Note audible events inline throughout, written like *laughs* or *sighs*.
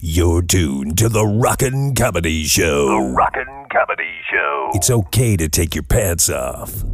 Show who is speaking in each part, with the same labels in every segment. Speaker 1: You're tuned to the Rockin' Comedy Show. The Rockin' Comedy Show. It's okay to take your pants off.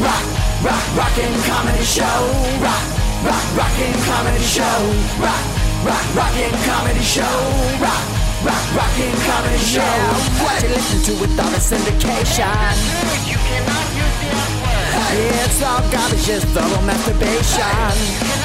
Speaker 2: Rock, rock, rockin' comedy show. Rock, rock, rockin' comedy show. Rock, rock, rockin' comedy show. Rock, rock, rockin' comedy show. Yeah, what you listen to without a syndication? You cannot use the Hey, it's all garbage, just double masturbation.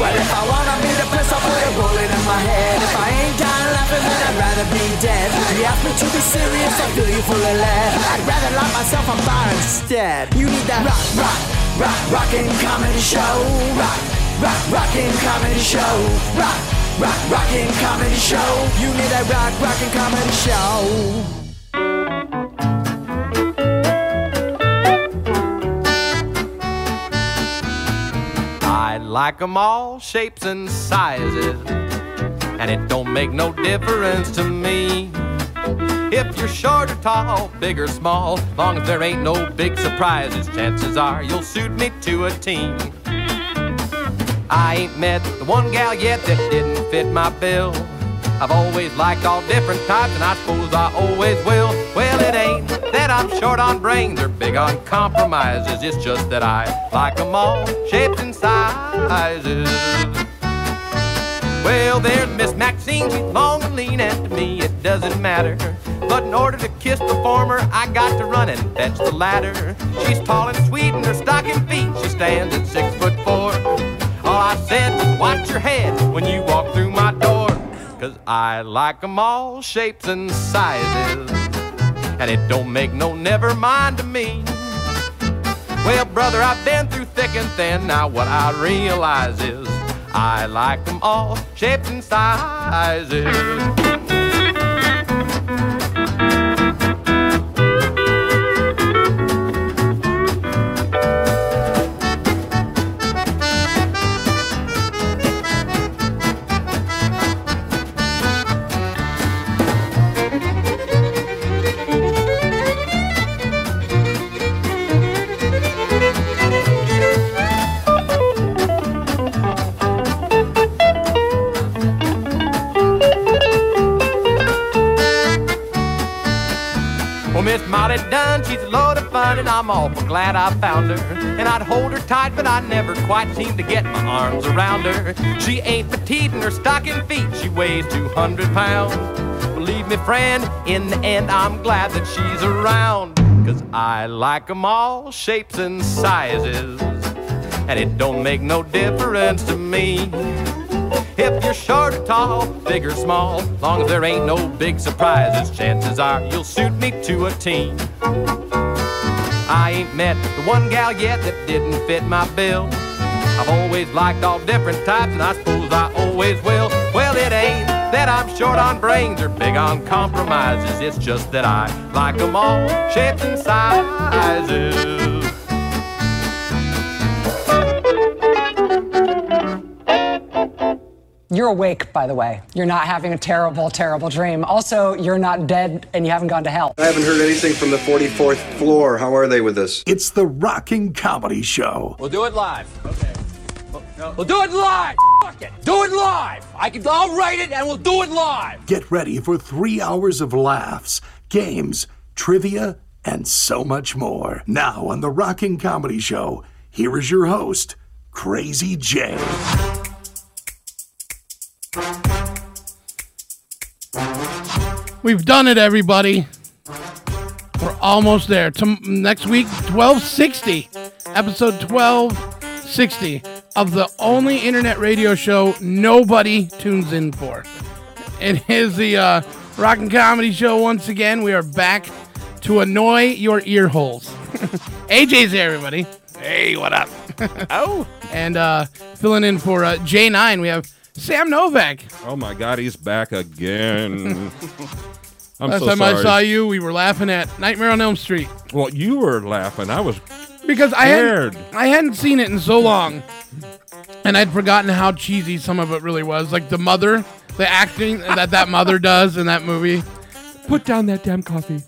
Speaker 2: Well, if I wanna be the prince, I'll put a bullet in my head. If I ain't dying laughing, then I'd rather be dead. You ask me to be serious, I feel you full of lead. I'd rather light myself on fire instead. You need that rock, rock, rock, rockin' comedy show. Rock, rock, rockin' comedy show. Rock, rock, rockin' comedy show. You need that rock, rockin' comedy show.
Speaker 3: I like 'em all, shapes and sizes, and it don't make no difference to me. If you're short or tall, big or small, long as there ain't no big surprises, chances are you'll suit me to a team. I ain't met the one gal yet that didn't fit my bill. I've always liked all different types, and I suppose I always will. Well, it ain't that I'm short on brains or big on compromises. It's just that I like 'em all, shapes and sizes. Well, there's Miss Maxine, she's long and lean, and to me it doesn't matter. But in order to kiss the former, I got to run and fetch the latter. She's tall and sweet, and her stocking feet, she stands at six foot four. All I said was, watch your head when you walk through my door. Cause I like 'em all shapes and sizes. And it don't make no never mind to me. Well, brother, I've been through thick and thin. Now what I realize is I like 'em all shapes and sizes. Oh, and I'm awful glad I found her. And I'd hold her tight, but I never quite seemed to get my arms around her. She ain't petite in her stocking feet, she weighs 200 pounds. Believe me, friend, in the end, I'm glad that she's around. Cause I like 'em all shapes and sizes. And it don't make no difference to me. If you're short or tall, big or small, long as there ain't no big surprises, chances are you'll suit me to a T. I ain't met the one gal yet that didn't fit my bill. I've always liked all different types, and I suppose I always will. Well, it ain't that I'm short on brains or big on compromises. It's just that I like 'em all, shapes and sizes.
Speaker 4: You're awake, by the way. You're not having a terrible, terrible dream. Also, you're not dead and you haven't gone to hell.
Speaker 5: I haven't heard anything from the 44th floor. How are they with this?
Speaker 6: It's the Rockin' Comedy Show.
Speaker 1: We'll do it live. Okay. We'll, do it live. Fuck it. Do it live. I can. I'll write it and we'll do it live.
Speaker 6: Get ready for three hours of laughs, games, trivia, and so much more. Now on the Rockin' Comedy Show, here is your host, Crazy J.
Speaker 7: We've done it, everybody. We're almost there. Tom- next week, 1260, episode 1260 of the only internet radio show nobody tunes in for. It is the uh, Rock and Comedy Show once again. We are back to annoy your ear holes. *laughs* AJ's there, everybody. Hey, what up?
Speaker 8: Oh.
Speaker 7: *laughs* And uh, filling in for uh, J9, we have Sam Novak.
Speaker 8: Oh my God, he's back
Speaker 7: *laughs*
Speaker 8: again. I'm
Speaker 7: Last
Speaker 8: so
Speaker 7: time I
Speaker 8: sorry.
Speaker 7: saw you, we were laughing at Nightmare on Elm Street
Speaker 8: Well, you were laughing. I was.
Speaker 7: because I hadn't,
Speaker 8: Weird.
Speaker 7: I hadn't seen it in so long, and I'd forgotten how cheesy some of it really was. Like the mother, the acting that that mother does in that movie. Put down that
Speaker 8: *laughs*
Speaker 7: damn coffee.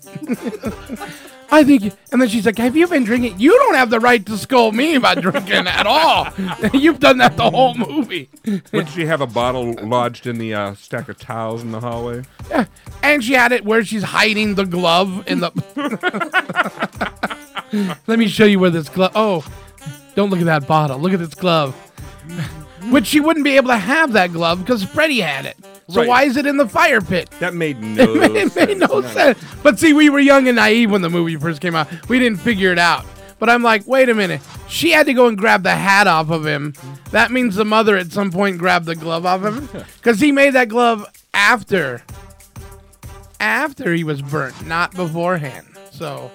Speaker 7: I think, you, and then she's like, "Have you been drinking? You don't have the right to scold me about drinking at all. *laughs* You've done that the whole movie."
Speaker 8: Wouldn't she have a bottle lodged in the uh, stack of towels in the hallway?
Speaker 7: And she had it where she's hiding the glove in the. Let me show you where this glove. Oh, don't look at that bottle. Look at this glove. *laughs* Which she wouldn't be able to have that glove because Freddie had it. So
Speaker 8: Right.
Speaker 7: why is it in the fire pit?
Speaker 8: That
Speaker 7: *laughs*
Speaker 8: made no
Speaker 7: it made,
Speaker 8: sense.
Speaker 7: made no sense. But see, we were young and naive when the movie first came out. We didn't figure it out. But I'm like, wait a minute. She had to go and grab the hat off of him. That means the mother at some point grabbed the glove off of
Speaker 8: *laughs*
Speaker 7: him because he made that glove after, after he was burnt, not beforehand. So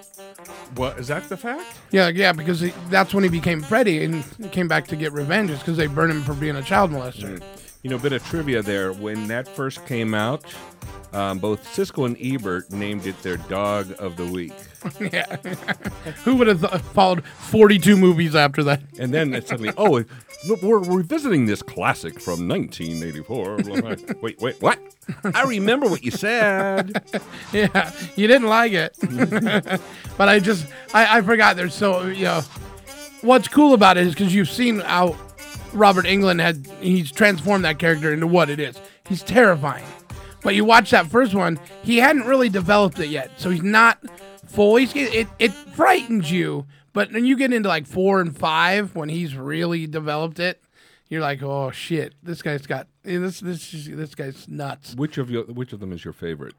Speaker 8: What is that the fact?
Speaker 7: yeah, yeah, because he, that's when he became Freddy and came back to get revenge. because they burned him for being a child molester.
Speaker 8: Hmm. You know, bit of trivia there. When that first came out, um, both Siskel and Ebert named it their dog of the week.
Speaker 7: yeah, who would have th- followed 42 movies after that?
Speaker 8: And then it suddenly, oh, look, we're revisiting this classic from 1984. Blah, blah,
Speaker 7: *laughs*
Speaker 8: blah. wait, wait, what? I remember what you said.
Speaker 7: *laughs* Yeah, you didn't like it, *laughs* but I just I, I forgot. There's so you know, what's cool about it is because you've seen how Robert England had he's transformed that character into what it is. He's terrifying, but you watch that first one, he hadn't really developed it yet, so he's not fully. sca- It it frightens you, but when you get into like four and five when he's really developed it, you're like, oh shit, this guy's got this this this guy's nuts.
Speaker 8: Which of your, which of them is your favorite?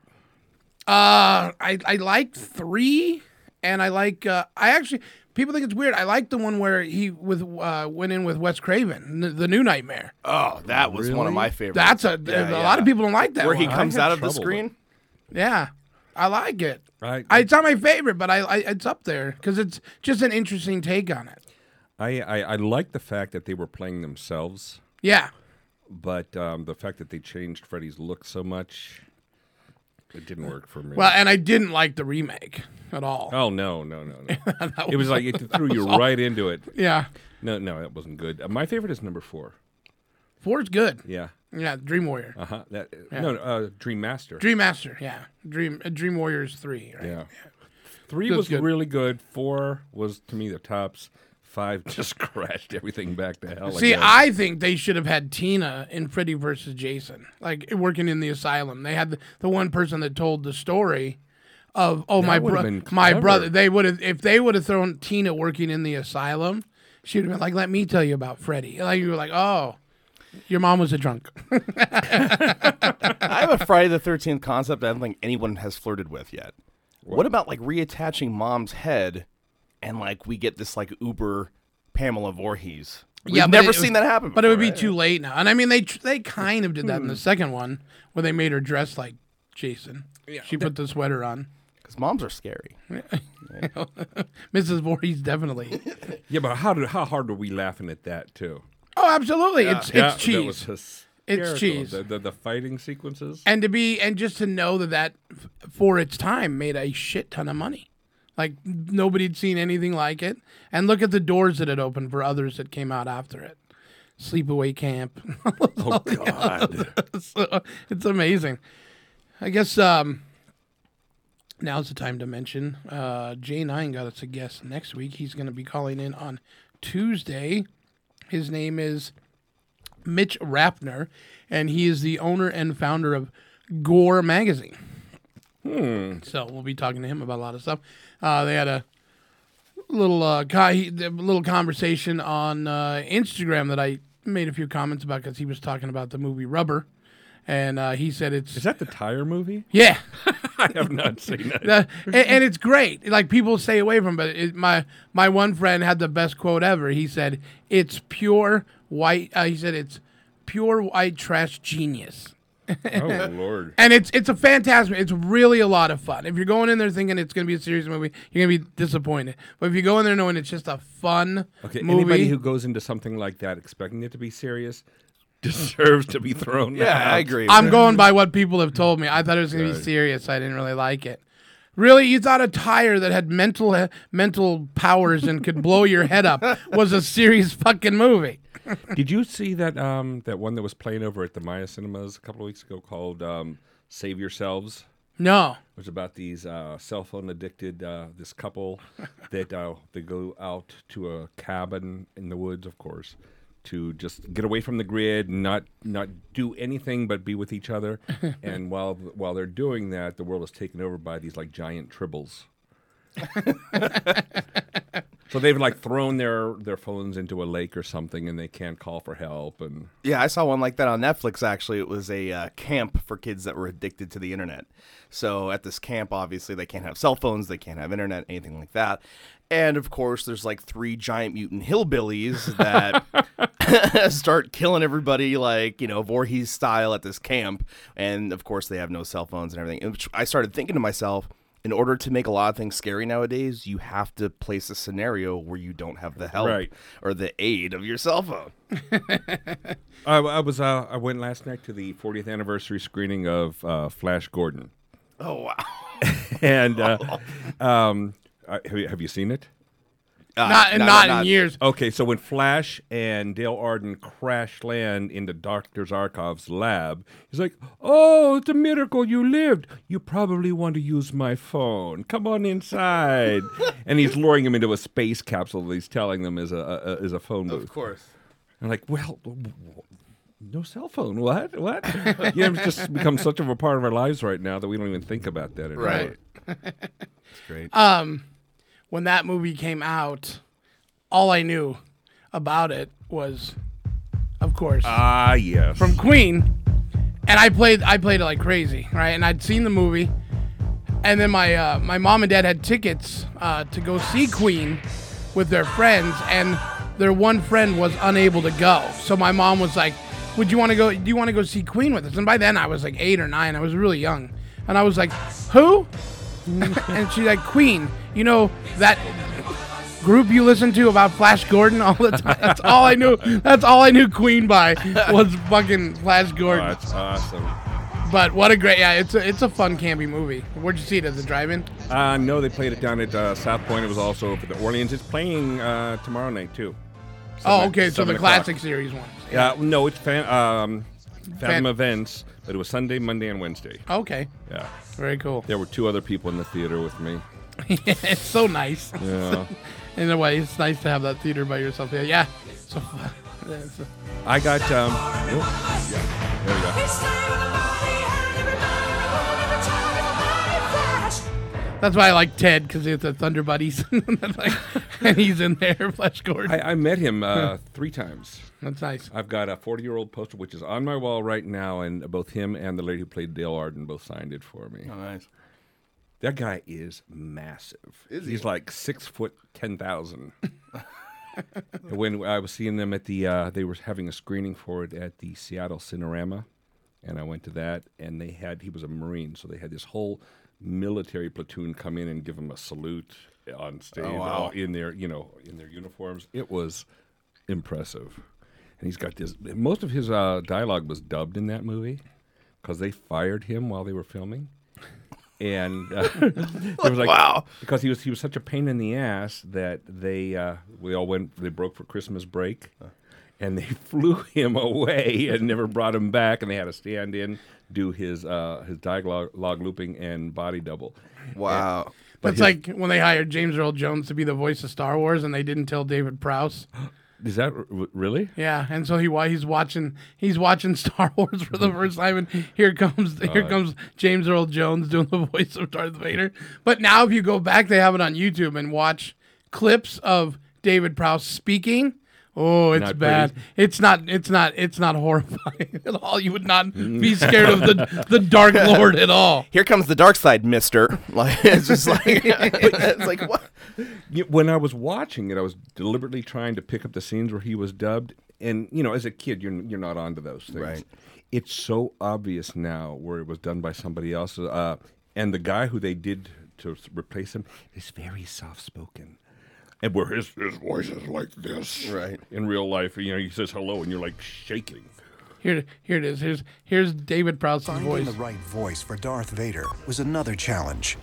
Speaker 7: Uh, I I like three, and I like uh, I actually people think it's weird. I like the one where he with uh, went in with Wes Craven, n- the New Nightmare.
Speaker 9: Oh, that was one of my favorites.
Speaker 7: That's a
Speaker 9: Yeah,
Speaker 7: a
Speaker 9: yeah.
Speaker 7: lot of people don't like that.
Speaker 9: where he
Speaker 7: one.
Speaker 9: comes
Speaker 8: had
Speaker 9: out of the
Speaker 8: trouble with-
Speaker 9: screen.
Speaker 7: yeah, I like it.
Speaker 8: Right.
Speaker 7: I, it's not my favorite, but I, I it's up there because it's just an interesting take on it.
Speaker 8: I, I, I like the fact that they were playing themselves,
Speaker 7: Yeah,
Speaker 8: but um, the fact that they changed Freddy's look so much, it didn't work for me.
Speaker 7: well, and I didn't like the remake at all.
Speaker 8: oh no, no, no,
Speaker 7: *laughs*
Speaker 8: no! it was like it threw you right into it.
Speaker 7: Yeah,
Speaker 8: No, no, that wasn't good. Uh, my favorite is number four.
Speaker 7: four's good.
Speaker 8: Yeah,
Speaker 7: Yeah, Dream Warrior,
Speaker 8: uh huh. That no, no, uh, Dream Master.
Speaker 7: Dream Master. Yeah, Dream uh, Dream Warriors three. Right?
Speaker 8: yeah, three
Speaker 7: That's
Speaker 8: was
Speaker 7: good.
Speaker 8: really good. Four was to me the tops. Five *laughs* just crashed everything back to hell.
Speaker 7: See,
Speaker 8: again.
Speaker 7: I think they should have had Tina in Freddy versus Jason, like working in the asylum. They had the, the one person that told the story of oh
Speaker 8: That
Speaker 7: my
Speaker 8: would've
Speaker 7: brother,
Speaker 8: been
Speaker 7: my
Speaker 8: clever.
Speaker 7: brother. They would have if they would have thrown Tina working in the asylum. She would have been like, "Let me tell you about Freddie." Like you were like, "Oh, your mom was a drunk." *laughs*
Speaker 9: I have a Friday the Thirteenth concept I don't think anyone has flirted with yet. What, about like reattaching mom's head, and like we get this like Uber Pamela Voorhees? We've
Speaker 7: but
Speaker 9: never
Speaker 7: it
Speaker 9: seen
Speaker 7: was-
Speaker 9: that happen.
Speaker 7: But it would be
Speaker 9: before, Hmm. right?
Speaker 7: too late now. And I mean, they tr- they kind of did that in the second one where they made her dress like Jason. She put the sweater on.
Speaker 9: because moms are scary.
Speaker 7: *laughs* Mrs. Voorhees definitely.
Speaker 8: Yeah, but how do how hard were we laughing at that too?
Speaker 7: oh, absolutely. It's it's
Speaker 8: Yeah, that
Speaker 7: cheese.
Speaker 8: was
Speaker 7: It's
Speaker 8: hysterical.
Speaker 7: cheese.
Speaker 8: The, the, the fighting sequences.
Speaker 7: and to be and just to know that that f- for its time made a shit ton of money like nobody had seen anything like it and look at the doors that it opened for others that came out after it sleepaway camp *laughs*
Speaker 8: oh God!
Speaker 7: So, it's amazing i guess um now's the time to mention uh j9 got us a guest next week he's going to be calling in on tuesday his name is Mitch Rapner, and he is the owner and founder of Gore Magazine.
Speaker 8: Hmm.
Speaker 7: So we'll be talking to him about a lot of stuff. Uh, they had a little uh, co- he- a little conversation on uh, Instagram that I made a few comments about because he was talking about the movie Rubber, and uh, he said it's
Speaker 8: Is that the tire movie? *laughs*
Speaker 7: yeah.
Speaker 8: I have not seen that.
Speaker 7: Uh, and, and it's great. Like people stay away from, it, but it, my my one friend had the best quote ever. He said, "It's pure white." Uh, he said, "It's pure white trash genius."
Speaker 8: Oh Lord!
Speaker 7: *laughs* And it's it's a fantastic. It's really a lot of fun. If you're going in there thinking it's going to be a serious movie, you're going to be disappointed. But if you go in there knowing it's just a fun
Speaker 8: Okay,
Speaker 7: movie,
Speaker 8: anybody who goes into something like that expecting it to be serious *laughs* deserves to be thrown.
Speaker 9: Yeah,
Speaker 8: out.
Speaker 9: I agree.
Speaker 7: I'm going by what people have told me. I thought it was going to be serious. I didn't really like it. Really, you thought a tire that had mental mental powers and could blow your head
Speaker 9: *laughs*
Speaker 7: up was a serious fucking movie?
Speaker 8: *laughs* Did you see that um, that one that was playing over at the Maya Cinemas a couple of weeks ago called um, "Save Yourselves"?
Speaker 7: No.
Speaker 8: It was about these uh, cell phone addicted uh, this couple that uh, they go out to a cabin in the woods, of course, to just get away from the grid, not not do anything but be with each other. and while while they're doing that, the world is taken over by these like giant tribbles. so they've like thrown their their phones into a lake or something, and they can't call for help. And
Speaker 9: Yeah, I saw one like that on Netflix. Actually, it was a uh, camp for kids that were addicted to the internet. So at this camp, obviously they can't have cell phones, they can't have internet, anything like that. And of course, there's like three giant mutant hillbillies that *laughs* start killing everybody, like you know Voorhees style at this camp. And of course, they have no cell phones and everything. Which I started thinking to myself. In order to make a lot of things scary nowadays, you have to place a scenario where you don't have the help
Speaker 8: Right.
Speaker 9: or the aid of your cell phone.
Speaker 8: I, I was uh, I went last night to the 40th anniversary screening of uh, Flash Gordon.
Speaker 9: Oh wow!
Speaker 8: *laughs* and uh,
Speaker 9: *laughs*
Speaker 8: um, I, have you- have you seen it?
Speaker 7: not,
Speaker 9: Uh, no,
Speaker 7: not,
Speaker 9: not-
Speaker 7: in years.
Speaker 8: Okay, so when Flash and Dale Arden crash land into Doctor Zarkov's lab, he's like, "Oh, it's a miracle you lived. You probably want to use my phone. Come on
Speaker 9: *laughs*
Speaker 8: inside." and he's luring him into a space capsule that he's telling them is a, a a- is a phone booth.
Speaker 9: course.
Speaker 8: And like, well, w- w- no cell phone. What? What?
Speaker 7: *laughs*
Speaker 8: yeah, it's just become such of a part of our lives right now that we don't even think about that anymore.
Speaker 9: Right. It's great.
Speaker 7: Um, When that movie came out, all I knew about it was, of course,
Speaker 8: Ah, yes.
Speaker 7: from Queen, and I played I played it like crazy, right? And I'd seen the movie, and then my uh, my mom and dad had tickets uh, to go see Queen with their friends, and their one friend was unable to go. So my mom was like, "Would you want to go? Do you want to go see Queen with us?" And by then I was like eight or nine. I was really young, and I was like, "Who?" *laughs* and she's like, "Queen." You know that group you listen to about Flash Gordon all the time. That's all I knew. That's all I knew Queen by was fucking Flash
Speaker 8: Oh,
Speaker 7: Gordon.
Speaker 8: that's awesome.
Speaker 7: But what a great yeah! It's a it's a fun campy movie. Where'd you see it? At the drive-in? *laughs*
Speaker 8: Uh, no, they played it down at uh, South Point. It was also over the Orleans. It's playing uh, tomorrow night too.
Speaker 7: Oh,
Speaker 8: Seven-
Speaker 7: okay. So
Speaker 8: seven
Speaker 7: the
Speaker 8: o'clock.
Speaker 7: classic series ones.
Speaker 8: Uh, no, it's fan, um,
Speaker 7: Fan-
Speaker 8: Fathom Events, but it was Sunday, Monday, and Wednesday.
Speaker 7: Okay,
Speaker 8: Yeah,
Speaker 7: very cool.
Speaker 8: there were two other people in the theater with me.
Speaker 7: it's so nice.
Speaker 8: Yeah,
Speaker 7: *laughs* In a way, it's nice to have that theater by yourself. Yeah, yeah. So, yeah, it's a-
Speaker 8: I got. Um, oh, yeah, there we go.
Speaker 7: That's why I like Ted because it's the Thunder Buddies, *laughs* That's like- and he's in there, *laughs* Flash Gordon.
Speaker 8: I, I met him uh, three times.
Speaker 7: That's nice.
Speaker 8: I've got a 40 year old poster which is on my wall right now, and both him and the lady who played Dale Arden both signed it for me.
Speaker 9: Oh, nice.
Speaker 8: That guy is massive.
Speaker 9: Is he?
Speaker 8: He's like six foot ten thousand. *laughs* when I was seeing them at the, uh, they were having a screening for it at the Seattle Cinerama, and I went to that, and they had he was a Marine, so they had this whole military platoon come in and give him a salute on stage,
Speaker 9: Oh,
Speaker 8: all in their you know in their uniforms. It was impressive, and he's got this. Most of his uh, dialogue was dubbed in that movie because they fired him while they were filming and uh, *laughs* there was like
Speaker 9: Wow.
Speaker 8: because he was he was such a pain in the ass that they uh, we all went they broke for Christmas break, and they *laughs* flew him away and never brought him back, and they had to stand in do his uh, his dialogue log looping and body double.
Speaker 9: Wow.
Speaker 7: That's like when they hired James Earl Jones to be the voice of Star Wars, and they didn't tell David Prowse.
Speaker 8: Is that r- r- really?
Speaker 7: Yeah, and so he wa- he's watching he's watching *laughs* Star Wars for the first time, and here comes here comes James Earl Jones doing the *laughs* voice of Darth Vader. But now, if you go back, they have it on YouTube and watch clips of David Prowse speaking. Oh, it's
Speaker 8: Not
Speaker 7: bad. It's not. It's not. It's not horrifying *laughs* at all. You
Speaker 10: *laughs*
Speaker 7: would not be scared of the the Dark Lord at all.
Speaker 9: *laughs* Here comes the dark side, Mister. *laughs* Like it's just *laughs* like *laughs* it's like what?
Speaker 8: Y- When I was watching it, I was deliberately trying to pick up the scenes where he was dubbed, and you know, as a kid, you're you're not onto those things.
Speaker 9: Right.
Speaker 8: It's so obvious now where it was done by somebody else, uh, and the guy who they did to s- replace him is very soft spoken, and where his his voice is like this.
Speaker 9: Right.
Speaker 8: In real life, you know, he says hello, and you're like shaking.
Speaker 7: Here, here it is. Here's here's David Prowse's voice.
Speaker 11: Finding the right voice for Darth Vader was another challenge.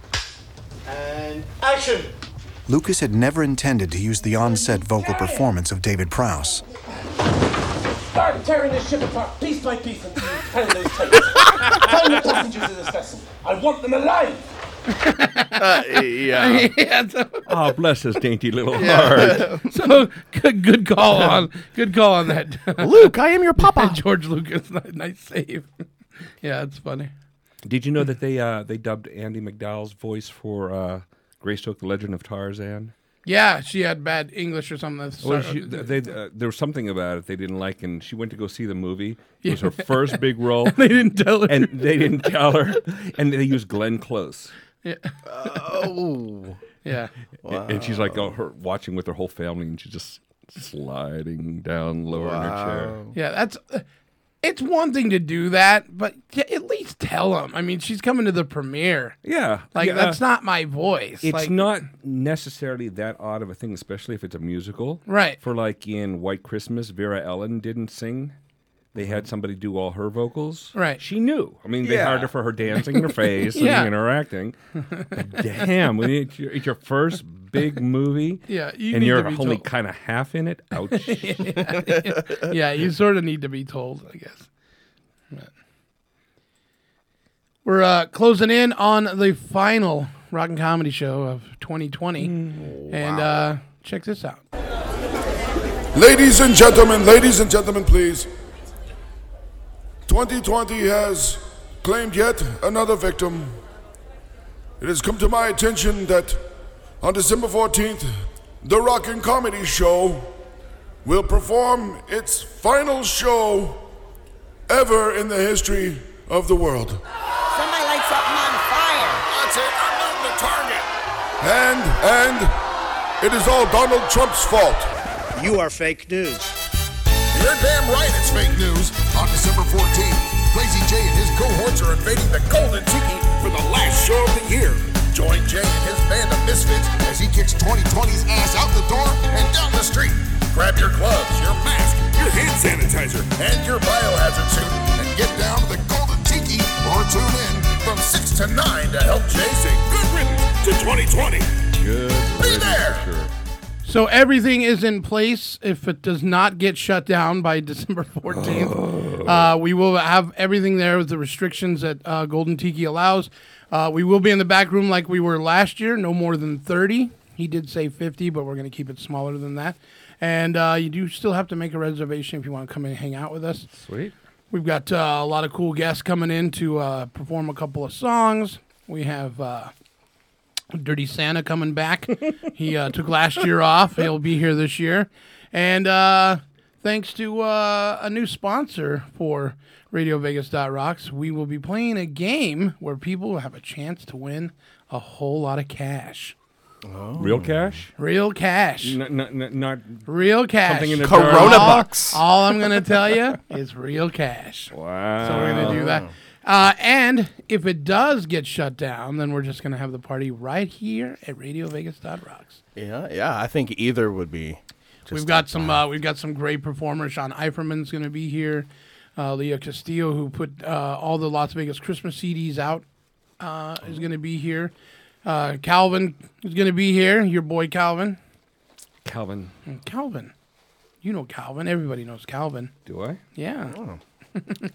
Speaker 12: And action!
Speaker 11: Lucas had never intended to use the on-set vocal performance of David Prowse.
Speaker 12: Start tearing this ship apart piece by piece until you pound
Speaker 1: *laughs*
Speaker 12: those tapes. Find the passengers of this vessel. I want them alive!
Speaker 9: Uh, Yeah.
Speaker 7: Yeah, so-
Speaker 8: *laughs* Ah, bless his dainty little heart.
Speaker 7: *laughs* so
Speaker 9: *laughs*
Speaker 7: good, good
Speaker 11: *laughs*
Speaker 7: call on good call on *laughs* that.
Speaker 9: Luke, I am your papa.
Speaker 7: George Lucas, *laughs* nice save. yeah, it's funny.
Speaker 8: Did you know
Speaker 7: Mm.
Speaker 8: that they uh, they dubbed Andy McDowell's voice for uh, Greystoke: The Legend of Tarzan?
Speaker 7: Yeah, she had bad English or something. That's
Speaker 8: Well,
Speaker 7: sorry.
Speaker 8: she, th- they, uh, there was something about it they didn't like, and she went to go see the movie. It was her first
Speaker 7: *laughs*
Speaker 8: big role,
Speaker 7: they didn't tell her.
Speaker 8: and they didn't tell her. And they used Glenn Close,
Speaker 13: *laughs* Oh.
Speaker 7: yeah,
Speaker 8: and she's like, oh, her watching with her whole family, and she's just sliding down lower in
Speaker 9: Oh.
Speaker 8: her chair.
Speaker 7: yeah, that's. it's one thing to do that, but yeah, at least tell them. I mean, she's coming to the premiere.
Speaker 8: Yeah,
Speaker 7: Like
Speaker 8: yeah.
Speaker 7: that's not my voice.
Speaker 8: It's
Speaker 7: like,
Speaker 8: not necessarily that odd of a thing, especially if it's a musical.
Speaker 7: Right.
Speaker 8: For like in White Christmas, Vera Ellen didn't sing. They had somebody do all her vocals.
Speaker 7: Right.
Speaker 8: She knew. I mean, they hired her for her dancing, her face,
Speaker 7: Yeah.
Speaker 8: and her
Speaker 7: *laughs*
Speaker 8: acting. But damn, when it's your, it's your first big movie.
Speaker 7: *laughs* Yeah, you
Speaker 8: and
Speaker 7: need
Speaker 8: you're
Speaker 7: to be
Speaker 8: only
Speaker 7: told.
Speaker 8: kind of half in it. Ouch.
Speaker 7: *laughs* yeah, you sort of need to be told, I guess. But- We're uh, closing in on the final rock and comedy show of 2020, and uh, check this out.
Speaker 2: Ladies and gentlemen, ladies and gentlemen, please. 2020 has claimed yet another victim. It has come to my attention that on December 14th, the Rock and Comedy Show will perform its final show ever in the history of the world.
Speaker 12: Somebody light something on fire!
Speaker 2: That's it. I'm not the target. And and it is all Donald Trump's fault.
Speaker 11: You are fake news.
Speaker 2: You're damn right it's fake news. On December 14th, Lazy J and his cohorts are invading the Golden Tiki for the last show of the year. Join Jay and his band of misfits as he kicks 2020's ass out the door and down the street. Grab your gloves, your mask, your hand sanitizer, and your biohazard suit and get down to the Golden Tiki or tune in from 6 to 9 to help Jay say good riddance to 2020.
Speaker 8: Good.
Speaker 2: Be
Speaker 8: Lord,
Speaker 2: there.
Speaker 8: sure.
Speaker 7: So everything is in place if it does not get shut down by *laughs* December 14th. Uh, we will have everything there with the restrictions that uh, Golden Tiki allows. Uh, we will be in the back room like we were last year, no more than 30. He did say 50, but we're going to keep it smaller than that. And uh, you do still have to make a reservation if you want to come and hang out with us.
Speaker 5: *laughs*
Speaker 8: Sweet.
Speaker 7: We've got uh, a lot of cool guests coming in to uh, perform a couple of songs. We have uh, Dirty Santa coming back. he uh, took last year off. He'll be here this year. And uh, thanks to uh, a new sponsor for RadioVegas.rocks, we will be playing a game where people have a chance to win a whole lot of cash.
Speaker 8: Real cash?
Speaker 7: Real cash.
Speaker 8: N- n- n- not
Speaker 7: Real cash.
Speaker 8: Something in a
Speaker 7: Corona
Speaker 8: jar.
Speaker 7: bucks. All I'm gonna
Speaker 1: *laughs*
Speaker 7: tell you is real cash.
Speaker 8: Wow.
Speaker 7: So we're gonna do
Speaker 8: Oh.
Speaker 7: that. Uh, and if it does get shut down, then we're just gonna have the party right here at RadioVegas.rocks.
Speaker 9: Yeah, yeah. I think either would be.
Speaker 7: we've got some. Uh, we've got some great performers. Sean Eiferman's gonna be here. Uh, Leah Castillo, who put uh, all the Las Vegas Christmas CDs out, uh, is gonna be here. Uh, Calvin is gonna be here. Your boy Calvin.
Speaker 8: Calvin.
Speaker 7: And Calvin. You know Calvin. Everybody knows Calvin.
Speaker 8: Do I? Oh.
Speaker 7: Yeah.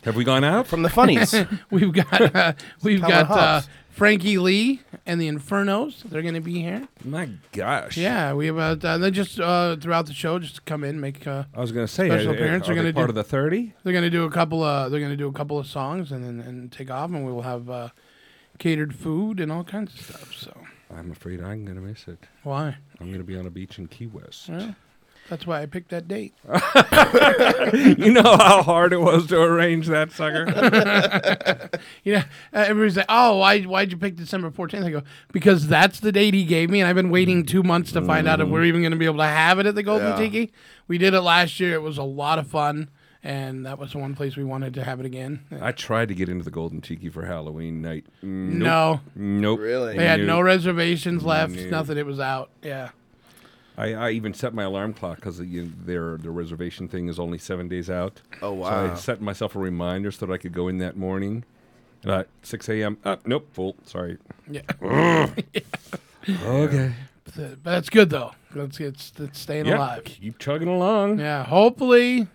Speaker 8: Have we gone out?
Speaker 9: From the
Speaker 7: *laughs* we've got
Speaker 9: *laughs*
Speaker 7: uh,
Speaker 8: Calvin
Speaker 7: we've got uh,
Speaker 8: Hobbs.
Speaker 7: Frankie Lee and the Infernos. They're going to be here.
Speaker 8: My gosh.
Speaker 7: Yeah, we have uh, uh, they just uh, throughout the show just come in make. Uh,
Speaker 8: I was gonna say,
Speaker 7: special
Speaker 8: are- are-
Speaker 7: appearance.
Speaker 8: are
Speaker 7: They're
Speaker 8: they
Speaker 7: gonna
Speaker 8: part
Speaker 7: do,
Speaker 8: of the 30?
Speaker 7: They're going to do a couple of they're going to do a couple of songs and then and take off and we will have uh, catered food and all kinds of stuff. So
Speaker 8: I'm afraid I'm going to miss it.
Speaker 7: Why? Oh.
Speaker 8: I'm going to be on a beach in Key West.
Speaker 7: well, that's why I picked that date.
Speaker 8: *laughs* you know how hard it was to arrange that sucker.
Speaker 7: *laughs* you know, uh, everybody's like, "Oh, why why'd you pick December 14th? I go, "Because that's the date he gave me, and I've been waiting two months to find out if we're even going to be able to have it at the Golden
Speaker 9: Yeah.
Speaker 7: Tiki." We did it last year; it was a lot of fun, and that was the one place we wanted to have it again.
Speaker 8: I tried to get into the Golden Tiki for Halloween night. Mm,
Speaker 7: No.
Speaker 8: Nope. Nope.
Speaker 7: They had no
Speaker 8: Nope.
Speaker 7: reservations left.
Speaker 8: Nope.
Speaker 7: Nothing. It was out. Yeah.
Speaker 8: I, I even set my alarm clock because their their reservation thing is only seven days out. Oh So
Speaker 9: wow.
Speaker 8: I set myself a reminder so that I could go in that morning. And at six a.m. Uh, nope, full. Sorry.
Speaker 7: Yeah.
Speaker 8: *laughs* Ugh. Okay.
Speaker 7: But the- but that's good though. That's it's, it's staying
Speaker 8: Yeah,
Speaker 7: alive.
Speaker 8: Keep chugging along.
Speaker 7: Yeah. Hopefully,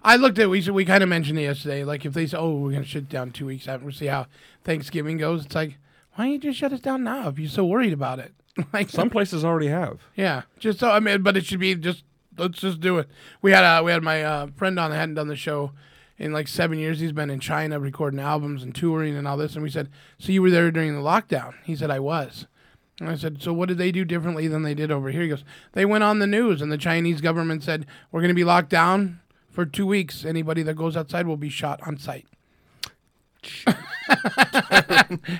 Speaker 7: I looked at we s- we kind of mentioned it yesterday. Like if they say, "Oh, we're gonna shut down two weeks after," we'll see how Thanksgiving goes. It's like, why don't you just shut us down now if you're so worried about it? *laughs* like
Speaker 8: Some places already have.
Speaker 7: Yeah. Just so I mean, but it should be just let's just do it. We had uh, we had my uh, friend on that hadn't done the show in like seven years. He's been in China recording albums and touring and all this. And we said, so you were there during the lockdown? He said, I was. And I said, so what did they do differently than they did over here? He goes, they went on the news and the Chinese government said we're going to be locked down for two weeks. Anybody that goes outside will be shot on sight. *laughs*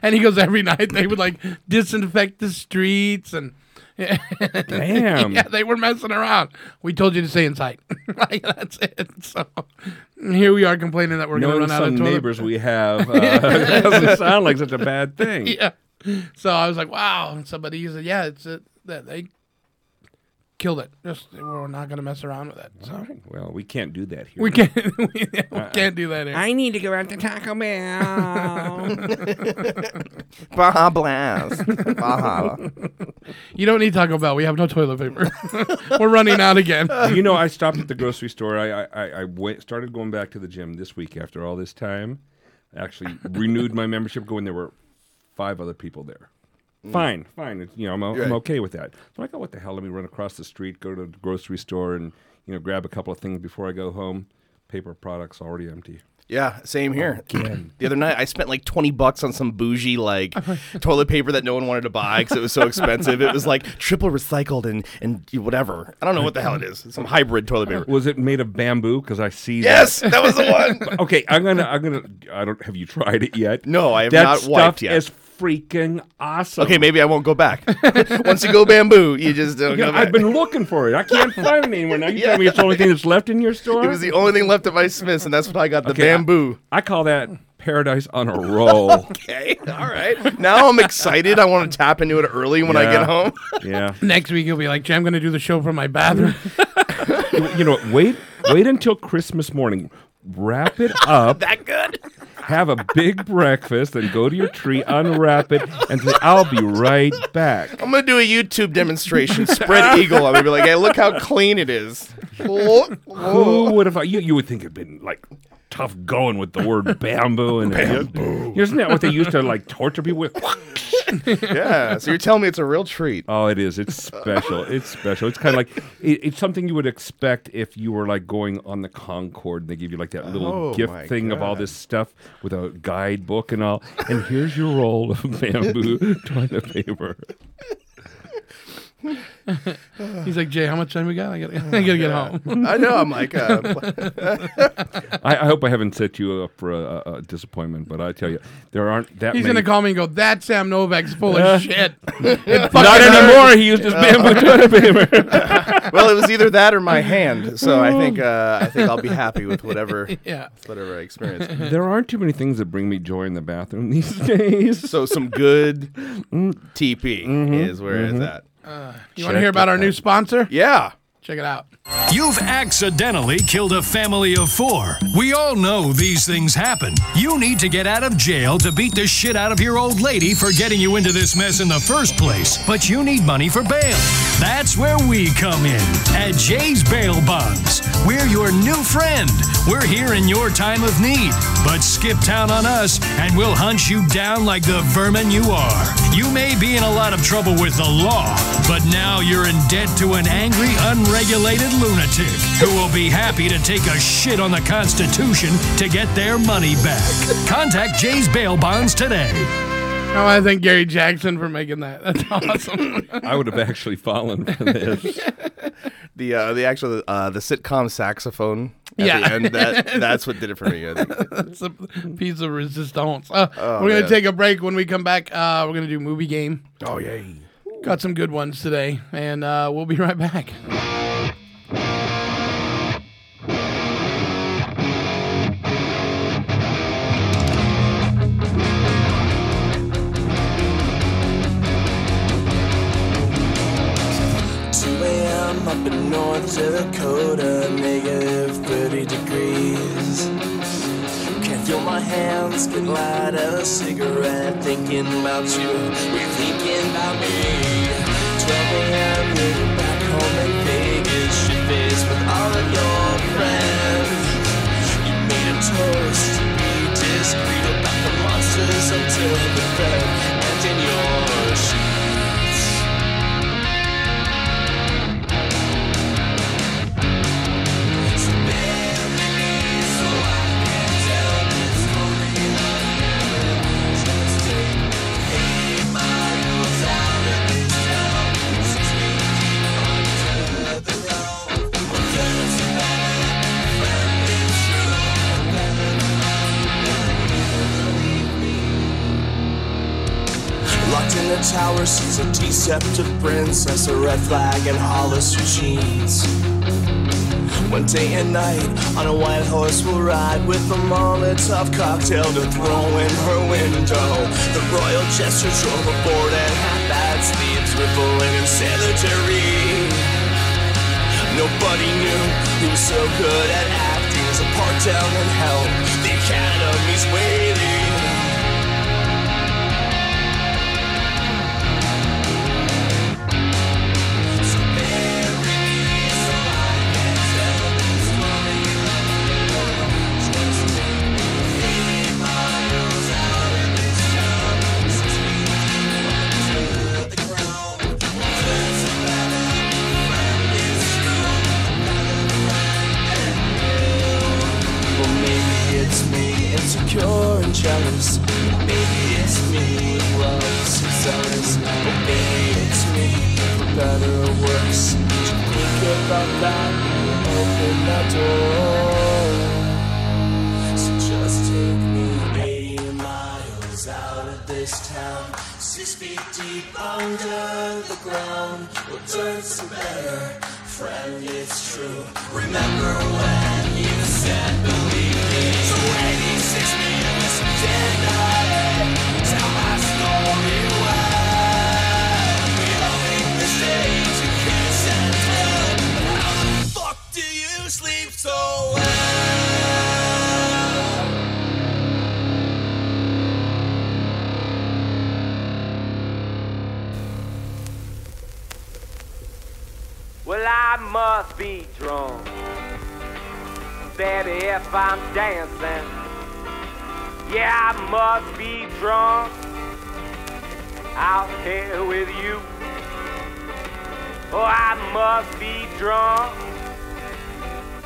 Speaker 7: and he goes every night they would like disinfect the streets and *laughs*
Speaker 8: Damn.
Speaker 7: yeah they were messing around we told you to stay inside *laughs* like that's it so here we are complaining that we're going to
Speaker 8: Knowing
Speaker 7: run out
Speaker 8: some
Speaker 7: of toilet
Speaker 8: neighbors we have,
Speaker 7: *laughs*
Speaker 8: uh, *laughs* doesn't sound like such a bad thing.
Speaker 7: yeah so i was like wow and somebody said yeah it's it that they killed it just we're not going to mess around with it so *laughs*
Speaker 8: Well, we can't do that here.
Speaker 7: we can't *laughs* we, we
Speaker 8: Uh-uh.
Speaker 7: can't do that here.
Speaker 8: I need to go out to Taco
Speaker 7: *laughs*
Speaker 8: Bell.
Speaker 9: Baja Blast. Baja.
Speaker 7: you don't need Taco Bell. We have no toilet paper. *laughs* We're running out again.
Speaker 8: *laughs* you know, I stopped at the grocery store. I I- I, I went, started going back to the gym this week after all this time. I
Speaker 7: *laughs*
Speaker 8: actually renewed my membership. Going there were five other people there.
Speaker 9: Mm.
Speaker 8: Fine, fine. It's, you know, I'm, o-
Speaker 9: Right.
Speaker 8: I'm okay with that. So I go, what the hell? Let me run across the street, go to the grocery store, and you know, grab a couple of things before I go home. Paper products already empty.
Speaker 9: Yeah, same here. *clears throat* the other night, I spent like twenty bucks on some
Speaker 7: *laughs*
Speaker 9: bougie like toilet paper that no one wanted to buy because it was so expensive. It was like
Speaker 8: *laughs*
Speaker 9: triple recycled and and whatever. I don't know what the hell it is. Some hybrid toilet paper.
Speaker 8: Was it made of bamboo? Because I see.
Speaker 9: Yes, that was the
Speaker 8: one. *laughs* okay, I'm gonna, I'm gonna. I don't. Have you tried it yet?
Speaker 9: No, I have
Speaker 8: That
Speaker 9: not
Speaker 8: stuff
Speaker 9: wiped yet.
Speaker 8: Is freaking awesome.
Speaker 9: Okay, maybe I won't
Speaker 8: *laughs*
Speaker 9: go back. *laughs* Once you go bamboo, you just don't
Speaker 8: Yeah,
Speaker 9: go
Speaker 8: I've
Speaker 9: back.
Speaker 8: been looking for it. I can't find
Speaker 9: *laughs*
Speaker 8: it anywhere. Now you tell me it's the only thing that's left in your store.
Speaker 9: It was the only thing left at my Smith's, and that's when I got the
Speaker 8: Okay, I-
Speaker 9: bamboo.
Speaker 8: I, call that paradise on a
Speaker 10: *laughs*
Speaker 8: roll.
Speaker 9: okay, all right. Now I'm excited. I want to tap into it early *laughs* when I
Speaker 8: Yeah.
Speaker 9: get home.
Speaker 8: yeah.
Speaker 7: *laughs* Next week you'll be like, Jay, I'm going to do the show from my
Speaker 9: *laughs*
Speaker 7: bathroom. *laughs*
Speaker 8: You, you know, what? wait, wait until Christmas morning. Wrap it up.
Speaker 9: *laughs* that good.
Speaker 8: Have a big breakfast, then go to your tree, unwrap it, and say, "I'll be right back."
Speaker 9: I'm gonna do a YouTube
Speaker 8: *laughs*
Speaker 9: demonstration. Spread eagle. I'm gonna be like, hey, look how clean it is.
Speaker 10: Oh.
Speaker 8: Who would have? You, you would think it'd been like tough going with the word bamboo and bamboo. Isn't that what they used to like torture people with?
Speaker 10: *laughs* *laughs* yeah. So you're telling me it's a real treat.
Speaker 8: Oh, it is. It's special. It's special. It's kind of like it, it's something you would expect if you were like going on the Concorde and they give you like that little
Speaker 10: Oh, my
Speaker 8: gift thing of all
Speaker 10: God.
Speaker 8: this stuff with a guidebook and all. And here's your roll of
Speaker 10: *laughs*
Speaker 8: bamboo toilet paper.
Speaker 7: He's like, Jay, how much time we got? I gotta, *laughs* I gotta get
Speaker 10: God.
Speaker 7: home.
Speaker 10: I know, I'm like, *laughs*
Speaker 7: *laughs*
Speaker 9: *laughs*
Speaker 10: uh,
Speaker 8: I, I hope I haven't set you up for a, a, a disappointment, but I tell you, there aren't that
Speaker 7: He's
Speaker 8: many.
Speaker 7: gonna call me and go, that Sam Novak's full of shit.
Speaker 8: *laughs* Not
Speaker 7: It fucking
Speaker 8: anymore.
Speaker 7: hurts.
Speaker 8: He used his
Speaker 7: *laughs*
Speaker 8: bamboo toilet paper.
Speaker 10: *laughs* well, it was either that or my hand. So I think uh, I think I'll be happy with whatever
Speaker 7: *laughs* Yeah.
Speaker 10: whatever I experience.
Speaker 8: there aren't too many things that bring me joy in the bathroom these *laughs* days. Mm.
Speaker 10: So some good TP is where it's
Speaker 8: mhm.
Speaker 10: at.
Speaker 7: Uh, You want to hear about our new sponsor?
Speaker 10: Yeah.
Speaker 7: Check it out.
Speaker 13: You've accidentally killed a family of four. We all know these things happen. You need to get out of jail to beat the shit out of your old lady for getting you into this mess in the first place, but you need money for bail. That's where we come in at Jay's Bail Bonds. We're your new friend. We're here in your time of need, but skip town on us and we'll hunt you down like the vermin you are. You may be in a lot of trouble with the law, but now you're in debt to an angry, unregulated lunatic who will be happy to take a shit on the Constitution to get their money back. Contact Jay's Bail Bonds today.
Speaker 7: Oh, I want to thank Gary Jackson for making that. *laughs* That's awesome.
Speaker 8: I would have actually fallen for this.
Speaker 10: *laughs* The uh, the actual uh, the sitcom saxophone at
Speaker 7: Yeah.
Speaker 10: the end that
Speaker 7: *laughs*
Speaker 10: that's what did it for me. I think.
Speaker 7: That's a piece of resistance. Uh,
Speaker 10: Oh,
Speaker 7: we're gonna
Speaker 10: man.
Speaker 7: take a break. When we come back, uh, we're gonna do movie game.
Speaker 10: Oh yay!
Speaker 7: Got some good ones today, and uh, we'll be right back.
Speaker 2: a.m. up in North Dakota, negative 30 degrees. Can't feel my hands, can light a cigarette, thinking about you, we're thinking about me. 12 a.m., you're back home in Vegas, shit faced with all of your friends. You made a toast, be discreet about the monsters until the bed, and in your sheets. Locked in a tower, she's a deceptive princess, a red flag and Hollister jeans. One day and night, on a white horse we'll ride with a Molotov cocktail to throw in her window. The royal gesture drove aboard and half bad sleeves rippling in sanitary. Nobody knew he was so good at acting as a part down in hell. The academy's waiting. Well, maybe it's me, insecure and jealous. Maybe it's me, with love success. Well, maybe it's me, for better or worse. To think about that, and open that door. So just take me 80 miles out of this town. Six feet deep under the ground. We'll turn some better. Friend, it's true. Remember when you said believe me? So 86 minutes tonight. Tell my story well. We all make mistakes and can't set down. How the fuck do you sleep so well?
Speaker 3: Well, I must be drunk. Baby, if I'm dancing, yeah, I must be drunk.
Speaker 2: out here with you. Oh, I must be drunk,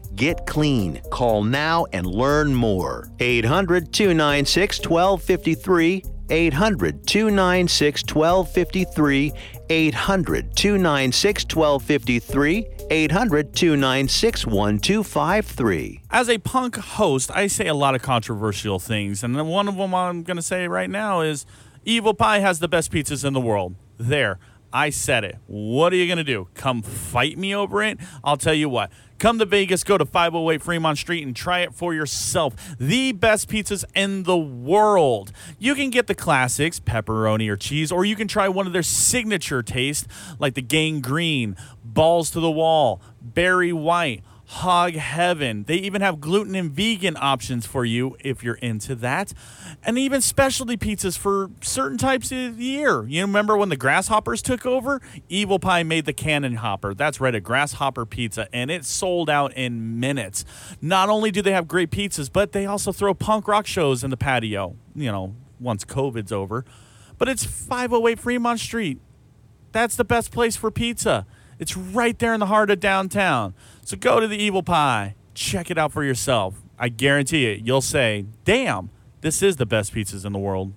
Speaker 14: Get clean. Call now and learn more. 800 296 1253. 800 296 1253. 800 296 1253. 800 296 1253.
Speaker 9: As a punk host, I say a lot of controversial things, and one of them I'm going to say right now is Evil Pie has the best pizzas in the world. There, I said it. What are you going to do? Come fight me over it? I'll tell you what. Come to Vegas, go to 508 Fremont Street and try it for yourself. The best pizzas in the world. You can get the classics, pepperoni or cheese, or you can try one of their signature tastes like the gangrene, balls to the wall, berry white, hog heaven. They even have gluten and vegan options for you if you're into that. And even specialty pizzas for certain types of the year. You remember when the grasshoppers took over? Evil Pie made the cannon hopper. That's right, a grasshopper pizza, and it sold out in minutes. Not only do they have great pizzas, but they also throw punk rock shows in the patio, you know, once COVID's over. But it's 508 Fremont Street. That's the best place for pizza. It's right there in the heart of downtown. So go to the Evil Pie, check it out for yourself. I guarantee it, you'll say, damn, this is the best pizzas in the world.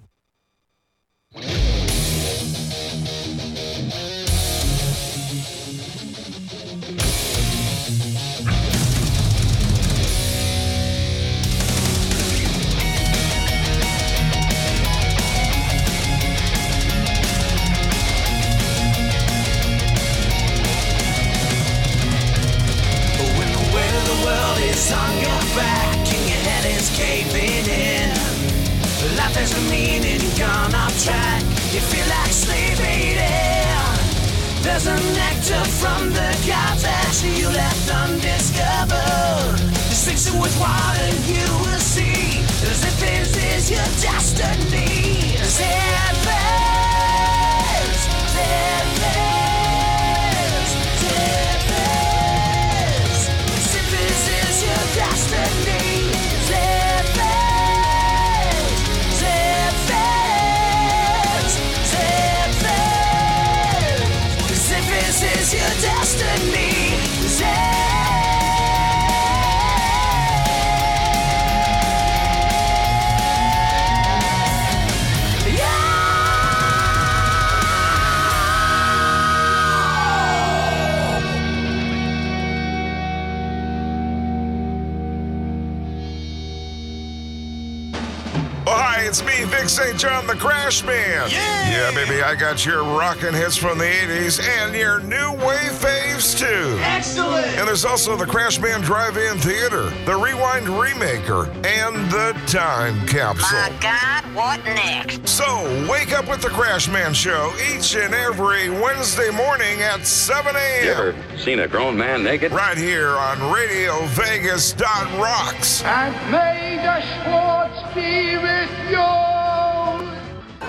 Speaker 2: When the weight of the world is on your back and your head is caving in, life has a meaning gone off track. You feel like sleeping in. There's a nectar from the gods that you left undiscovered. Just Mix it with water and you will see as if this is your destiny. Sad face, sad face, sad face. As if this is your destiny. Sad face, sad face, sad face. As if this is your destiny. Sad
Speaker 15: Oh, hi, it's me, Vic St. John, the Crash Man. Yeah! baby, I got your rockin' hits from the 80s and your new wave faves, too.
Speaker 16: Excellent!
Speaker 15: And there's also the Crash Man Drive In Theater, the Rewind Remaker, and the Time Capsule.
Speaker 17: My God, what next?
Speaker 15: So, wake up with the Crash Man Show each and every Wednesday morning at 7 a.m.
Speaker 12: You ever seen a grown man naked?
Speaker 15: Right here on RadioVegas.rocks.
Speaker 16: May the Schwartz be with you!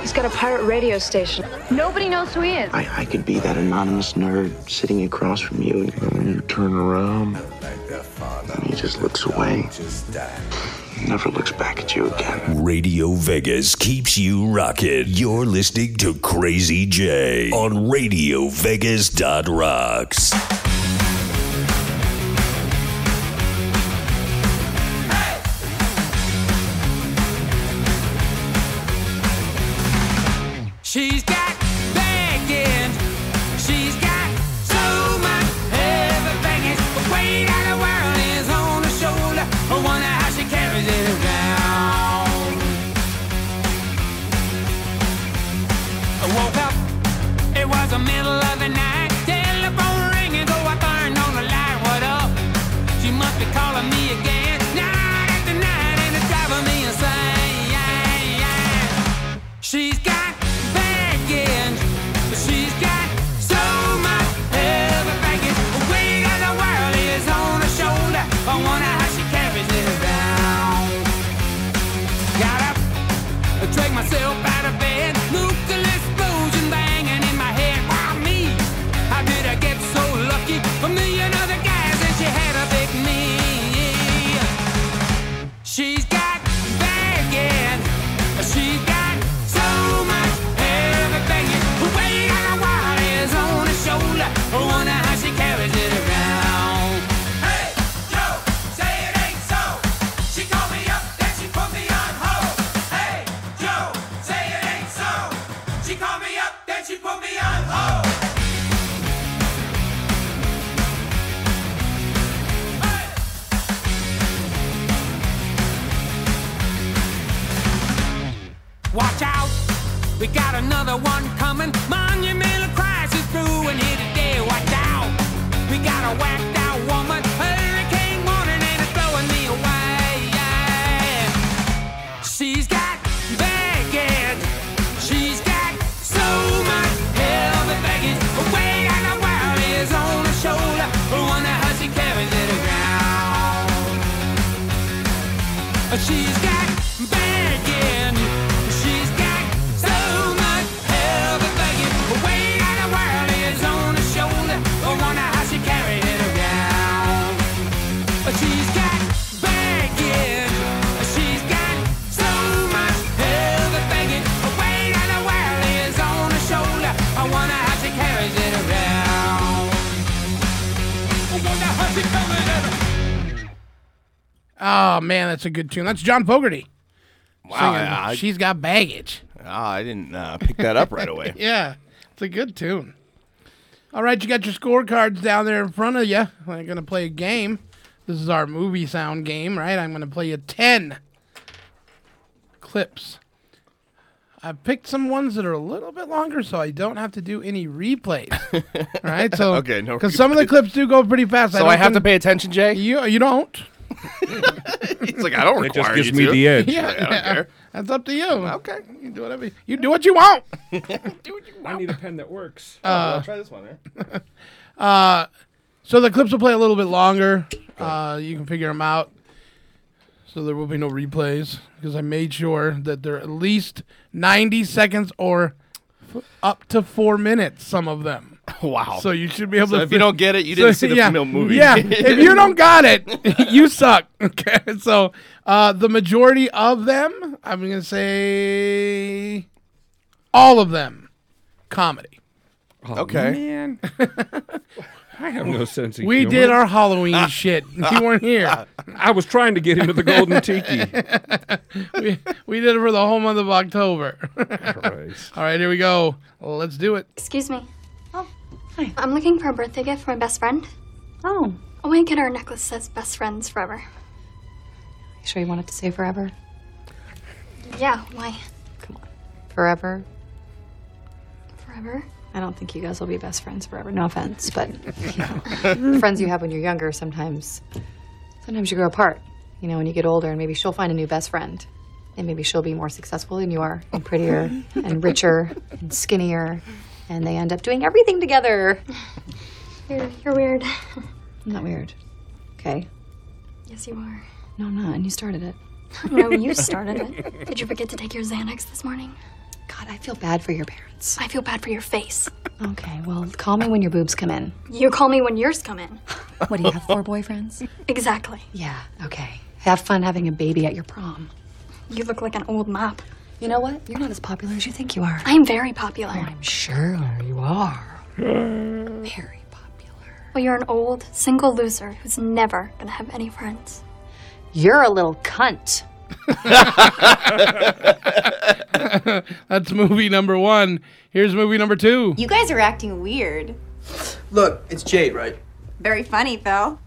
Speaker 18: He's got a pirate radio station. Nobody knows who he is.
Speaker 11: I, I could be that anonymous nerd sitting across from you, and when you turn around, and he just looks away. Never looks back at you again.
Speaker 1: Radio Vegas keeps you rocking. You're listening to Crazy J on RadioVegas.rocks.
Speaker 2: She's got bacon. She's got so much everything. It's the weight of the world is on her shoulder. I wonder how she carries it around. I woke up. It was the middle of the night. Telephone ringing, so I turned on the light. What up? She must be calling me again. Night after night, and it's driving me insane. She's got baggage. She's got so much heavy baggage. The weight of the world is on her shoulder. I wonder how she carries it around. Got up, I dragged myself out of bed. Nuclear explosion banging in my head. Why me? How did I get so lucky? A million other guys, and she had a big me. She's got baggage. She got so much everything. The weight of the world is on her shoulder. I wonder how she carries it around. Hey, yo, say it ain't so. She called me up, then she put me on hold. Hey, yo, say it ain't so. She called me up, then she put me on hold. Watch out, we got another one coming. Monumental crisis brewing here today. Watch out, we got a whacked out woman. Hurricane warning and it's blowing me away. She's got baggage. She's got so much heavy baggage. The weight of the world is on her shoulder. I wonder how she carries it around.
Speaker 7: Oh man, that's a good tune. That's John Fogerty.
Speaker 10: Wow,
Speaker 7: singing
Speaker 10: I- I-
Speaker 7: she's got baggage.
Speaker 10: Ah, I didn't uh, pick that up
Speaker 2: *laughs*
Speaker 10: right away.
Speaker 7: *laughs* Yeah, it's a good tune. All right, you got your scorecards down there in front of you. We're going to play a game. This is our movie sound game, right? I'm going to play you 10 clips. I picked some ones that are a little bit longer so I don't have to do any replays. All right, so
Speaker 10: Okay, *laughs* no
Speaker 7: cuz some of the clips do go pretty fast.
Speaker 10: So I have to
Speaker 7: pay attention, Jay? You you don't. *laughs*
Speaker 10: It's like I don't
Speaker 8: It just
Speaker 10: require
Speaker 8: gives
Speaker 10: you
Speaker 8: me
Speaker 10: to.
Speaker 8: the edge.
Speaker 7: Yeah,
Speaker 10: I don't
Speaker 7: yeah.
Speaker 10: care.
Speaker 7: That's up to you. Okay. You do whatever you, you do what you want. *laughs*
Speaker 8: I need a pen that works.
Speaker 7: Uh,
Speaker 10: there.
Speaker 4: *laughs*
Speaker 7: *laughs* Uh, so the clips will play a little bit longer. Uh, you can figure them out. So there will be no replays because I made sure that they're at least 90 seconds or f- up to four minutes. Some of them.
Speaker 10: *laughs* Wow.
Speaker 7: So you should be able
Speaker 10: So
Speaker 7: to.
Speaker 10: if you don't get
Speaker 7: *laughs*
Speaker 10: it, you didn't see the
Speaker 7: yeah,
Speaker 10: film movie. *laughs*
Speaker 7: Yeah. if you don't got it, *laughs* you suck. Okay. So uh, the majority of them, I'm gonna say, all of them, comedy.
Speaker 8: Okay.
Speaker 7: *laughs* Man. I
Speaker 8: Oh, have no sense of
Speaker 7: We
Speaker 8: humor.
Speaker 7: did our Halloween shit. You weren't here.
Speaker 8: *laughs* I was trying to get into the golden tiki.
Speaker 7: *laughs* we, we did it for the whole month of October. *laughs* All right, here we go. Let's do it. *laughs*
Speaker 19: Excuse me. Oh, hi. I'm looking for a birthday gift for my best friend. Oh. I want to get her a necklace that says best friends forever.
Speaker 18: You sure you want it to say forever?
Speaker 19: Yeah, why?
Speaker 18: Forever?
Speaker 19: Forever?
Speaker 18: I don't think you guys will be best friends forever. No offense, but you know, friends you have when you're younger sometimes, sometimes you grow apart. You know, when you get older, and maybe she'll find a new best friend, and maybe she'll be more successful than you are, and prettier, and richer, and skinnier, and they end up doing everything together.
Speaker 19: You're, you're weird.
Speaker 18: I'm not weird. Okay.
Speaker 19: Yes, you are.
Speaker 18: No, I'm not. And you started it.
Speaker 19: No, you *laughs* started it. Did you forget to take your Xanax this morning?
Speaker 18: God, I feel bad for your parents.
Speaker 19: I feel bad for your face.
Speaker 18: Okay, well, call me when your boobs come in.
Speaker 19: You call me when yours come in.
Speaker 18: What do you have? Four boyfriends?
Speaker 19: Exactly.
Speaker 18: Yeah, okay. Have fun having a baby at your prom.
Speaker 19: You look like an old mop.
Speaker 18: You know what? You're not as popular as you think you are.
Speaker 19: I'm very popular.
Speaker 18: Oh, I'm sure you are.
Speaker 19: Very popular. Well, you're an old, single loser who's never gonna have any friends.
Speaker 18: You're a little *laughs* cunt.
Speaker 7: That's movie number one. Here's movie number two.
Speaker 4: You guys are acting weird.
Speaker 20: Look, it's Jade, right?
Speaker 4: Very funny, Phil.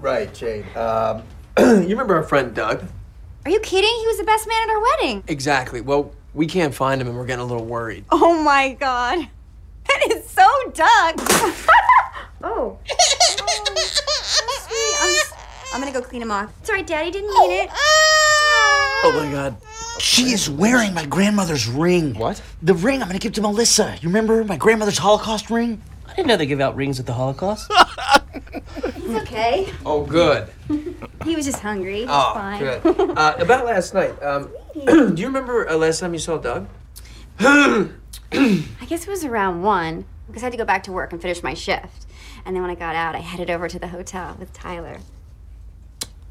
Speaker 20: Right, Jade. Um, *clears throat* you remember our friend Doug?
Speaker 4: Are you kidding? He was the best man at our wedding.
Speaker 20: Exactly. Well, we can't find him and we're getting a little worried.
Speaker 4: Oh my god. That is so Doug. oh. I'm, I'm gonna go clean him off. Sorry, Daddy didn't mean it.
Speaker 21: Oh my god. She is wearing my grandmother's ring. What? The ring I'm gonna give to Melissa. You remember my grandmother's Holocaust ring? I didn't know they give out rings at the Holocaust.
Speaker 4: He's okay.
Speaker 20: *laughs* Oh, good.
Speaker 4: He was just hungry. It's
Speaker 16: Ah,
Speaker 20: oh,
Speaker 4: fine.
Speaker 20: good. Uh, about last night. Um, *clears throat* do you remember uh, last time you saw
Speaker 4: *clears throat*
Speaker 20: Doug?
Speaker 4: I guess it was around one because I had to go back to work and finish my shift. And then when I got out, I headed over to the hotel with Tyler.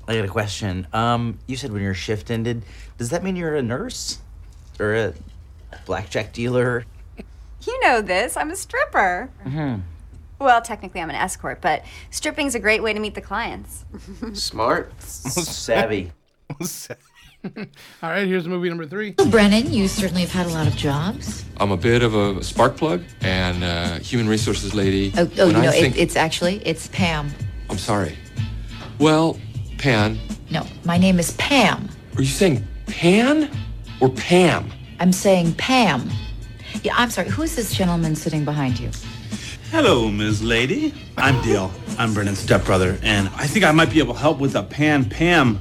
Speaker 21: I got a question. Um, you said when your shift ended, does that mean you're a nurse? Or a blackjack dealer?
Speaker 4: You know this. I'm a stripper.
Speaker 16: Mm-hmm.
Speaker 21: hmm
Speaker 4: Well, technically, I'm an escort, but stripping's a great way to meet the clients.
Speaker 20: Smart.
Speaker 21: Savvy.
Speaker 7: All right, here's movie number three.
Speaker 22: Well, Brennan, you certainly have had a lot of jobs.
Speaker 23: I'm a bit of a spark plug and uh, human resources lady.
Speaker 22: Oh, oh you
Speaker 23: When I
Speaker 22: know,
Speaker 23: think-
Speaker 22: it, it's actually it's Pam.
Speaker 23: I'm sorry. Well, Pan,
Speaker 22: No, my name is Pam.
Speaker 23: are you saying Pan or Pam?
Speaker 22: I'm saying Pam. Yeah, I'm sorry. Who's this gentleman sitting behind you?
Speaker 16: Hello, Ms. Lady. *laughs* I'm Dale. I'm Brennan's stepbrother, and I think I might be able to help with the Pan Pam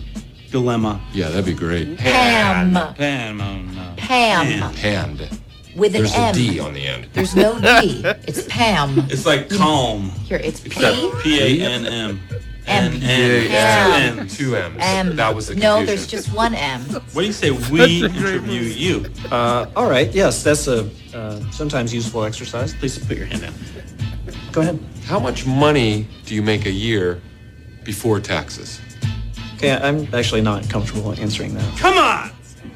Speaker 16: dilemma. Yeah, that'd be great.
Speaker 22: Pam.
Speaker 16: Pam. oh, no.
Speaker 22: Pam.
Speaker 16: Panned.
Speaker 22: With an M.
Speaker 16: on the end.
Speaker 22: There's no D. It's Pam.
Speaker 16: It's like calm.
Speaker 22: Here, it's
Speaker 16: It's
Speaker 22: P.
Speaker 16: that P A N M. N
Speaker 22: Pam.
Speaker 16: N M. Two M's.
Speaker 22: M. No, there's just one M.
Speaker 16: What do you say we interview you?
Speaker 24: Uh, all right. Yes, that's a uh, sometimes useful exercise. Please put your hand down. Go ahead.
Speaker 23: How much money do you make a year before taxes?
Speaker 24: Okay, I'm actually not comfortable answering that.
Speaker 16: Come on!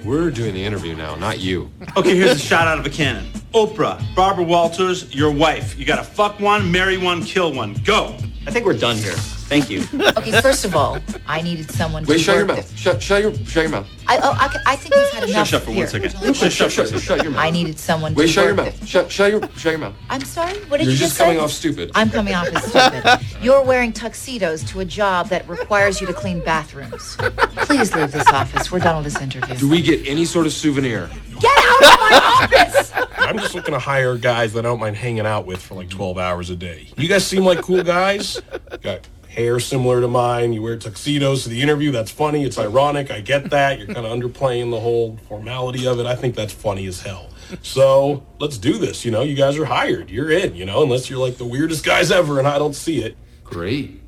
Speaker 23: We're doing the interview now, not you.
Speaker 16: Okay, here's a shot out of a cannon. Oprah, Barbara Walters, your wife. You gotta fuck one, marry one, kill one. Go. I think we're done here. Thank you.
Speaker 22: Okay, first of all, I needed someone
Speaker 23: Wait,
Speaker 22: to
Speaker 23: shut your
Speaker 22: work
Speaker 23: mouth. Shut, shut your, shut your mouth.
Speaker 22: the- I, oh, I, I think we've had enough
Speaker 23: Shut, shut for
Speaker 22: here.
Speaker 23: one second. Shut, shut, shut, shut your mouth.
Speaker 22: I needed someone
Speaker 23: Wait,
Speaker 22: to
Speaker 23: shut your
Speaker 22: work
Speaker 23: mouth. Shut, shut your, shut your mouth.
Speaker 22: I'm sorry? What did
Speaker 23: You're
Speaker 22: you
Speaker 23: just
Speaker 22: say?
Speaker 23: coming off stupid.
Speaker 22: I'm coming off
Speaker 23: *laughs*
Speaker 22: as stupid. You're wearing tuxedos to a job that requires you to clean bathrooms. Please leave this office. We're done with this interview.
Speaker 23: Do we get any sort of souvenir?
Speaker 22: Get out of my office!
Speaker 25: I'm just looking to hire guys that I don't mind hanging out with for like 12 hours a day. You guys seem like cool guys. Got hair similar to mine. You wear tuxedos to the interview. That's funny. It's ironic. I get that. You're kind of underplaying the whole formality of it. I think that's funny as hell. So let's do this. You know, you guys are hired. You're in, you know, unless you're like the weirdest guys ever and I don't see it.
Speaker 23: Great.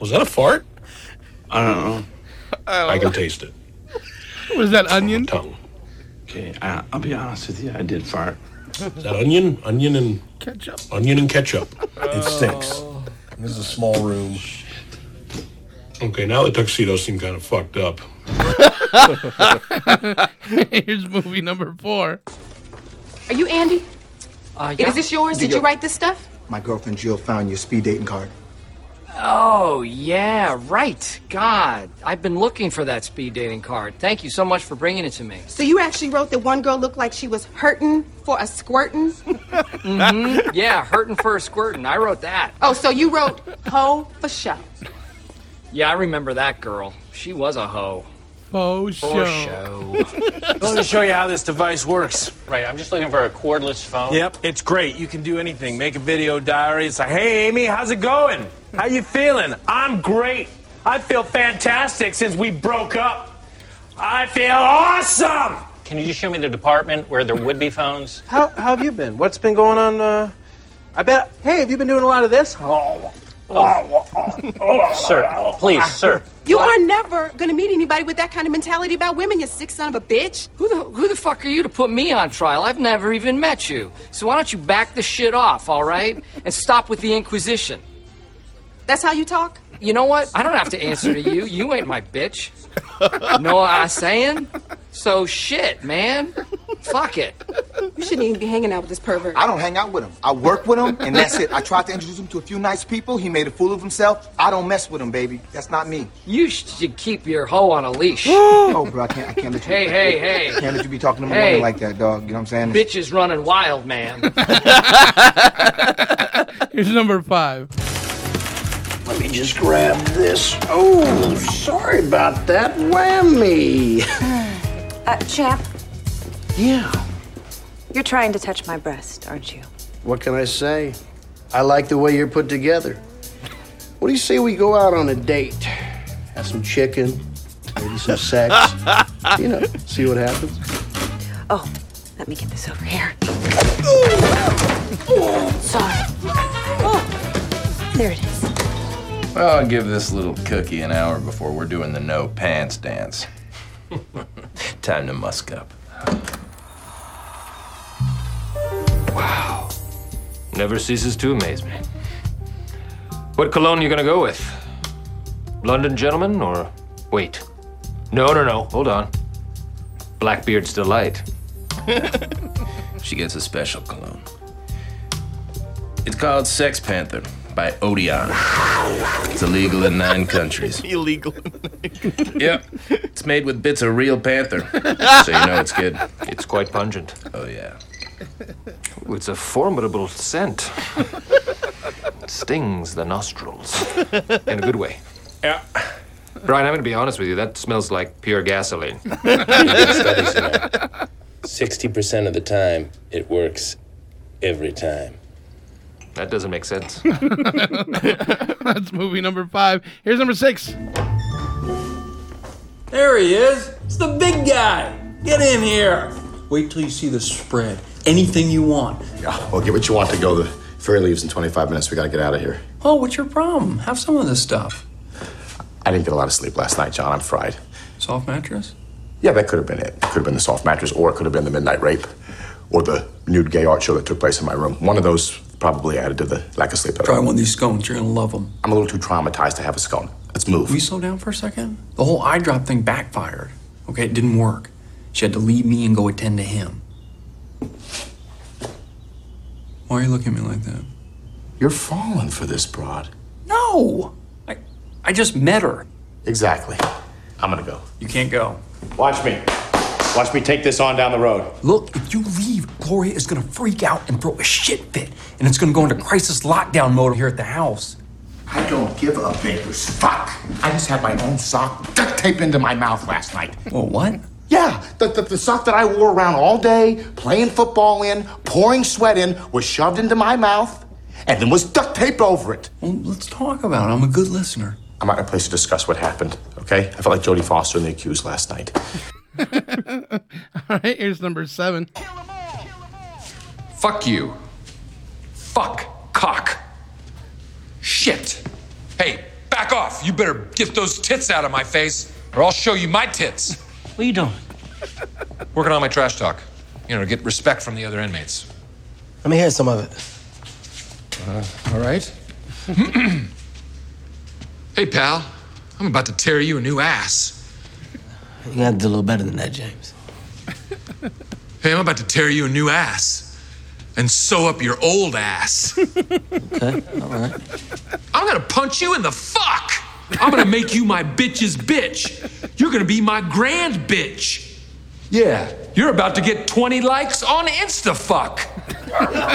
Speaker 25: Was that a fart?
Speaker 16: I don't know.
Speaker 25: I can taste it.
Speaker 7: Was that onion?
Speaker 16: Okay, I, I'll be honest with you. I did fart.
Speaker 25: Is that onion? Onion and
Speaker 7: ketchup. Oh.
Speaker 25: Onion and ketchup. It stinks. This is a small room. Okay, now the tuxedos seem kind of fucked up.
Speaker 7: *laughs* Here's movie number four.
Speaker 26: Are you Andy?
Speaker 27: Uh,
Speaker 26: Is this yours?
Speaker 28: Do
Speaker 26: Did you
Speaker 28: you-
Speaker 26: write this stuff?
Speaker 28: My girlfriend Jill found your speed dating card.
Speaker 27: Oh, yeah, right. God, I've been looking for that speed dating card. Thank you so much for bringing it to me.
Speaker 29: So you actually wrote that one girl looked like she was hurting for a
Speaker 22: *laughs*
Speaker 29: squirtin'?
Speaker 26: *laughs*
Speaker 27: hmm yeah, hurting for a squirtin'. I wrote that.
Speaker 29: Oh, so you wrote hoe for show.
Speaker 27: Yeah, I remember that girl. She was a hoe.
Speaker 7: Oh,
Speaker 27: For show.
Speaker 16: Let me show you how this device works.
Speaker 27: Right, I'm just looking for a cordless phone.
Speaker 16: Yep, it's great. You can do anything. Make a video diary. It's like, hey, Amy, how's it going? How you feeling? I'm great. I feel fantastic since we broke up. I feel awesome.
Speaker 27: Can you just show me the department where there would be phones?
Speaker 16: How, how have you been? What's been going on? Uh, I bet. Hey, have you been doing a lot of this? Oh,
Speaker 27: sir, please, sir.
Speaker 29: You are never gonna meet anybody with that kind of mentality about women, you sick son of a bitch.
Speaker 27: Who the, who the fuck are you to put me on trial? I've never even met you. So why don't you back the shit off, all right? And stop with the Inquisition.
Speaker 29: That's how you talk?
Speaker 27: You know what? I don't have to answer to you. You ain't my bitch. Know what I'm saying? So shit, man. Fuck it.
Speaker 29: You shouldn't even be hanging out with this pervert.
Speaker 28: I don't hang out with him. I work with him, and that's it. I tried to introduce him to a few nice people. He made a fool of himself. I don't mess with him, baby. That's not me.
Speaker 27: You should keep your hoe on a leash.
Speaker 28: oh, bro, I can't. I can't let you.
Speaker 27: Hey, hey, hey.
Speaker 28: I can't let you be talking to my
Speaker 27: Hey.
Speaker 28: woman like that, dog. You know what I'm saying?
Speaker 27: Bitch is running wild, man.
Speaker 7: Here's number five.
Speaker 2: Let me just grab this. Oh, sorry about that. Whammy. Uh, champ, Yeah. you're trying to touch my breast, aren't you? What can I say? I like the way you're put together. What do you say we go out on a date? Have some chicken, maybe some sex.
Speaker 10: *laughs*
Speaker 2: you know, see what happens. Oh, let me get this over here. Sorry. There it is.
Speaker 10: Well, I'll give this little cookie an hour before we're doing the no pants dance. *laughs* Time to musk up.
Speaker 16: Wow.
Speaker 2: Never ceases to amaze me.
Speaker 16: What cologne you gonna go with? London Gentleman or. Wait.
Speaker 2: No, no, no. Hold on.
Speaker 16: Blackbeard's Delight.
Speaker 10: She gets a special cologne. It's called Sex Panther by Odeon. *laughs* It's illegal in nine
Speaker 7: *laughs*
Speaker 10: countries.
Speaker 9: Illegal.
Speaker 10: Yep. It's made with bits of real panther. *laughs* So you know it's good. It's quite pungent. Oh, yeah.
Speaker 16: It's a formidable scent. Stings the nostrils. In a good way.
Speaker 10: Yeah.
Speaker 16: Brian, I'm gonna be honest with you. That smells like pure
Speaker 10: *laughs*
Speaker 16: gasoline.
Speaker 10: Studies in it. 60% of the time, it works every time.
Speaker 16: That doesn't make sense.
Speaker 7: *laughs* That's movie number five. Here's number six.
Speaker 16: There he is. It's the big guy. Get in here. Wait till you see the spread. Anything you want.
Speaker 11: Yeah, well, get what you want to go. The ferry leaves in 25 minutes. We gotta get out of here.
Speaker 16: Oh, what's your problem? Have some of this stuff.
Speaker 11: I didn't get a lot of sleep last night, John. I'm fried.
Speaker 16: Soft mattress?
Speaker 11: Yeah, that could have been it. Could have been the soft mattress, or it could have been the midnight rape, or the nude gay art show that took place in my room. One of those probably added to the lack of sleep. That Try one of these scones. You're gonna love them. I'm a little too traumatized to have a scone. Let's move.
Speaker 23: Will you slow down for a second? The whole eye drop thing backfired. Okay, it didn't work. She had to leave me and go attend to him. Why are you looking at me like that?
Speaker 11: You're falling for this broad.
Speaker 23: No! I, I just met her.
Speaker 11: Exactly. I'm gonna go.
Speaker 23: You can't go.
Speaker 11: Watch me. Watch me take this on down the road.
Speaker 23: Look, if you leave, Gloria is gonna freak out and throw a shit fit, and it's gonna go into crisis lockdown mode here at the house.
Speaker 11: I don't give a baker's fuck. I just had my own sock duct taped into my mouth last night.
Speaker 23: Well, what?
Speaker 11: Yeah, the, the, the sock that I wore around all day, playing football in, pouring sweat in, was shoved into my mouth and then was duct taped over it.
Speaker 23: Well, let's talk about it. I'm a good listener.
Speaker 11: I'm not in a place to discuss what happened, okay? I felt like Jodie Foster and the accused last night.
Speaker 7: *laughs* All right, here's number seven.
Speaker 23: Fuck you. Fuck cock. Shit. Hey, back off. You better get those tits out of my face, or I'll show you my tits.
Speaker 2: What are you doing?
Speaker 23: Working on my trash talk. You know, to get respect from the other inmates.
Speaker 2: Let me hear some of it.
Speaker 23: Uh, all right. *clears throat* hey, pal. I'm about to tear you a new ass.
Speaker 2: You gotta do a little better than that, James.
Speaker 23: Hey, I'm about to tear you a new ass and sew up your old ass. *laughs*
Speaker 2: Okay? All right.
Speaker 23: I'm gonna punch you in the fuck. I'm gonna make you my bitch's bitch. You're gonna be my grand bitch. Yeah, you're about to get 20 likes on InstaFuck.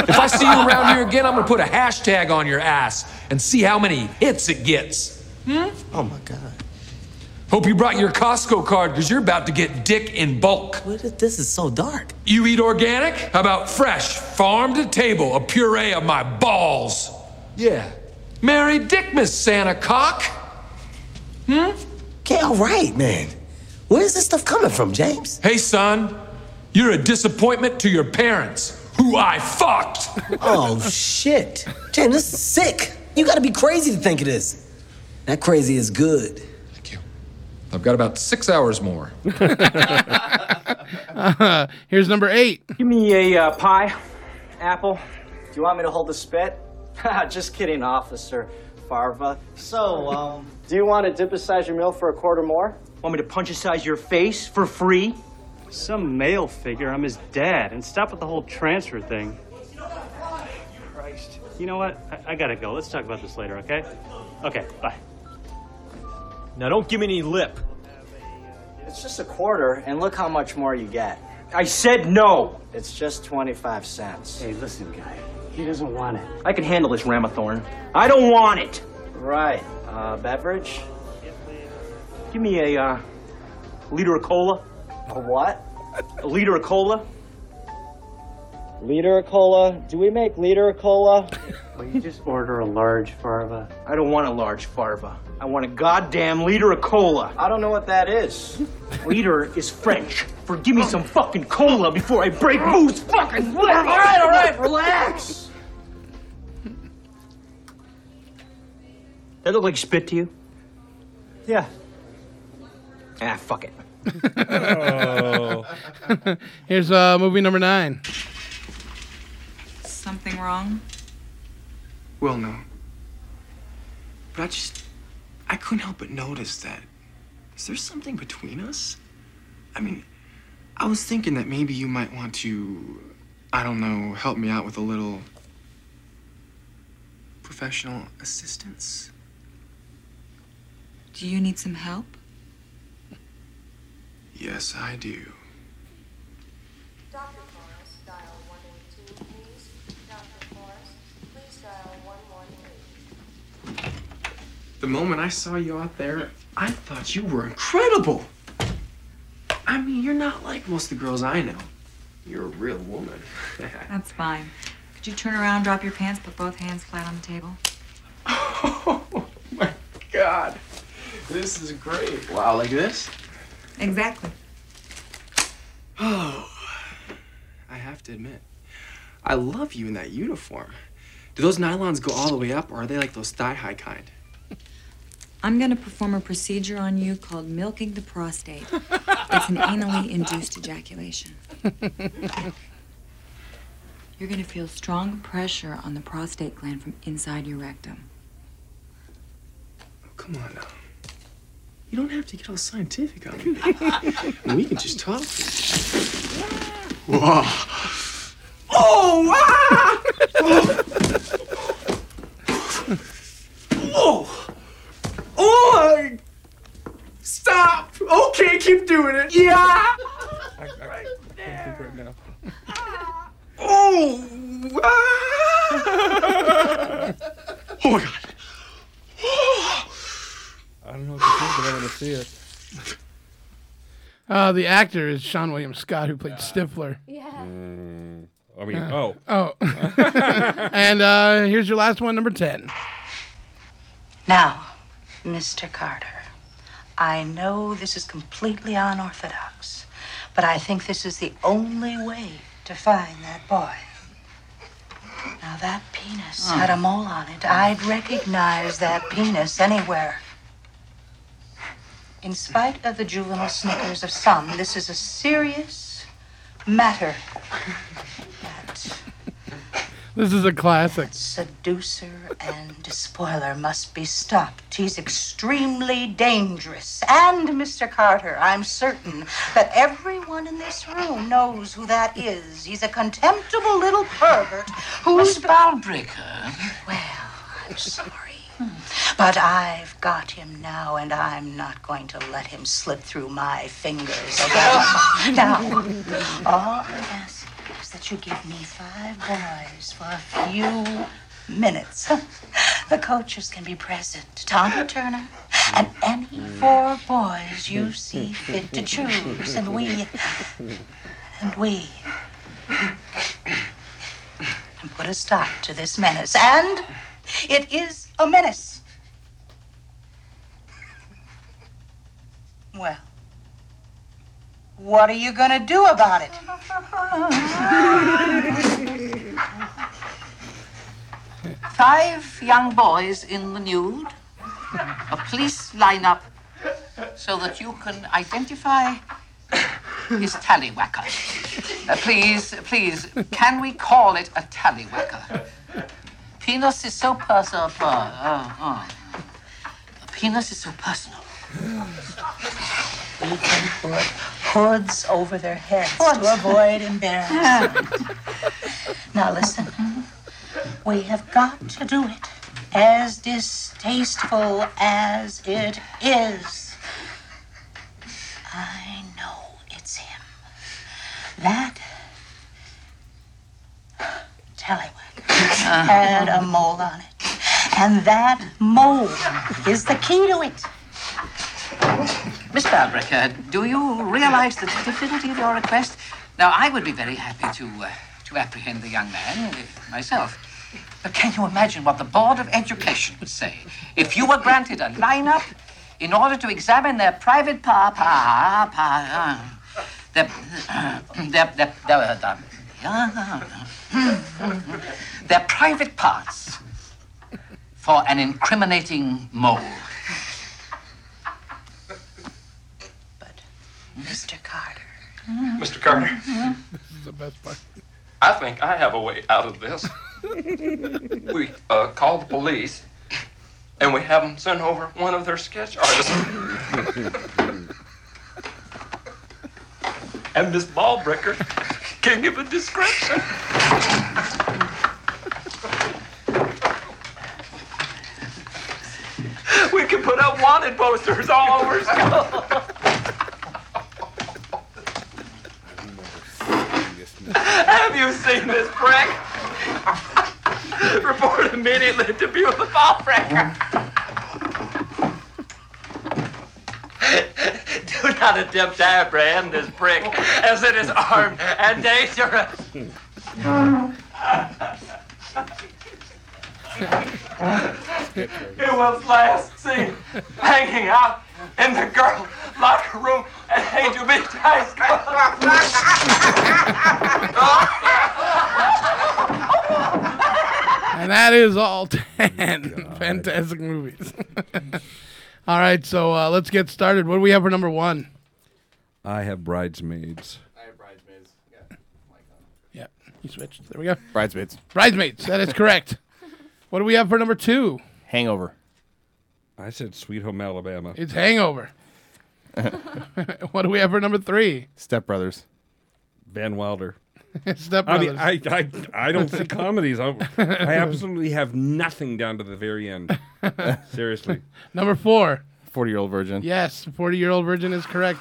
Speaker 23: if I see you around here again, I'm gonna put a hashtag on your ass and see how many hits it gets. Hmm?
Speaker 2: Oh my God.
Speaker 23: Hope you brought your Costco card because you're about to get dick in bulk.
Speaker 2: What is, this is so dark.
Speaker 23: You eat organic? How about fresh, farm to table, a puree of my balls? Yeah. Mary Dick, Miss Santa Cock. Hmm?
Speaker 2: Okay, all right, man. Where is this stuff coming from, James?
Speaker 23: Hey, son, you're a disappointment to your parents, who I fucked.
Speaker 2: Oh shit, James, this is sick. *laughs* You gotta be crazy to think of this. That crazy is good.
Speaker 23: I've got about six hours
Speaker 16: *laughs*
Speaker 23: more.
Speaker 7: Uh, *laughs* here's number eight.
Speaker 16: Give me a uh, pie, apple. Do you want me to hold the spit? *laughs* Haha, Just kidding, Officer Farva. So, um, do you want to dip aside your meal for a quarter more? Want me to punch aside your face for free? Some male figure. I'm his dad. And stop with the whole transfer thing. Christ. *laughs* You know what? I, I gotta go. Let's talk about this later, okay? Okay, bye.
Speaker 14: Now don't give me any lip.
Speaker 16: It's just a quarter, and look how much more you get. I said no. It's just 25 cents. Hey, listen, guy. He doesn't want it. I can handle this, Ramathorn. I don't want it. Right. Uh, beverage? Give me a uh, liter of cola. A what? A liter of cola. Liter of cola? Do we make liter of *laughs* cola? Will you just order a large farva? I don't want a large farva. I want a goddamn liter of cola. I don't know what that is. Liter is French. For give me some fucking cola before I break Boo's fucking leg. All right, all right, relax. That look like spit to you? Yeah. Ah, fuck it.
Speaker 7: Oh. *laughs* here's uh, movie number nine.
Speaker 28: *laughs* Something wrong?
Speaker 30: Well, no. But I just. I couldn't help but notice that. Is there something between us? I mean, I was thinking that maybe you might want to. I don't know, help me out with a little. professional assistance?
Speaker 28: Do you need some help?
Speaker 30: Yes, I do. The moment I saw you out there, I thought you were incredible. I mean, you're not like most of the girls I know. You're a real woman. *laughs*
Speaker 28: That's fine. Could you turn around, drop your pants, put both hands flat on the table?
Speaker 30: God, this is great. Wow, like this?
Speaker 28: Exactly.
Speaker 30: Oh, I have to admit, I love you in that uniform. Do those nylons go all the way up, or are they like those thigh high kind?
Speaker 28: I'm going to perform a procedure on you called milking the *laughs* prostate. *laughs* It's an anally induced ejaculation. You're going to feel strong pressure on the prostate gland from inside your rectum.
Speaker 2: Come on now. You don't have to get all scientific on me. baby. *laughs* we can just talk. Whoa.
Speaker 31: Oh! Ah!
Speaker 2: Whoa! Oh! I- Stop! Okay, keep doing it. Yeah! Ah. Oh! Ah! oh my god.
Speaker 8: I don't know what to think, but I want to see it.
Speaker 7: Uh, the actor is Sean William Scott, who played Stifler.
Speaker 8: Yeah. Mm. I mean,
Speaker 7: Uh, *laughs*
Speaker 8: oh. *laughs*
Speaker 7: Oh. *laughs* and uh, here's your last one, number 10.
Speaker 32: Now, Mr. Carter, I know this is completely unorthodox, but I think this is the only way to find that boy. Now, that penis
Speaker 2: Hmm.
Speaker 32: had a mole on it. I'd recognize that penis anywhere. In spite of the juvenile snickers of some, this is a serious matter.
Speaker 7: This is a classic.
Speaker 32: Seducer and despoiler must be stopped. He's extremely dangerous. And, Mr. Carter, I'm certain that everyone in this room knows who that is. He's a contemptible little pervert who's. Ballbreaker. Well, I'm sorry. But I've got him now, and I'm not going to let him slip through my fingers again. now, all I ask is that you give me five boys for a few minutes. the coaches can be present, Tom Turner, and any
Speaker 22: Uh,
Speaker 32: four boys you see fit to choose, and we, and we, and put a stop to this menace. And it is a menace. Well, what are you going to do about it?
Speaker 22: Five young boys in the nude. A police lineup so that you can identify his tallywhacker. Uh, please, please, can we call it a tallywhacker? Penis is so personal. Uh, uh, uh. Penis is so personal.
Speaker 32: We can put hoods over their heads to avoid embarrassment. now listen, we have got to do it, as distasteful as it is. I know it's him. That tallywhacker had a mole on it, and that mole is the key to it.
Speaker 22: Miss Balbricker, do you realize the difficulty of your request? Now, I would be very happy to, uh, to apprehend the young man uh, myself. But can you imagine what the Board of Education would say if you were granted a lineup in order to examine their private pa pa pa uh, their, their, their, their, their, *laughs* their private parts for an incriminating mole?
Speaker 32: Mr. Carter.
Speaker 16: Mr. Carter,
Speaker 7: This is the best part.
Speaker 16: I think I have a way out
Speaker 23: *laughs*
Speaker 16: of this. We uh, call the police and we have them send over one of their
Speaker 23: *laughs*
Speaker 16: sketch artists. and Miss Ballbricker can give a description. *laughs* we can put up wanted posters all over school. Have you seen this prick? Report immediately to Bureau of Ball Breaker.
Speaker 22: Do not attempt to apprehend this prick, as it is armed and dangerous.
Speaker 16: It was last seen hanging out in the girl locker room at Angel Beach High School.
Speaker 7: And that is all *laughs* 10 fantastic movies. *laughs* all right, so uh, let's get started. What do we have for number one?
Speaker 33: I have bridesmaids.
Speaker 7: Yep, you switched. There we go.
Speaker 9: Bridesmaids.
Speaker 7: Bridesmaids. That
Speaker 8: *laughs*
Speaker 7: is correct. what do we have for number two?
Speaker 9: Hangover.
Speaker 8: I said Sweet Home Alabama. *laughs*
Speaker 7: It's Hangover. what do we have for number three?
Speaker 9: Step Brothers.
Speaker 8: Van Wilder.
Speaker 7: *laughs* Step
Speaker 8: I mean,
Speaker 7: Brothers.
Speaker 8: I, I, I don't
Speaker 7: *laughs*
Speaker 8: see comedies. I, I absolutely have nothing down to the very
Speaker 7: *laughs*
Speaker 8: end. Seriously.
Speaker 7: Number four.
Speaker 9: Forty year old virgin.
Speaker 7: Yes, forty-year-old virgin is correct.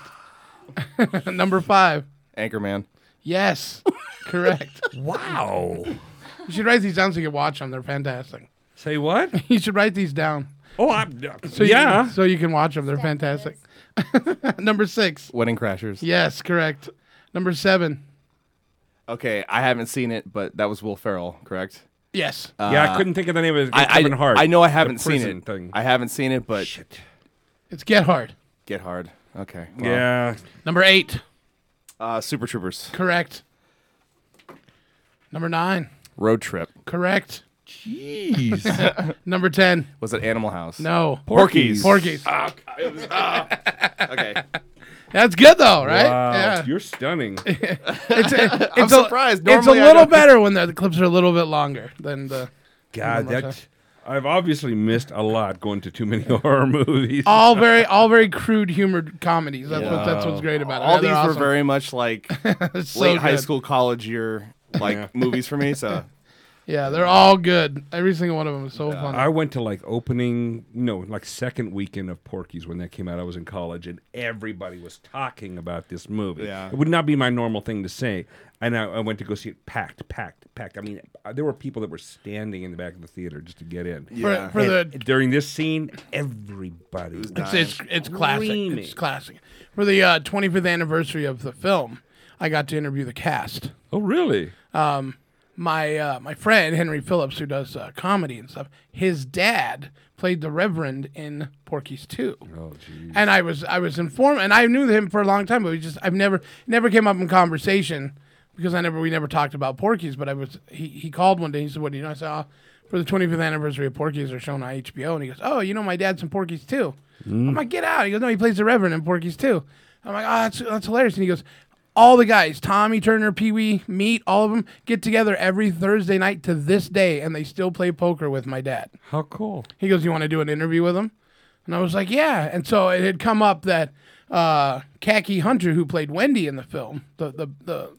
Speaker 7: *laughs* number five.
Speaker 9: Anchorman.
Speaker 8: *laughs*
Speaker 7: Yes,
Speaker 10: *laughs*
Speaker 7: correct.
Speaker 8: wow.
Speaker 7: You should write these down so you can watch them. They're fantastic.
Speaker 8: Say what?
Speaker 7: *laughs* you should write these down.
Speaker 8: Oh, I,
Speaker 7: So
Speaker 8: yeah.
Speaker 7: You, so you can watch them. They're fantastic. *laughs* Number six.
Speaker 9: Wedding Crashers.
Speaker 7: Yes, correct. Number seven.
Speaker 9: Okay, I haven't seen it, but that was Will Ferrell, correct?
Speaker 7: Yes.
Speaker 8: Yeah, I couldn't think of the name of it.
Speaker 9: I,
Speaker 8: Kevin
Speaker 9: I,
Speaker 8: Hart,
Speaker 9: I know I
Speaker 8: the
Speaker 9: haven't seen
Speaker 8: prison
Speaker 9: it.
Speaker 8: thing.
Speaker 9: I haven't seen it, but
Speaker 7: It's Get Hard.
Speaker 9: Get Hard. Okay.
Speaker 8: Yeah.
Speaker 7: Number eight.
Speaker 9: Uh, Super Troopers.
Speaker 7: Correct. Number nine.
Speaker 9: Road Trip.
Speaker 7: Correct.
Speaker 9: Jeez.
Speaker 7: *laughs* Number ten.
Speaker 9: Was it Animal House?
Speaker 7: No.
Speaker 9: Porky's.
Speaker 7: Porky's.
Speaker 8: Ah,
Speaker 9: *laughs* okay.
Speaker 7: That's good though, right?
Speaker 8: Wow,
Speaker 7: Yeah.
Speaker 8: You're stunning.
Speaker 7: *laughs* It's
Speaker 9: *laughs*
Speaker 7: a,
Speaker 9: I'm
Speaker 7: it's a-
Speaker 9: surprised.
Speaker 7: It's a
Speaker 9: Normally I
Speaker 7: little
Speaker 9: don't-
Speaker 7: better when the clips are a little bit longer than the.
Speaker 8: God,
Speaker 7: than the-
Speaker 8: that I've obviously missed a lot going to too many *laughs* horror movies. *laughs*
Speaker 7: all very all very crude humored comedies. That's what that's what's great about it.
Speaker 9: All
Speaker 7: They're
Speaker 9: these were
Speaker 7: awesome.
Speaker 9: very much like
Speaker 7: *laughs*
Speaker 9: late
Speaker 7: So
Speaker 9: high
Speaker 7: good.
Speaker 9: school, college year like movies for me. So
Speaker 7: Yeah, they're all good. Every single one of them is so funny.
Speaker 8: I went to like opening, no, like second weekend of Porky's when that came out. I was in college and everybody was talking about this movie.
Speaker 9: Yeah.
Speaker 8: It would not be my normal thing to say. And I, I went to go see it packed, packed, packed. I mean, uh, there were people that were standing in the back of the theater just to get in.
Speaker 7: Yeah. for
Speaker 8: And
Speaker 7: the-
Speaker 8: during this scene, everybody was
Speaker 7: It's it's, it's classic.
Speaker 8: screaming.
Speaker 7: It's classic. For the uh, 25th anniversary of the film, I got to interview the cast.
Speaker 8: Oh, really?
Speaker 7: Um, my uh, my friend Henry Phillips, who does uh, comedy and stuff, his dad played the Reverend in Porky's Two.
Speaker 8: Oh, geez.
Speaker 7: and I was I was informed, and I knew him for a long time, but we just I've never never came up in conversation because I never we never talked about Porky's. But I was he, he called one day. He said, "What do you know?" I said, oh, "For the 25th anniversary of Porky's, they're shown on HBO." And he goes, "Oh, you know my dad's in Porky's too."
Speaker 8: Mm.
Speaker 7: I'm like, "Get out!" He goes, "No, he plays the Reverend in Porky's too." I'm like, "Oh, that's that's hilarious." And he goes. All the guys, Tommy Turner, Pee Wee, Meat, all of them get together every Thursday night to this day, and they still play poker with my dad.
Speaker 8: How cool.
Speaker 7: He goes, You want to do an interview with him? And I was like, Yeah. And so it had come up that uh, Khaki Hunter, who played Wendy in the film, the, the, the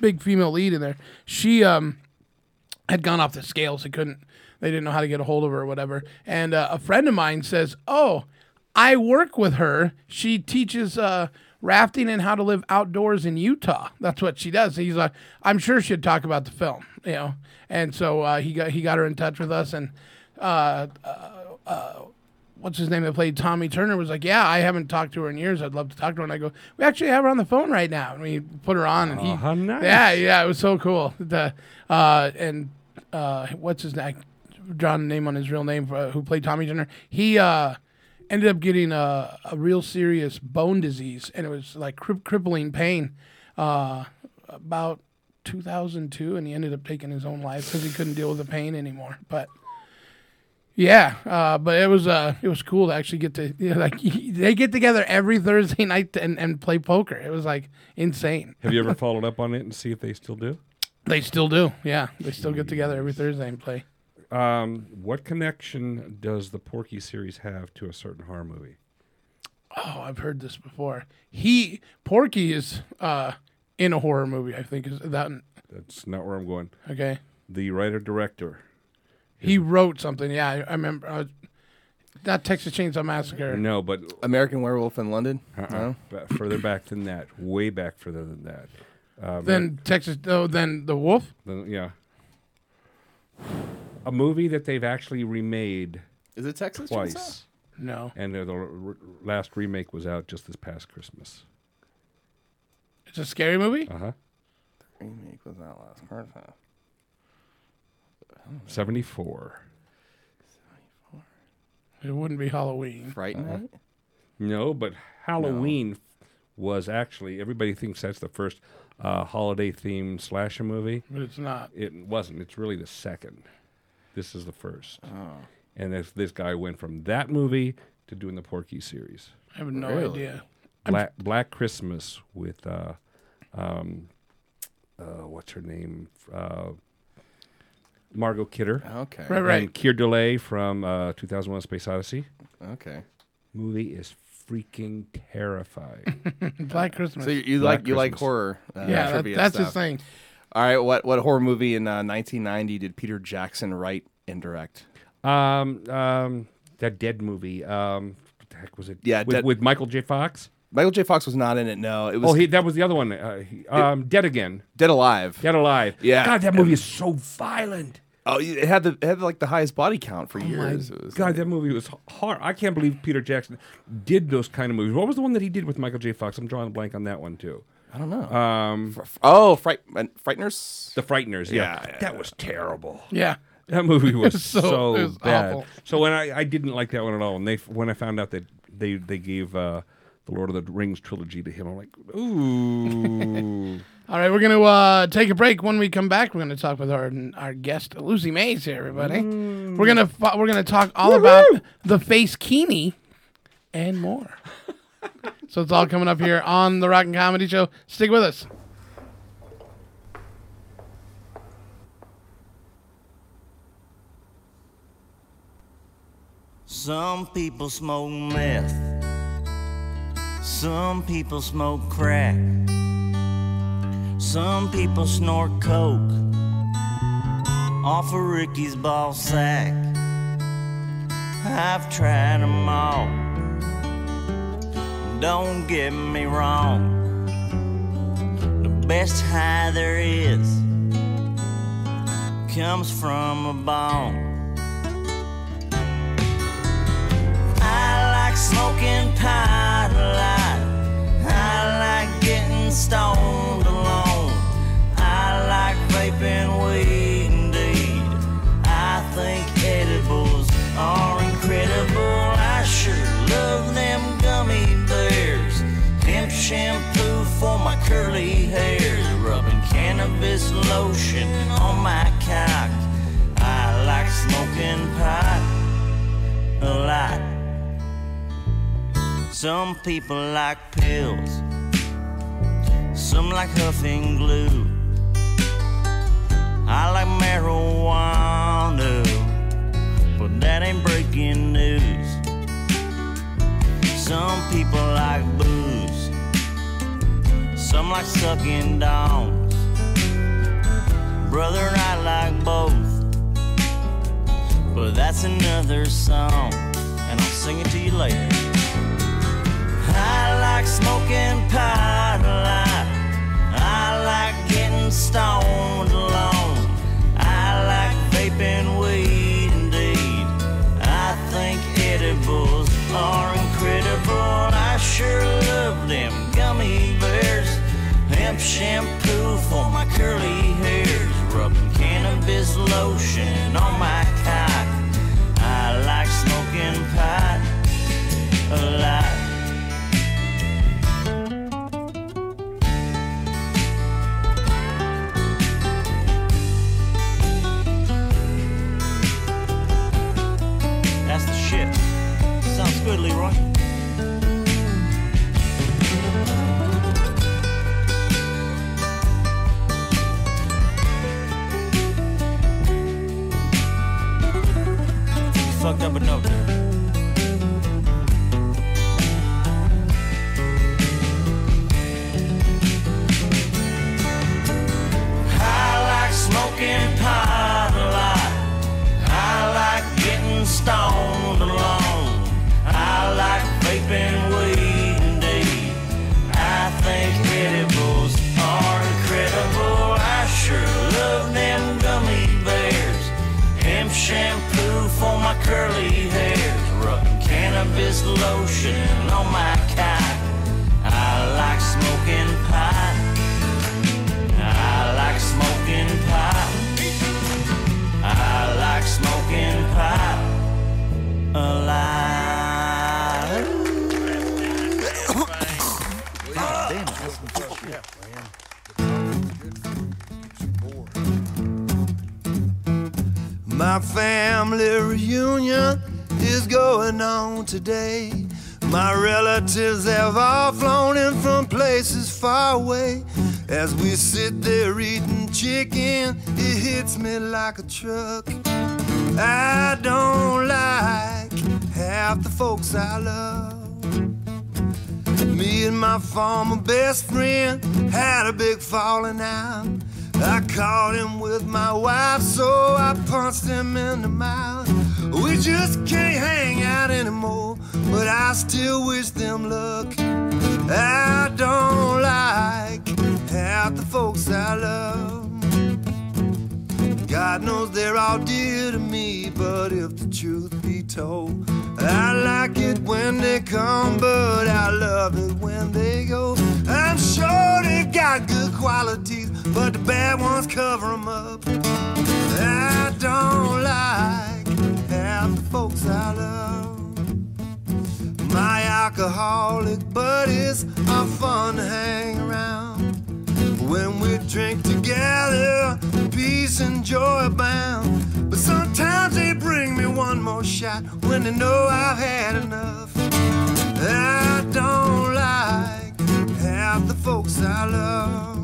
Speaker 7: big female lead in there, she um, had gone off the scales. They couldn't, they didn't know how to get a hold of her or whatever. And uh, a friend of mine says, Oh, I work with her. She teaches uh, rafting and how to live outdoors in Utah. That's what she does. He's like, I'm sure she'd talk about the film, you know. And so uh, he got he got her in touch with us, and uh, uh, uh, what's his name that played Tommy Turner was like, Yeah, I haven't talked to her in years. I'd love to talk to her. And I go, We actually have her on the phone right now. And we put her on. And he,
Speaker 8: Oh, how nice.
Speaker 7: Yeah, yeah, it was so cool. The, uh, and uh, what's his name? I've Drawn a name on his real name uh, who played Tommy Turner. He uh, ended up getting a, a real serious bone disease, and it was like cri- crippling pain. Uh, about 2002, and he ended up taking his own life because he couldn't deal with the pain anymore. But yeah, uh, but it was uh, it was cool to actually get to *laughs* you know, like they get together every Thursday night to- and, and play poker. It was like insane.
Speaker 8: Have you ever followed up on it and see if they still do?
Speaker 7: *laughs* They still do. Yeah, they still get together every Thursday and play.
Speaker 8: Um, what connection does the Porky series have to a certain horror movie?
Speaker 7: Oh, I've heard this before. He Porky is uh, in a horror movie. I think is that
Speaker 8: That's not where I'm going.
Speaker 7: Okay.
Speaker 8: The writer director.
Speaker 7: he wrote something. Yeah, I, I remember. Uh, not Texas Chainsaw Massacre.
Speaker 8: No, but
Speaker 9: American Werewolf in London.
Speaker 8: Uh-uh.
Speaker 9: No?
Speaker 8: Ba- further back than that. Way back further than that. Um,
Speaker 7: Then Texas. Oh, then the Wolf.
Speaker 8: then- yeah. A movie that they've actually remade.
Speaker 9: Is it Texas Chainsaw?
Speaker 8: Twice.
Speaker 7: No.
Speaker 8: And the, the r- last remake was out just this past Christmas.
Speaker 7: *laughs* It's a scary movie.
Speaker 8: Uh huh.
Speaker 9: Remake was not last Christmas. Oh,
Speaker 8: 74.
Speaker 7: It wouldn't be Halloween.
Speaker 9: Fright
Speaker 8: Uh-huh. No, but Halloween was actually everybody thinks that's the first uh, holiday themed slasher movie.
Speaker 7: But it's not.
Speaker 8: It wasn't. It's really the second. This is the first.
Speaker 7: Oh.
Speaker 8: And this this guy went from that movie to doing the Porky series.
Speaker 7: I have no idea. I'm-
Speaker 8: Black Black Christmas with uh, um, uh, what's her name? Uh, Margot Kidder.
Speaker 9: Okay.
Speaker 7: Right, right.
Speaker 8: And Keir Delay from uh, 2001: A Space Odyssey.
Speaker 9: Okay.
Speaker 8: Movie is freaking terrifying.
Speaker 7: *laughs* Black Christmas.
Speaker 9: So you, you
Speaker 8: Black
Speaker 9: like you like
Speaker 8: Christmas.
Speaker 9: horror? Uh,
Speaker 7: Yeah, that-
Speaker 9: trivia
Speaker 7: that's
Speaker 9: stuff.
Speaker 7: his thing.
Speaker 9: All right, what what horror movie in uh, 1990 did Peter Jackson write and direct?
Speaker 8: *laughs* Um, um, that dead movie. Um, what the heck was it?
Speaker 9: Yeah,
Speaker 8: with,
Speaker 9: Dead-
Speaker 8: with Michael J. Fox.
Speaker 9: Michael J. Fox was not in it. No, it was.
Speaker 8: oh, he, that was the other one. Uh, he- um, Dead Again.
Speaker 9: Dead Alive.
Speaker 8: Dead Alive.
Speaker 9: Yeah.
Speaker 8: God, that movie is so violent.
Speaker 9: Oh, it had the it had like the highest body count for years. It was-
Speaker 8: Oh God, that movie was hard. I can't believe Peter Jackson did those kind of movies. What was the one that he did with Michael J. Fox? I'm drawing a blank on that one too.
Speaker 9: I don't know.
Speaker 8: Um,
Speaker 9: oh, fright, Frighteners.
Speaker 8: The Frighteners. Yeah,
Speaker 9: Yeah, yeah,
Speaker 8: that was terrible.
Speaker 9: Yeah.
Speaker 8: that movie
Speaker 9: *laughs*
Speaker 8: was
Speaker 9: So-
Speaker 8: so,
Speaker 9: it was
Speaker 8: bad.
Speaker 9: awful.
Speaker 8: So when I, I didn't like that one at all, and they when I found out that they they gave uh, the Lord of the Rings trilogy to him, I'm like,
Speaker 9: *laughs*
Speaker 8: ooh.
Speaker 7: All right, we're going to uh, take a break. When we come back, we're going to talk with our our guest Lucy Mays here, everybody. We're going to fi- we're going to talk all about the face kini and more. so it's all coming up here on the Rock and Comedy Show. Stick with us.
Speaker 6: Some people smoke meth. Some people smoke crack. Some people snort coke off of Ricky's ball sack. I've tried 'em all. Don't get me wrong. The best high there is comes from a bone. I like smoking pot a lot. I like getting stoned alone. I like vaping weed indeed. I think edibles are incredible. I sure love them gummy bears. Hemp shampoo for my curly hair. Rubbing cannabis lotion on my cock. I like smoking pot a lot. Some people like pills, some like huffing glue. I like marijuana, but that ain't breaking news. Some people like booze, some like sucking down. Brother, I like both, but that's another song, and I'll sing it to you later. I like smoking pot a lot. I like getting stoned alone. I like vaping weed indeed. I think edibles are incredible. I sure love them gummy bears. Hemp shampoo for my curly hairs. Rubbing cannabis lotion on my cock. I like smoking pot a lot. That's the shit. Sounds good, Leroy. Fucked up a note there. I like smoking pot a lot. I like getting stoned alone. I like vaping weed indeed. I think edibles are incredible. I sure love them gummy bears. Hemp shampoo for my curly hairs. Rubbing cannabis lotion on my cock. I like smoking pot. I like smoking pot. I like smoking pot a lot. Damn, that's some tough shit, man.
Speaker 34: My family reunion is going on today. My relatives have all flown in from places far away. As we sit there eating chicken, it hits me like a truck. I don't like half the folks I love. Me and my former best friend had a big falling out. I caught him with my wife, so I punched him in the mouth. We just can't hang out anymore, but I still wish them luck. I don't like half the folks I love. God knows they're all dear to me, but if the truth be told, I like it when they come, but I love it when they go. I'm sure they got good qualities, but the bad ones cover 'em up. I don't like half the folks I love. My alcoholic buddies are fun to hang around. When we drink together, peace and joy abound. But sometimes they bring me one more shot when they know I've had enough. I don't like half the folks I love.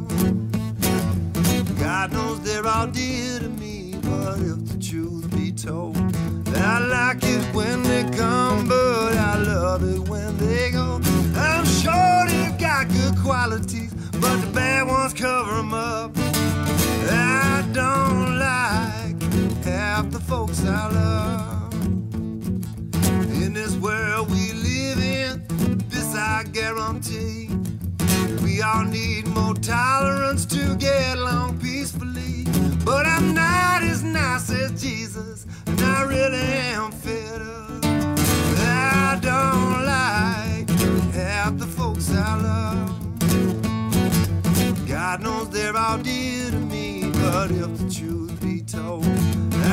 Speaker 34: God knows they're all dear to me, but if the truth be told, I like it when they come, but I love it when they go. I'm sure they've got good qualities, but the bad ones cover 'em up. I don't like half the folks I love. In this world we live in, this I guarantee. We all need more tolerance to get along peacefully. But I'm not as nice as Jesus, and I really am fed up. I don't like half the folks I love. God knows they're all dear to me, but if the truth be told,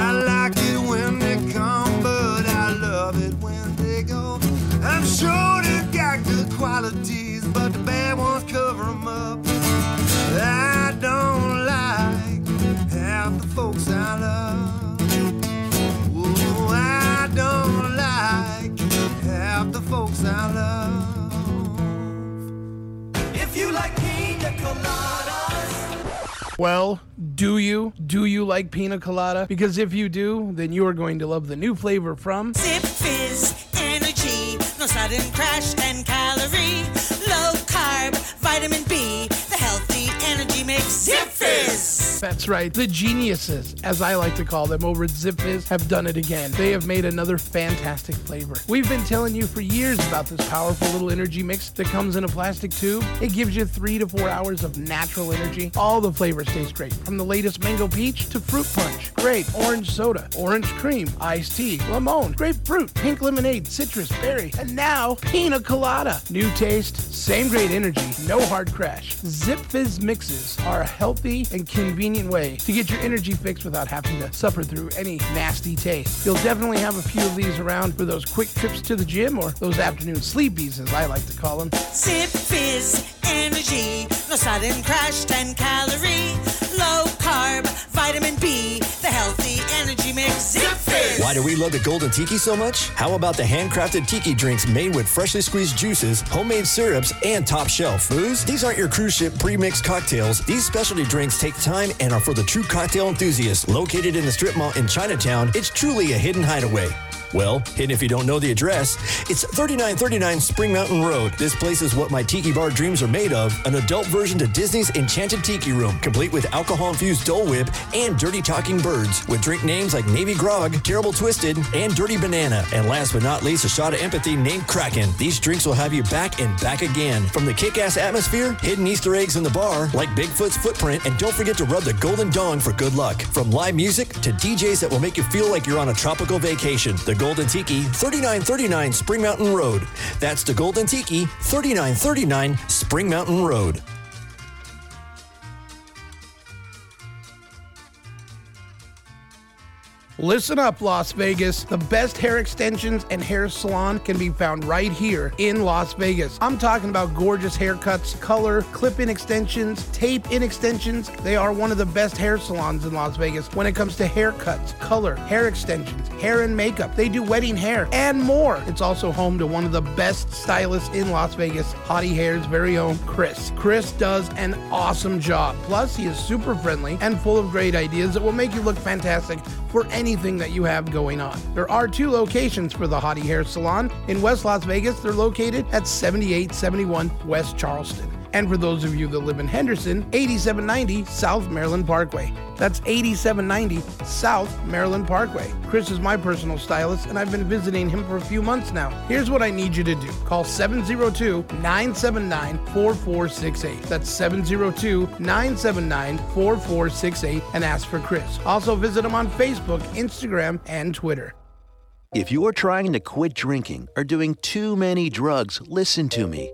Speaker 34: I like it when they come, but I love it when they go. I'm sure they've got good qualities, but the bad ones cover 'em up. I don't like half the folks I love. Oh, I don't like half the folks I love.
Speaker 29: If you like pina coladas,
Speaker 7: Well, do you? Do you like pina colada? Because if you do, then you are going to love the new flavor from.
Speaker 29: zip fizz, energy, no sudden crash and calorie, low carb, vitamin B, the healthy energy mix. Zip fizz.
Speaker 7: That's right. The geniuses, as I like to call them, over at Zip Fizz have done it again. They have made another fantastic flavor. We've been telling you for years about this powerful little energy mix that comes in a plastic tube. It gives you three to four hours of natural energy. All the flavors taste great, from the latest mango peach to fruit punch, grape, orange soda, orange cream, iced tea, lemon, grapefruit, pink lemonade, citrus, berry, and now pina colada. New taste, same great energy, no hard crash. Zip Fizz mixes are a healthy and convenient way to get your energy fix without having to suffer through any nasty taste. You'll definitely have a few of these around for those quick trips to the gym or those afternoon sleepies, as I like to call them.
Speaker 29: Zip fizz, energy, no sudden crash and calorie, low carb, vitamin B, the healthy energy mix. Zip fizz.
Speaker 35: Why do we love the Golden Tiki so much? How about the handcrafted tiki drinks made with freshly squeezed juices, homemade syrups, and top shelf booze? These aren't your cruise ship pre mixed cocktails. These specialty drinks take time and are for the true cocktail enthusiast. Located in the strip mall in Chinatown, it's truly a hidden hideaway. Well, and if you don't know the address, it's 3939 Spring Mountain Road. This place is what my tiki bar dreams are made of an adult version to Disney's Enchanted Tiki Room, complete with alcohol infused Dole Whip and dirty talking birds, with drink names like Navy Grog, Terrible Twisted, and Dirty Banana. And last but not least, a shot of empathy named Kraken. These drinks will have you back and back again. From the kick ass atmosphere, hidden Easter eggs in the bar, like Bigfoot's footprint, and don't forget to rub the golden dong for good luck. From live music to DJs that will make you feel like you're on a tropical vacation, the Golden Tiki, 3939 Spring Mountain Road. That's the Golden Tiki, 3939 Spring Mountain Road.
Speaker 7: Listen up, Las Vegas. The best hair extensions and hair salon can be found right here in Las Vegas. I'm talking about gorgeous haircuts, color, clip in extensions, tape in extensions. They are one of the best hair salons in Las Vegas when it comes to haircuts, color, hair extensions, hair and makeup. They do wedding hair and more. It's also home to one of the best stylists in Las Vegas, Hottie Hair's very own Chris. Chris does an awesome job. Plus, he is super friendly and full of great ideas that will make you look fantastic for anything that you have going on. There are two locations for the Hottie Hair Salon. In West Las Vegas, they're located at 7871 West Charleston. And for those of you that live in Henderson, 8790 South Maryland Parkway. That's 8790 South Maryland Parkway. Chris is my personal stylist, and I've been visiting him for a few months now. Here's what I need you to do call 702 979 4468. That's 702 979 4468 and ask for Chris. Also, visit him on Facebook, Instagram, and Twitter.
Speaker 14: If you're trying to quit drinking or doing too many drugs, listen to me.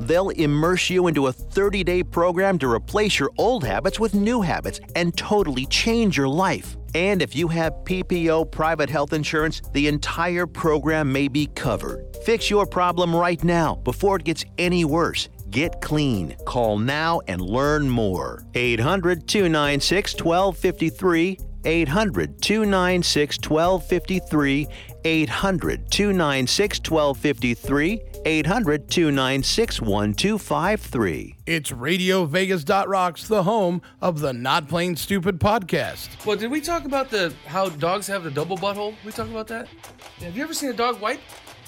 Speaker 14: They'll immerse you into a 30 day program to replace your old habits with new habits and totally change your life. And if you have PPO private health insurance, the entire program may be covered. Fix your problem right now before it gets any worse. Get clean. Call now and learn more. 800 296 1253. 800 296 1253. 800 296 1253. 800 296 1253.
Speaker 7: It's Radio Vegas Rocks, the home of the Not Plain Stupid podcast.
Speaker 5: Well, did we talk about the how dogs have the double butthole? We talked about that. Have you ever seen a dog wipe?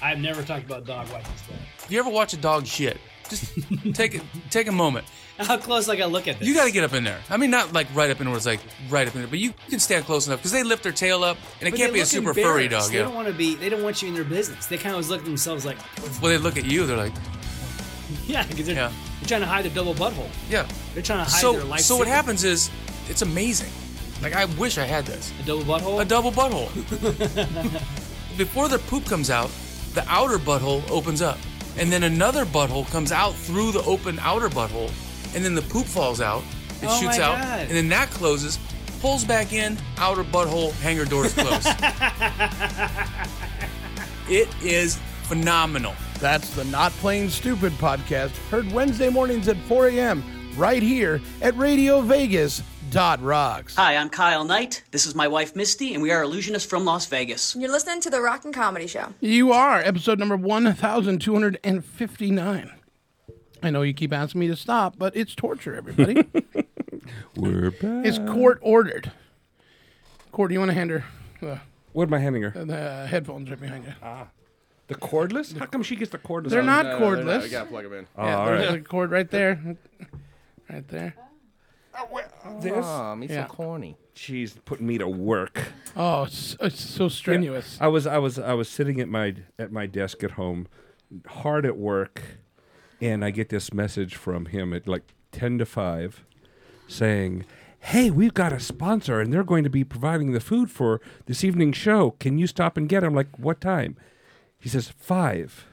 Speaker 5: I've never talked about dog wiping stuff. Do you ever watch a dog shit? *laughs* Just take a- take a moment. How close I gotta look at this? You gotta get up in there. I mean, not like right up in where it's like right up in there, but you can stand close enough because they lift their tail up, and it
Speaker 16: But
Speaker 5: can't
Speaker 16: they
Speaker 5: be a
Speaker 16: look
Speaker 5: super furry
Speaker 16: embarrassed.
Speaker 5: dog.
Speaker 16: They
Speaker 5: Yeah.
Speaker 16: don't want to be. They don't want you in their business. They kind of always look at themselves like, *laughs*
Speaker 5: When they look at you, they're like,
Speaker 16: yeah, because they're, they're trying to hide their double butthole.
Speaker 5: Yeah,
Speaker 16: they're trying to hide
Speaker 5: so
Speaker 16: their life.
Speaker 5: so what
Speaker 16: secret.
Speaker 5: happens is it's amazing. Like I wish I had this. A double butthole. A double
Speaker 16: *laughs*
Speaker 5: butthole. Before the poop comes out, the outer butthole opens up, and then another butthole comes out through the open outer butthole, and then the poop falls out. It
Speaker 16: Oh
Speaker 5: shoots
Speaker 16: my
Speaker 5: out,
Speaker 16: God.
Speaker 5: and then that closes, pulls back in, outer butthole, hanger doors
Speaker 16: *laughs*
Speaker 5: closed. it is
Speaker 16: *laughs*
Speaker 5: phenomenal.
Speaker 7: That's the Not Plain Stupid podcast, heard Wednesday mornings at 4 a.m. right here at Radio Vegas dot Rocks.
Speaker 19: Hi, I'm Kyle Knight. This is my wife Misty, and we are illusionists from Las Vegas.
Speaker 18: You're listening to the Rock and Comedy Show.
Speaker 7: You are episode number 1259. I know you keep asking me to stop, but it's torture, everybody.
Speaker 8: We're back.
Speaker 7: it's court ordered. Court, do you want to hand her the,
Speaker 8: What am I handing her?
Speaker 7: the headphones right behind you?
Speaker 8: Ah. The cordless? How come she gets the cordless?
Speaker 7: They're not
Speaker 8: No, no, no,
Speaker 7: cordless.
Speaker 8: they're not. We gotta plug 'em in. Oh,
Speaker 7: yeah,
Speaker 8: all
Speaker 7: there's
Speaker 8: right.
Speaker 7: a cord right there. Right there.
Speaker 8: This?
Speaker 10: Oh,
Speaker 7: Yeah.
Speaker 8: corny. She's putting me to work.
Speaker 7: Oh, it's, it's so strenuous.
Speaker 8: I was I was I was sitting at my at my desk at home, hard at work, and I get this message from him at like ten to five, saying, "Hey, we've got a sponsor, and they're going to be providing the food for this evening's show. Can you stop and get it?" I'm like, "What time?" He says, five.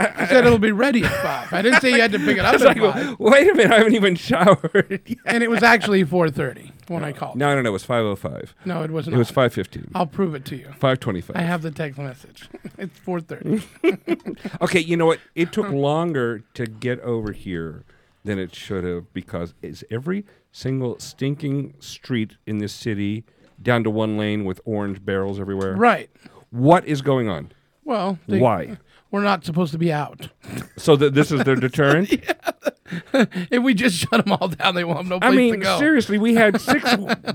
Speaker 7: I said it'll be ready at five. I didn't say you had to pick
Speaker 8: *laughs*
Speaker 7: it
Speaker 8: I
Speaker 7: up
Speaker 8: was
Speaker 7: at
Speaker 8: like,
Speaker 7: five.
Speaker 8: "Wait a minute, I haven't even showered." *laughs* yet."
Speaker 7: And it was actually 4:30 when I called.
Speaker 8: No, no, no. It was five oh five.
Speaker 7: No, it was
Speaker 8: It was
Speaker 7: not.
Speaker 8: five fifteen.
Speaker 7: I'll prove it to you.
Speaker 8: Five twenty-five.
Speaker 7: I have the text message. *laughs*
Speaker 8: *laughs*
Speaker 7: it's 4:30.
Speaker 8: Okay, you know what? It
Speaker 7: *laughs*
Speaker 8: took longer to get over here than it should have because it's every single stinking street in this city down to one lane with orange barrels everywhere.
Speaker 7: Right.
Speaker 8: What is going on?
Speaker 7: Well, they-
Speaker 8: why?
Speaker 7: *laughs* We're not supposed to be out.
Speaker 8: So that this is their deterrent.
Speaker 7: *laughs* if we just *laughs* shut them all down, they won't have no
Speaker 8: I
Speaker 7: place to
Speaker 8: mean,
Speaker 7: go.
Speaker 8: seriously, we
Speaker 7: *laughs*
Speaker 8: had six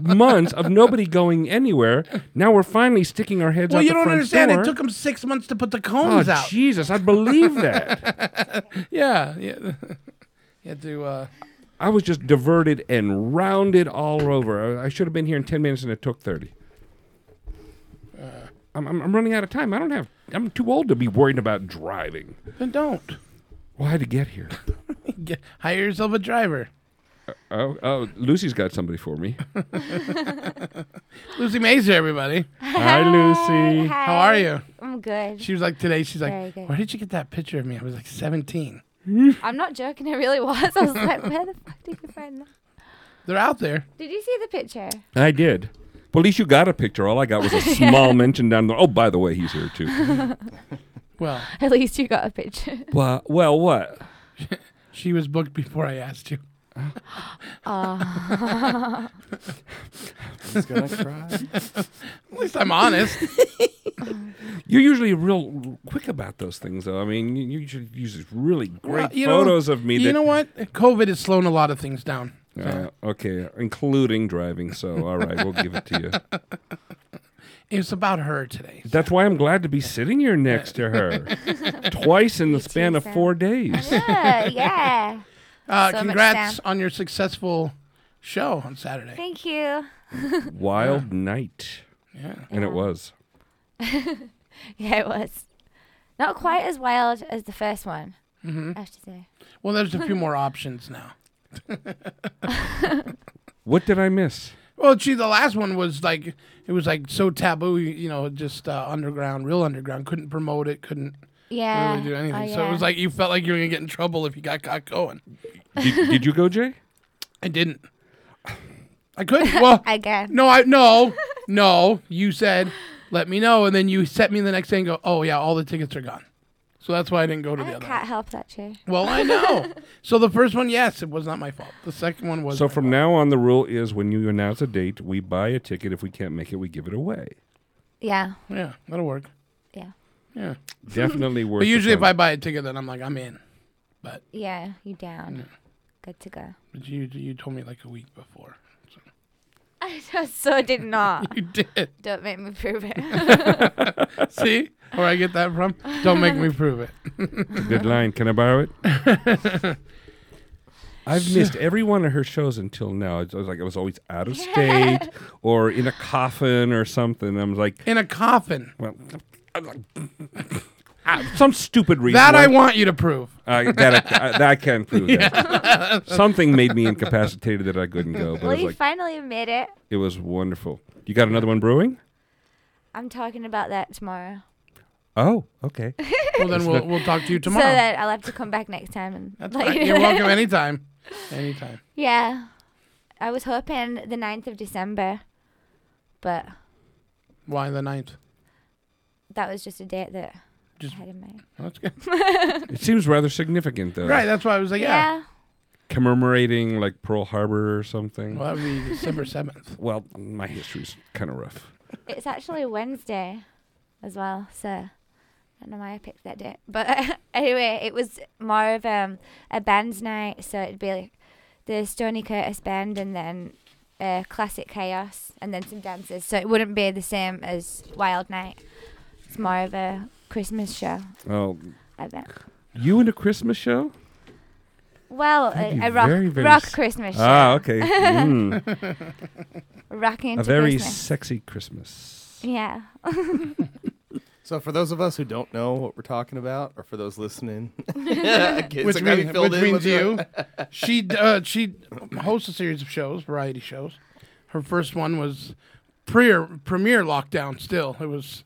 Speaker 8: months of nobody going anywhere. Now we're finally sticking our heads
Speaker 7: Well,
Speaker 8: out
Speaker 7: you
Speaker 8: the
Speaker 7: don't
Speaker 8: front
Speaker 7: understand.
Speaker 8: door.
Speaker 7: It took them six months to put the cones
Speaker 8: oh,
Speaker 7: out.
Speaker 8: Jesus, I believe that.
Speaker 7: *laughs* yeah, yeah. you had to. Uh,
Speaker 8: I was just diverted and rounded all over. I I
Speaker 7: uh,
Speaker 8: should have been here in 10 minutes and it took 30. I'm, I'm, I'm running out of time. I don't have I'm too old to be worried about driving.
Speaker 7: Then don't.
Speaker 8: Well, I had to get here.
Speaker 7: *laughs* Get, hire yourself a driver.
Speaker 8: Oh, oh, Lucy's got somebody for me.
Speaker 7: Lucy Mazer, everybody.
Speaker 8: Hi, Lucy.
Speaker 7: How are you?
Speaker 4: I'm good.
Speaker 7: She was like today. She's
Speaker 4: Very
Speaker 7: like,
Speaker 4: good.
Speaker 7: where did you get that picture of me? I was like 17.
Speaker 4: I'm not joking. It really was. I was like, *laughs* where the fuck did you find that?
Speaker 7: They're out there.
Speaker 4: Did you see the picture?
Speaker 8: I did. Well, at least you got a picture. All I got was
Speaker 7: *laughs*
Speaker 8: a small mention down there. Oh, by the way, he's here too.
Speaker 7: Well,
Speaker 4: *laughs* at least you got a
Speaker 7: *laughs*
Speaker 4: picture.
Speaker 8: Well, well, what?
Speaker 7: She was booked before I asked you.
Speaker 4: Uh,
Speaker 7: He's gonna cry. *laughs* At least I'm honest.
Speaker 8: *laughs* You're usually real quick about those things, though. I mean, you usually use these really great
Speaker 7: Well, you know-
Speaker 8: photos of me.
Speaker 7: You
Speaker 8: that,
Speaker 7: know what? COVID is slowing a lot of things down.
Speaker 8: Uh, okay, including driving. So, all right, we'll give it
Speaker 7: *laughs*
Speaker 8: to you.
Speaker 7: It's about her today.
Speaker 8: That's why I'm glad to be sitting here next to
Speaker 7: *laughs*
Speaker 8: her twice in the span of four days. *laughs*
Speaker 4: yeah.
Speaker 7: Uh,
Speaker 4: So much
Speaker 7: congrats
Speaker 4: sound.
Speaker 7: on your successful show on Saturday.
Speaker 4: Thank you. *laughs*
Speaker 8: Wild night.
Speaker 7: Yeah.
Speaker 8: And it was.
Speaker 4: *laughs* yeah, it was. Not quite as wild as the first one, I have to say.
Speaker 7: Mm-hmm. Well, there's a few
Speaker 4: *laughs*
Speaker 7: more options now.
Speaker 8: What did I miss?
Speaker 7: Well, gee, the last one was like it was like so taboo, you- you know, just uh, underground, real underground. Couldn't promote it. Couldn't
Speaker 4: Yeah.
Speaker 7: really do
Speaker 4: Oh,
Speaker 7: anything. So it was
Speaker 4: yeah.
Speaker 7: like you felt like you were gonna get in trouble if you got caught going.
Speaker 8: Did, did you go, Jay?
Speaker 7: I didn't. I couldn't.
Speaker 4: *laughs*
Speaker 7: Well, *laughs*
Speaker 4: I guess.
Speaker 7: no, I no, no. You said, "Let me know," and then you sent me the next day and go, "Oh yeah, all the tickets are gone." So that's why I didn't go to the other.
Speaker 4: Can't help that, too.
Speaker 7: Well, I
Speaker 4: *laughs*
Speaker 7: know. so the first one, yes, it was not my fault. The second one *laughs* was.
Speaker 8: So from now on, the rule is when you announce a date, we buy a ticket. If we can't make it, we give it
Speaker 7: *laughs*
Speaker 8: away.
Speaker 4: Yeah.
Speaker 7: Yeah, that'll work.
Speaker 4: Yeah.
Speaker 7: Yeah.
Speaker 8: Definitely worth.
Speaker 7: But
Speaker 8: the
Speaker 7: usually, if
Speaker 8: trouble.
Speaker 7: I buy a ticket, then I'm like, I'm in.
Speaker 4: Yeah, you down. Good to go.
Speaker 7: But you you told me like a week before.
Speaker 4: *laughs*
Speaker 7: *laughs*
Speaker 4: I just so did not.
Speaker 7: You did.
Speaker 4: Don't make me prove it.
Speaker 7: *laughs* See where I get that from? Don't make me prove it.
Speaker 8: Good line. Can I borrow it? I've missed every one of her shows until now. It's- I was like, I was always out of
Speaker 7: *laughs*
Speaker 8: state or in a coffin or something. I'm like,
Speaker 7: *laughs* in a coffin.
Speaker 8: Well, *laughs* ah, some stupid reason.
Speaker 7: That
Speaker 8: why-
Speaker 7: I want you to prove.
Speaker 8: Uh, that, I, I, that I can prove.
Speaker 7: Yeah. *laughs*
Speaker 8: That. Something made me incapacitated that I couldn't *laughs* go. But I
Speaker 4: well,
Speaker 8: was
Speaker 4: you
Speaker 8: like,
Speaker 4: finally made it.
Speaker 8: it was wonderful. You got another one brewing?
Speaker 4: I'm talking about that tomorrow.
Speaker 8: Oh, okay.
Speaker 7: Well, then
Speaker 8: It's
Speaker 7: we'll
Speaker 8: not-
Speaker 7: we'll talk to you
Speaker 4: *laughs* So
Speaker 7: tomorrow.
Speaker 4: that I'll have to come back next time and
Speaker 7: That's
Speaker 4: let *laughs*
Speaker 7: right.
Speaker 4: you know
Speaker 7: You're
Speaker 4: that.
Speaker 7: welcome anytime. Anytime.
Speaker 4: Yeah. I was hoping the 9th of December, but
Speaker 7: Why the ninth?
Speaker 4: that was just a date that
Speaker 7: Just-
Speaker 4: I had in mind.
Speaker 7: That's good.
Speaker 8: It seems rather significant, though.
Speaker 7: Right. That's why I was
Speaker 4: *laughs*
Speaker 9: *laughs*
Speaker 7: like, yeah.
Speaker 8: Commemorating like Pearl Harbor or something.
Speaker 7: Well, that would be December seventh.
Speaker 8: Well, my history's kind of rough.
Speaker 4: It's actually Wednesday as well, so I don't know why I picked that date. But *laughs* anyway, it was more of um, a band's night, so it'd be like the Stony Curtis band and then uh, classic chaos and then some dances. So it wouldn't be the same as Wild Night. It's more of a Christmas show,
Speaker 8: Oh,
Speaker 4: I bet.
Speaker 8: you in a Christmas show?
Speaker 4: Well,
Speaker 8: That'd
Speaker 4: a, a
Speaker 8: be
Speaker 4: rock,
Speaker 8: very, very
Speaker 4: rock
Speaker 8: s-
Speaker 4: Christmas show.
Speaker 8: Ah,
Speaker 4: *laughs*
Speaker 8: okay. Mm.
Speaker 4: Rocking into
Speaker 8: a very
Speaker 4: Christmas.
Speaker 8: sexy Christmas.
Speaker 4: *laughs* Yeah. Oh,
Speaker 9: So for those of us who don't know what we're talking about, or for those listening, *laughs* okay,
Speaker 7: which
Speaker 9: so gotta be
Speaker 7: means,
Speaker 9: filled
Speaker 7: which
Speaker 9: in
Speaker 7: means
Speaker 9: with
Speaker 7: you.
Speaker 9: the-
Speaker 7: *laughs*
Speaker 9: *laughs*
Speaker 7: she d- uh, she hosts a series of shows, variety shows. Her first one was prior premiere lockdown. Still, it was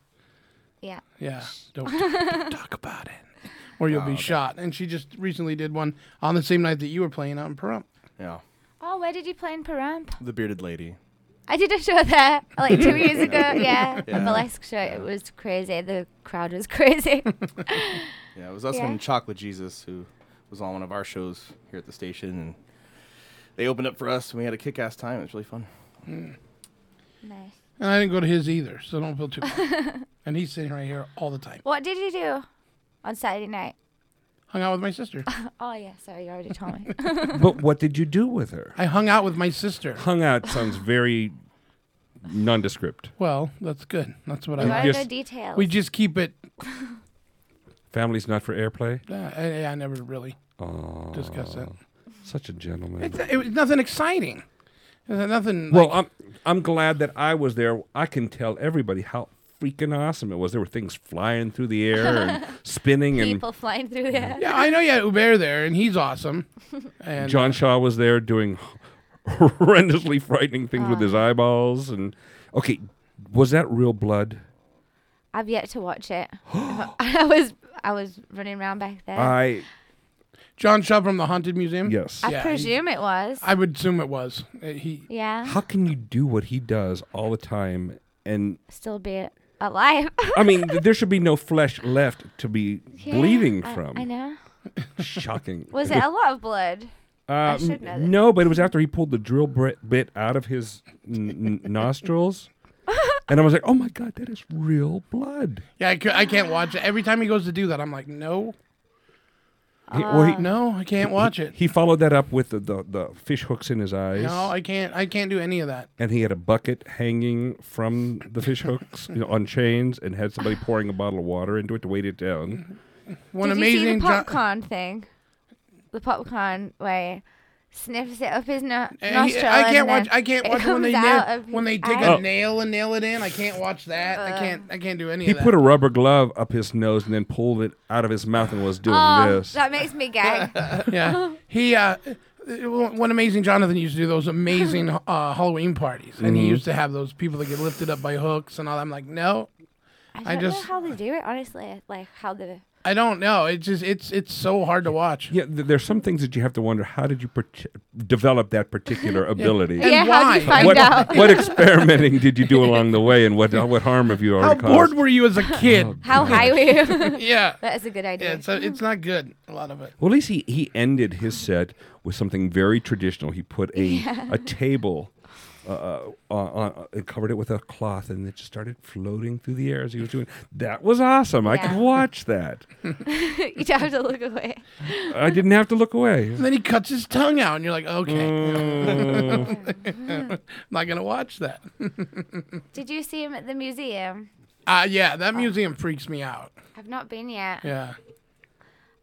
Speaker 4: Yeah.
Speaker 7: *laughs* yeah.
Speaker 4: *laughs*
Speaker 7: Don't, don't talk about it, or you'll be
Speaker 9: Oh, okay.
Speaker 7: shot. And she just recently did one on the same night that you were playing out in Pahrump.
Speaker 9: Yeah,
Speaker 4: Oh, where did you play in Paramp?
Speaker 9: the bearded lady.
Speaker 4: I did a show there like two years ago. Yeah,
Speaker 9: Yeah.
Speaker 4: a burlesque show. It was crazy. The crowd was *laughs* crazy.
Speaker 9: Yeah, it was us
Speaker 4: Yeah.
Speaker 9: and Chocolate Jesus who was on one of our shows here at the station, and they opened up for us, and we had a kick-ass time. It was really fun. Hmm.
Speaker 4: nice.
Speaker 7: And I didn't go to his either, so don't feel too bad. *laughs* and he's sitting right here all the time.
Speaker 4: *laughs* What did you do on Saturday night?
Speaker 7: Hung out with
Speaker 8: *laughs*
Speaker 7: my sister.
Speaker 4: *laughs* Oh yeah, sorry, you already told me. *laughs*
Speaker 8: but what did you do with her?
Speaker 7: I hung out with my sister.
Speaker 8: Hung out sounds very nondescript.
Speaker 7: Well, that's good. That's what
Speaker 4: We
Speaker 7: I
Speaker 4: wanna
Speaker 7: like.
Speaker 4: know Just- details.
Speaker 7: We just keep it.
Speaker 8: Family's not for airplay.
Speaker 7: Uh, I, I never really.
Speaker 8: Oh,
Speaker 7: Discuss it.
Speaker 8: Such a gentleman.
Speaker 7: It's, it was nothing exciting. It was nothing.
Speaker 8: well, I'm I'm glad that I was there. I can tell everybody how freaking awesome it was. There were things flying through the air
Speaker 7: *laughs*
Speaker 8: and spinning, and
Speaker 4: People flying through the air.
Speaker 7: Yeah, I know you had Uber there, and he's awesome. And uh,
Speaker 8: John Shaw was there doing *laughs* horrendously frightening things
Speaker 7: Uh.
Speaker 8: with his eyeballs. And okay, was that real blood?
Speaker 4: I've yet to watch it. *laughs* I was I was running around back there.
Speaker 8: I
Speaker 7: John Shaw from the Haunted Museum.
Speaker 8: Yes.
Speaker 4: I
Speaker 7: Yeah, he-
Speaker 4: presume it was.
Speaker 7: I would assume it was. Uh, He
Speaker 4: yeah.
Speaker 8: How can you do what he does all the time? And
Speaker 4: Still be alive. *laughs*
Speaker 8: I mean, th- there should be no flesh left to be
Speaker 4: Yeah,
Speaker 8: bleeding
Speaker 4: I-
Speaker 8: from.
Speaker 4: I know.
Speaker 8: Shocking.
Speaker 4: *laughs* Was it a lot of blood? I
Speaker 8: Um,
Speaker 4: should know this.
Speaker 8: no, but it was after he pulled the drill bri- bit out of his n- *laughs* n- nostrils, and I was like, "Oh my god, that is real blood."
Speaker 7: Yeah, I, cou- I can't watch it. Every time he goes to do that, I'm like, no.
Speaker 8: He- well,
Speaker 4: Uh,
Speaker 8: he-
Speaker 7: no, I can't
Speaker 8: he-
Speaker 7: watch
Speaker 8: he-
Speaker 7: it.
Speaker 8: He followed that up with the, the, the fish hooks in his eyes,
Speaker 7: No, I can't. I can't do any of that.
Speaker 8: and he had a bucket hanging from the fish hooks you know, on chains, and had somebody pouring a bottle of water into it to weight it down.
Speaker 7: One
Speaker 4: Did
Speaker 7: amazing
Speaker 4: you see the
Speaker 7: John-
Speaker 4: popcorn thing? The popcorn where he sniffs it up his no-
Speaker 7: And Uh, Eh, he-
Speaker 4: nostril.
Speaker 7: I
Speaker 4: and
Speaker 7: can't
Speaker 4: then
Speaker 7: watch. I can't
Speaker 4: uh, it
Speaker 7: watch when
Speaker 4: comes
Speaker 7: they
Speaker 4: out
Speaker 7: nail,
Speaker 4: of Uh,
Speaker 7: when
Speaker 4: his
Speaker 7: they take
Speaker 4: eye.
Speaker 7: a nail and nail it in. I can't watch that. I can't. I can't do any
Speaker 8: He
Speaker 7: of that.
Speaker 8: put a rubber glove up his nose and then pulled it out of his mouth and was doing
Speaker 4: Oh,
Speaker 8: this.
Speaker 4: that makes me gag.
Speaker 7: *laughs* yeah. He uh one amazing Jonathan used to do those
Speaker 4: *laughs*
Speaker 7: amazing uh, Halloween parties, and he
Speaker 8: Mhm.
Speaker 7: used to have those people that get lifted up by hooks and all. that. I'm like, no,
Speaker 4: I,
Speaker 8: Oh.
Speaker 7: I
Speaker 4: don't
Speaker 7: just-
Speaker 4: know how they do it, honestly. Like how the *laughs*
Speaker 7: I don't know. It's just it's it's so hard to watch.
Speaker 8: Yeah, th- there's some things that you have to wonder. How did you parti develop that particular ability?
Speaker 7: And *laughs* Yeah, how did you why? find
Speaker 8: what,
Speaker 7: out?
Speaker 8: what experimenting did you do along the way, and what what harm have you
Speaker 7: How
Speaker 8: already
Speaker 7: bored
Speaker 8: caused? Oh,
Speaker 7: were you
Speaker 8: *laughs*
Speaker 7: as a kid?
Speaker 4: how high were you?
Speaker 7: *laughs* yeah,
Speaker 4: that is a good idea.
Speaker 7: yeah. It's uh, it's not good. A lot of it.
Speaker 8: Well, at least he, he ended his set with something very traditional. He put a
Speaker 7: Yeah.
Speaker 8: a table. Uh, uh, on, uh, covered it with a cloth and it just started floating through the air as he was doing. That was awesome. I could
Speaker 4: Yeah.
Speaker 8: watch
Speaker 7: *laughs*
Speaker 8: that.
Speaker 4: You'd have to look away.
Speaker 8: I didn't have to look away.
Speaker 7: And then he cuts his tongue out, and you're like, *laughs* okay,
Speaker 4: Mm.
Speaker 7: not gonna watch that.
Speaker 4: Did you see him at the museum?
Speaker 7: Uh, yeah, that museum freaks me out.
Speaker 4: I've not been yet.
Speaker 7: Yeah,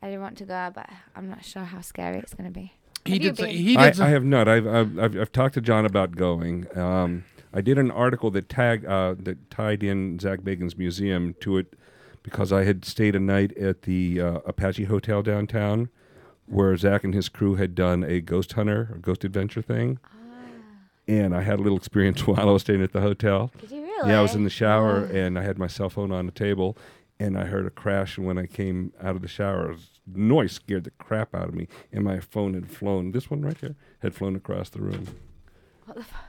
Speaker 4: I do want to go, but I'm not sure how scary it's going to be.
Speaker 7: He
Speaker 4: Have you
Speaker 7: did say-
Speaker 4: been?
Speaker 7: he did
Speaker 8: I,
Speaker 7: some-
Speaker 8: I have not. I've, I've I've I've talked to John about going. Um, I did an article that tagged uh, that tied in Zach Bacon's museum to it because I had stayed a night at the uh, Apache Hotel downtown, where Zach and his crew had done a ghost hunter or ghost adventure thing.
Speaker 4: Ah.
Speaker 8: And I had a little experience *laughs* while I was staying at the hotel.
Speaker 4: Did you
Speaker 8: Yeah, I was
Speaker 4: really?
Speaker 8: in the shower
Speaker 4: Oh.
Speaker 8: and I had my cell phone on the table and I heard a crash. And when I came out of the shower, s- noise scared the crap out of me. And my phone had flown, this one right here, had flown across the room.
Speaker 7: *laughs*
Speaker 4: What the fuck?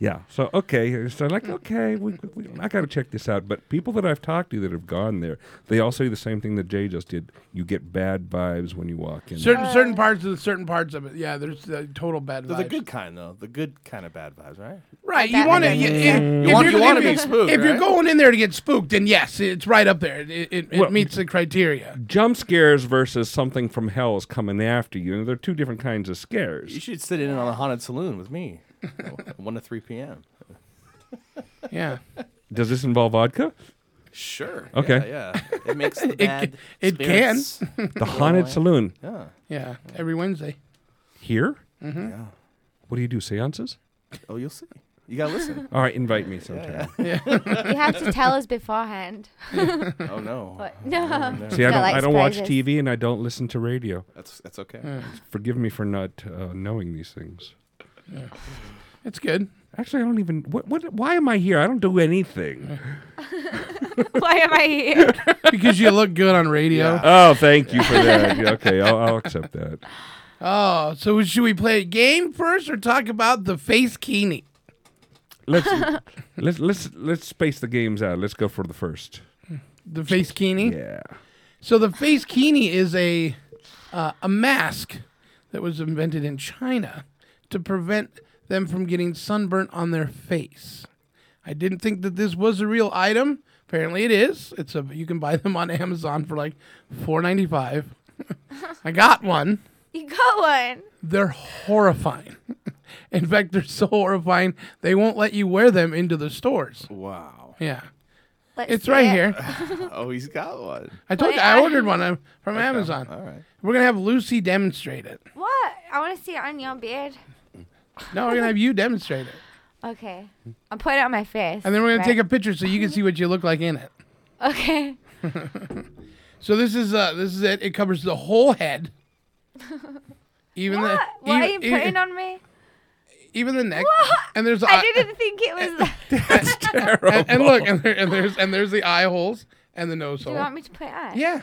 Speaker 8: Yeah. So, okay. So, like, okay, we, we, I got to check this out. But people that I've talked to that have gone there, they all say the same thing that Jay just did. You get bad vibes when you walk in.
Speaker 7: certain certain parts of the certain parts of it. Yeah, there's uh, total bad
Speaker 9: They're
Speaker 7: vibes.
Speaker 9: the good kind though. The good kind of bad vibs, right?
Speaker 7: Right, you want to.
Speaker 9: You,
Speaker 7: You, if- if you're
Speaker 9: want, Mm. you
Speaker 7: gonna
Speaker 9: want to be spooked.
Speaker 7: If you're
Speaker 9: right?
Speaker 7: going in there to get spooked, then yes, it's right up there. It, it, it
Speaker 8: Well,
Speaker 7: meets the criteria.
Speaker 8: Jump scares versus something from hell is coming after you. And they're two different kinds of scares.
Speaker 9: you should sit in on a haunted saloon with me, *laughs* one to three *laughs* p.m.
Speaker 7: Yeah.
Speaker 8: Does this involve vodka?
Speaker 9: Sure.
Speaker 8: *laughs* Okay.
Speaker 9: Yeah, yeah. it makes the
Speaker 7: *laughs* It ca-
Speaker 9: bad.
Speaker 7: it can.
Speaker 9: spirits
Speaker 8: The
Speaker 9: go
Speaker 8: Haunted
Speaker 9: away.
Speaker 8: Saloon.
Speaker 9: Yeah.
Speaker 7: Yeah, every Wednesday.
Speaker 8: Here?
Speaker 7: Mhm.
Speaker 9: Yeah.
Speaker 8: What do you do? Seances?
Speaker 9: Oh, you'll see. You gotta listen.
Speaker 8: *laughs* All right, invite me sometime.
Speaker 9: yeah. *laughs*
Speaker 8: *laughs*
Speaker 4: You have to tell us beforehand. *laughs*
Speaker 9: Oh, no.
Speaker 4: What? No.
Speaker 8: See, I don't,
Speaker 4: like
Speaker 8: I don't watch
Speaker 4: surprises.
Speaker 8: TV and I don't listen to radio.
Speaker 9: That's that's okay.
Speaker 7: Yeah.
Speaker 8: Forgive me for not uh, knowing these things.
Speaker 7: Yeah. It's good.
Speaker 8: Actually, I don't even. What, what? Why am I here? I don't do anything.
Speaker 4: *laughs* Why am I here?
Speaker 7: because you look good on radio.
Speaker 8: Oh, thank you for that. Yeah, okay, I'll, I'll accept that.
Speaker 7: Oh, so should we play a game first or talk about the face keeney?
Speaker 8: Let's let's let's let's space the games out. Let's go for the first.
Speaker 7: The face keeney.
Speaker 8: Yeah.
Speaker 7: So the face keeney is a uh, a mask that was invented in China to prevent them from getting sunburnt on their face. I didn't think that this was a real item. Apparently, it is. It's a you can buy them on Amazon for like four ninety five. *laughs* I got one.
Speaker 4: You got one.
Speaker 7: They're horrifying. *laughs* In fact, they're so horrifying they won't let you wear them into the stores.
Speaker 9: Wow.
Speaker 7: Yeah,
Speaker 4: Let's
Speaker 7: it's
Speaker 4: see
Speaker 7: right
Speaker 4: it.
Speaker 7: here.
Speaker 9: oh, he's got one.
Speaker 7: I told
Speaker 4: Wait,
Speaker 7: you I
Speaker 4: I-
Speaker 7: ordered one uh, from Amazon.
Speaker 9: All right.
Speaker 7: We're gonna have Lucy demonstrate it.
Speaker 4: What? I want to see it on your beard.
Speaker 7: No, we're gonna have you demonstrate it.
Speaker 4: Okay. I'm putting it on my face.
Speaker 7: And then we're gonna
Speaker 4: right?
Speaker 7: take a picture so you can see what you look like in it. *laughs*
Speaker 4: Okay. *laughs*
Speaker 7: So this is uh this is it. It covers the whole head, even
Speaker 4: what?
Speaker 7: the
Speaker 4: what are you
Speaker 7: even,
Speaker 4: putting
Speaker 7: even,
Speaker 4: on
Speaker 7: *laughs*
Speaker 4: me?
Speaker 7: even the neck.
Speaker 4: What?
Speaker 7: E- And there's
Speaker 4: I
Speaker 7: eye-
Speaker 4: didn't think it
Speaker 7: *laughs*
Speaker 4: was. that.
Speaker 7: and, and look and, there, and there's and there's the eye holes and the nose
Speaker 4: Do you
Speaker 7: hole.
Speaker 4: want me to put it on?
Speaker 7: Yeah.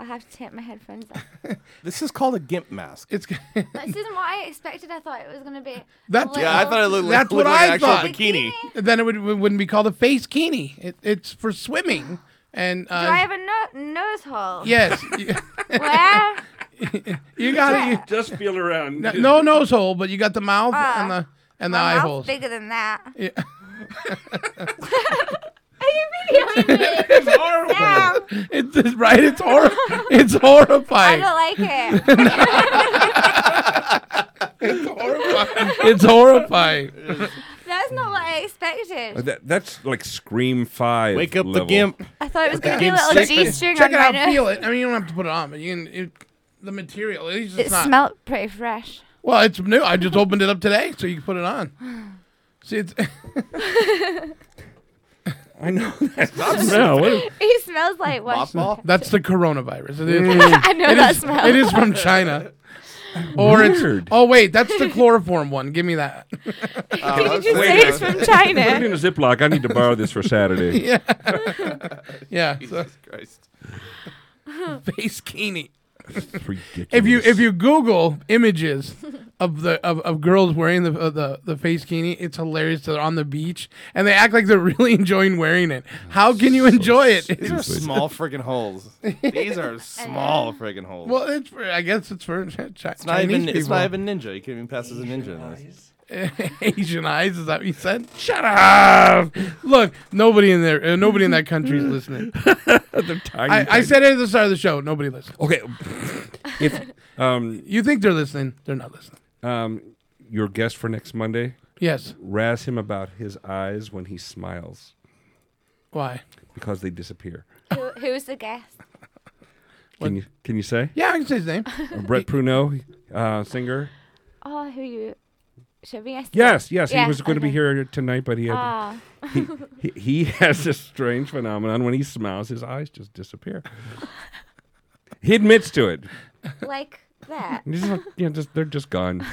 Speaker 4: I'll have to take my headphones
Speaker 7: *laughs*
Speaker 4: off.
Speaker 9: *laughs* This is called a gimp mask.
Speaker 7: It's
Speaker 4: this isn't what I expected. I thought it was gonna be.
Speaker 7: That's
Speaker 9: Yeah, I thought it looked like-
Speaker 7: that's what
Speaker 9: looked like an
Speaker 7: I
Speaker 9: actual
Speaker 7: thought.
Speaker 9: bikini.
Speaker 7: Then it would it wouldn't be called a face bikini. It, it's for swimming and
Speaker 4: Do I
Speaker 7: uh,
Speaker 4: have a no- nose hole? *laughs*
Speaker 7: yes, *laughs*
Speaker 4: Where?
Speaker 7: you got it. You,
Speaker 8: Just feel around. *laughs*
Speaker 7: no, no nose hole, but you got the mouth
Speaker 4: Ah,
Speaker 7: and the and the
Speaker 4: My
Speaker 7: eye
Speaker 4: mouth's
Speaker 7: holes.
Speaker 4: bigger than that.
Speaker 7: *laughs*
Speaker 4: *laughs*
Speaker 7: Yeah.
Speaker 4: Are you videoing me?
Speaker 7: it's horrible. *laughs* It's, it's right. It's
Speaker 4: *laughs*
Speaker 7: hor- It's
Speaker 4: I
Speaker 7: horrifying.
Speaker 4: don't like it.
Speaker 7: *laughs* it's horrifying. *laughs* It's horrifying.
Speaker 4: That's not what I
Speaker 8: *laughs*
Speaker 4: expected.
Speaker 8: That, that's like scream five.
Speaker 9: Wake up the
Speaker 8: level. *laughs*
Speaker 9: gimp.
Speaker 4: I thought it was gonna
Speaker 8: Okay.
Speaker 4: be a little
Speaker 8: Check-
Speaker 4: G string
Speaker 7: Check
Speaker 4: on
Speaker 7: it
Speaker 4: my
Speaker 7: out.
Speaker 4: nose.
Speaker 7: Feel it. I mean, you don't have to put it on, but you can. It, the material. At least it's
Speaker 4: It
Speaker 7: not.
Speaker 4: smelled pretty fresh. *laughs*
Speaker 7: well, it's new. I just opened it up today, so you can put it on. See,
Speaker 4: *laughs*
Speaker 7: it's.
Speaker 8: I know.
Speaker 7: *laughs*
Speaker 8: That's
Speaker 7: No, what is-
Speaker 4: he smells like what?
Speaker 7: That's the coronavirus.
Speaker 4: *laughs*
Speaker 7: It is.
Speaker 4: Mm. I know
Speaker 7: it
Speaker 4: that
Speaker 7: is-
Speaker 4: smell.
Speaker 7: It is from China. Or
Speaker 8: Weird.
Speaker 7: it's oh wait, that's the chloroform one. Give me
Speaker 4: *laughs*
Speaker 7: that.
Speaker 4: Uh,
Speaker 7: *laughs*
Speaker 4: Did you say it's from China?
Speaker 8: Uh, Put it in a Ziploc. I need to borrow this for
Speaker 4: *laughs*
Speaker 8: Saturday.
Speaker 7: yeah, yeah. so-
Speaker 9: Christ.
Speaker 7: Face skinny.
Speaker 8: ridiculous.
Speaker 7: If you if you Google images of the of, of girls wearing the uh, the the face bikini, it's hilarious. They're on the beach and they act like they're really *laughs* enjoying wearing it. How can you enjoy it?
Speaker 9: These are small friggin' holes. These are small friggin' holes.
Speaker 7: Well, it's for, I guess it's for *laughs* Chi-
Speaker 9: it's not
Speaker 7: Chinese
Speaker 9: even
Speaker 7: people.
Speaker 9: it's not even ninja. You can't even pass as a ninja. In this.
Speaker 7: *laughs* Asian eyes. Is that what you said? Shut up! Look, nobody in there, uh, nobody in that country
Speaker 8: *laughs*
Speaker 7: is listening.
Speaker 8: tiny,
Speaker 7: I, I
Speaker 8: tiny.
Speaker 7: said it at the start of the show. Nobody listens.
Speaker 8: *laughs*
Speaker 7: *laughs*
Speaker 8: Okay, if um
Speaker 7: you think they're listening, they're not listening.
Speaker 8: um your guest for next Monday,
Speaker 7: Yes.
Speaker 8: razz him about his eyes when he smiles
Speaker 7: Why?
Speaker 8: because they disappear.
Speaker 4: Who, who's the guest?
Speaker 8: Can you can you say?
Speaker 7: Yeah, I can say his
Speaker 8: *laughs*
Speaker 7: name.
Speaker 8: Uh,
Speaker 7: *laughs*
Speaker 8: Brett Pruneau, uh, singer.
Speaker 4: Oh, who you? Should we ask?
Speaker 8: Yes, yes,
Speaker 4: Yeah,
Speaker 8: he was going to be
Speaker 4: okay.
Speaker 8: here tonight, but he had
Speaker 4: Ah.
Speaker 8: he, he, he *laughs* has this strange phenomenon when he smiles, his eyes just disappear. he admits to it.
Speaker 4: *laughs* Like that. *laughs*
Speaker 8: He's just like, you know, just they're just gone.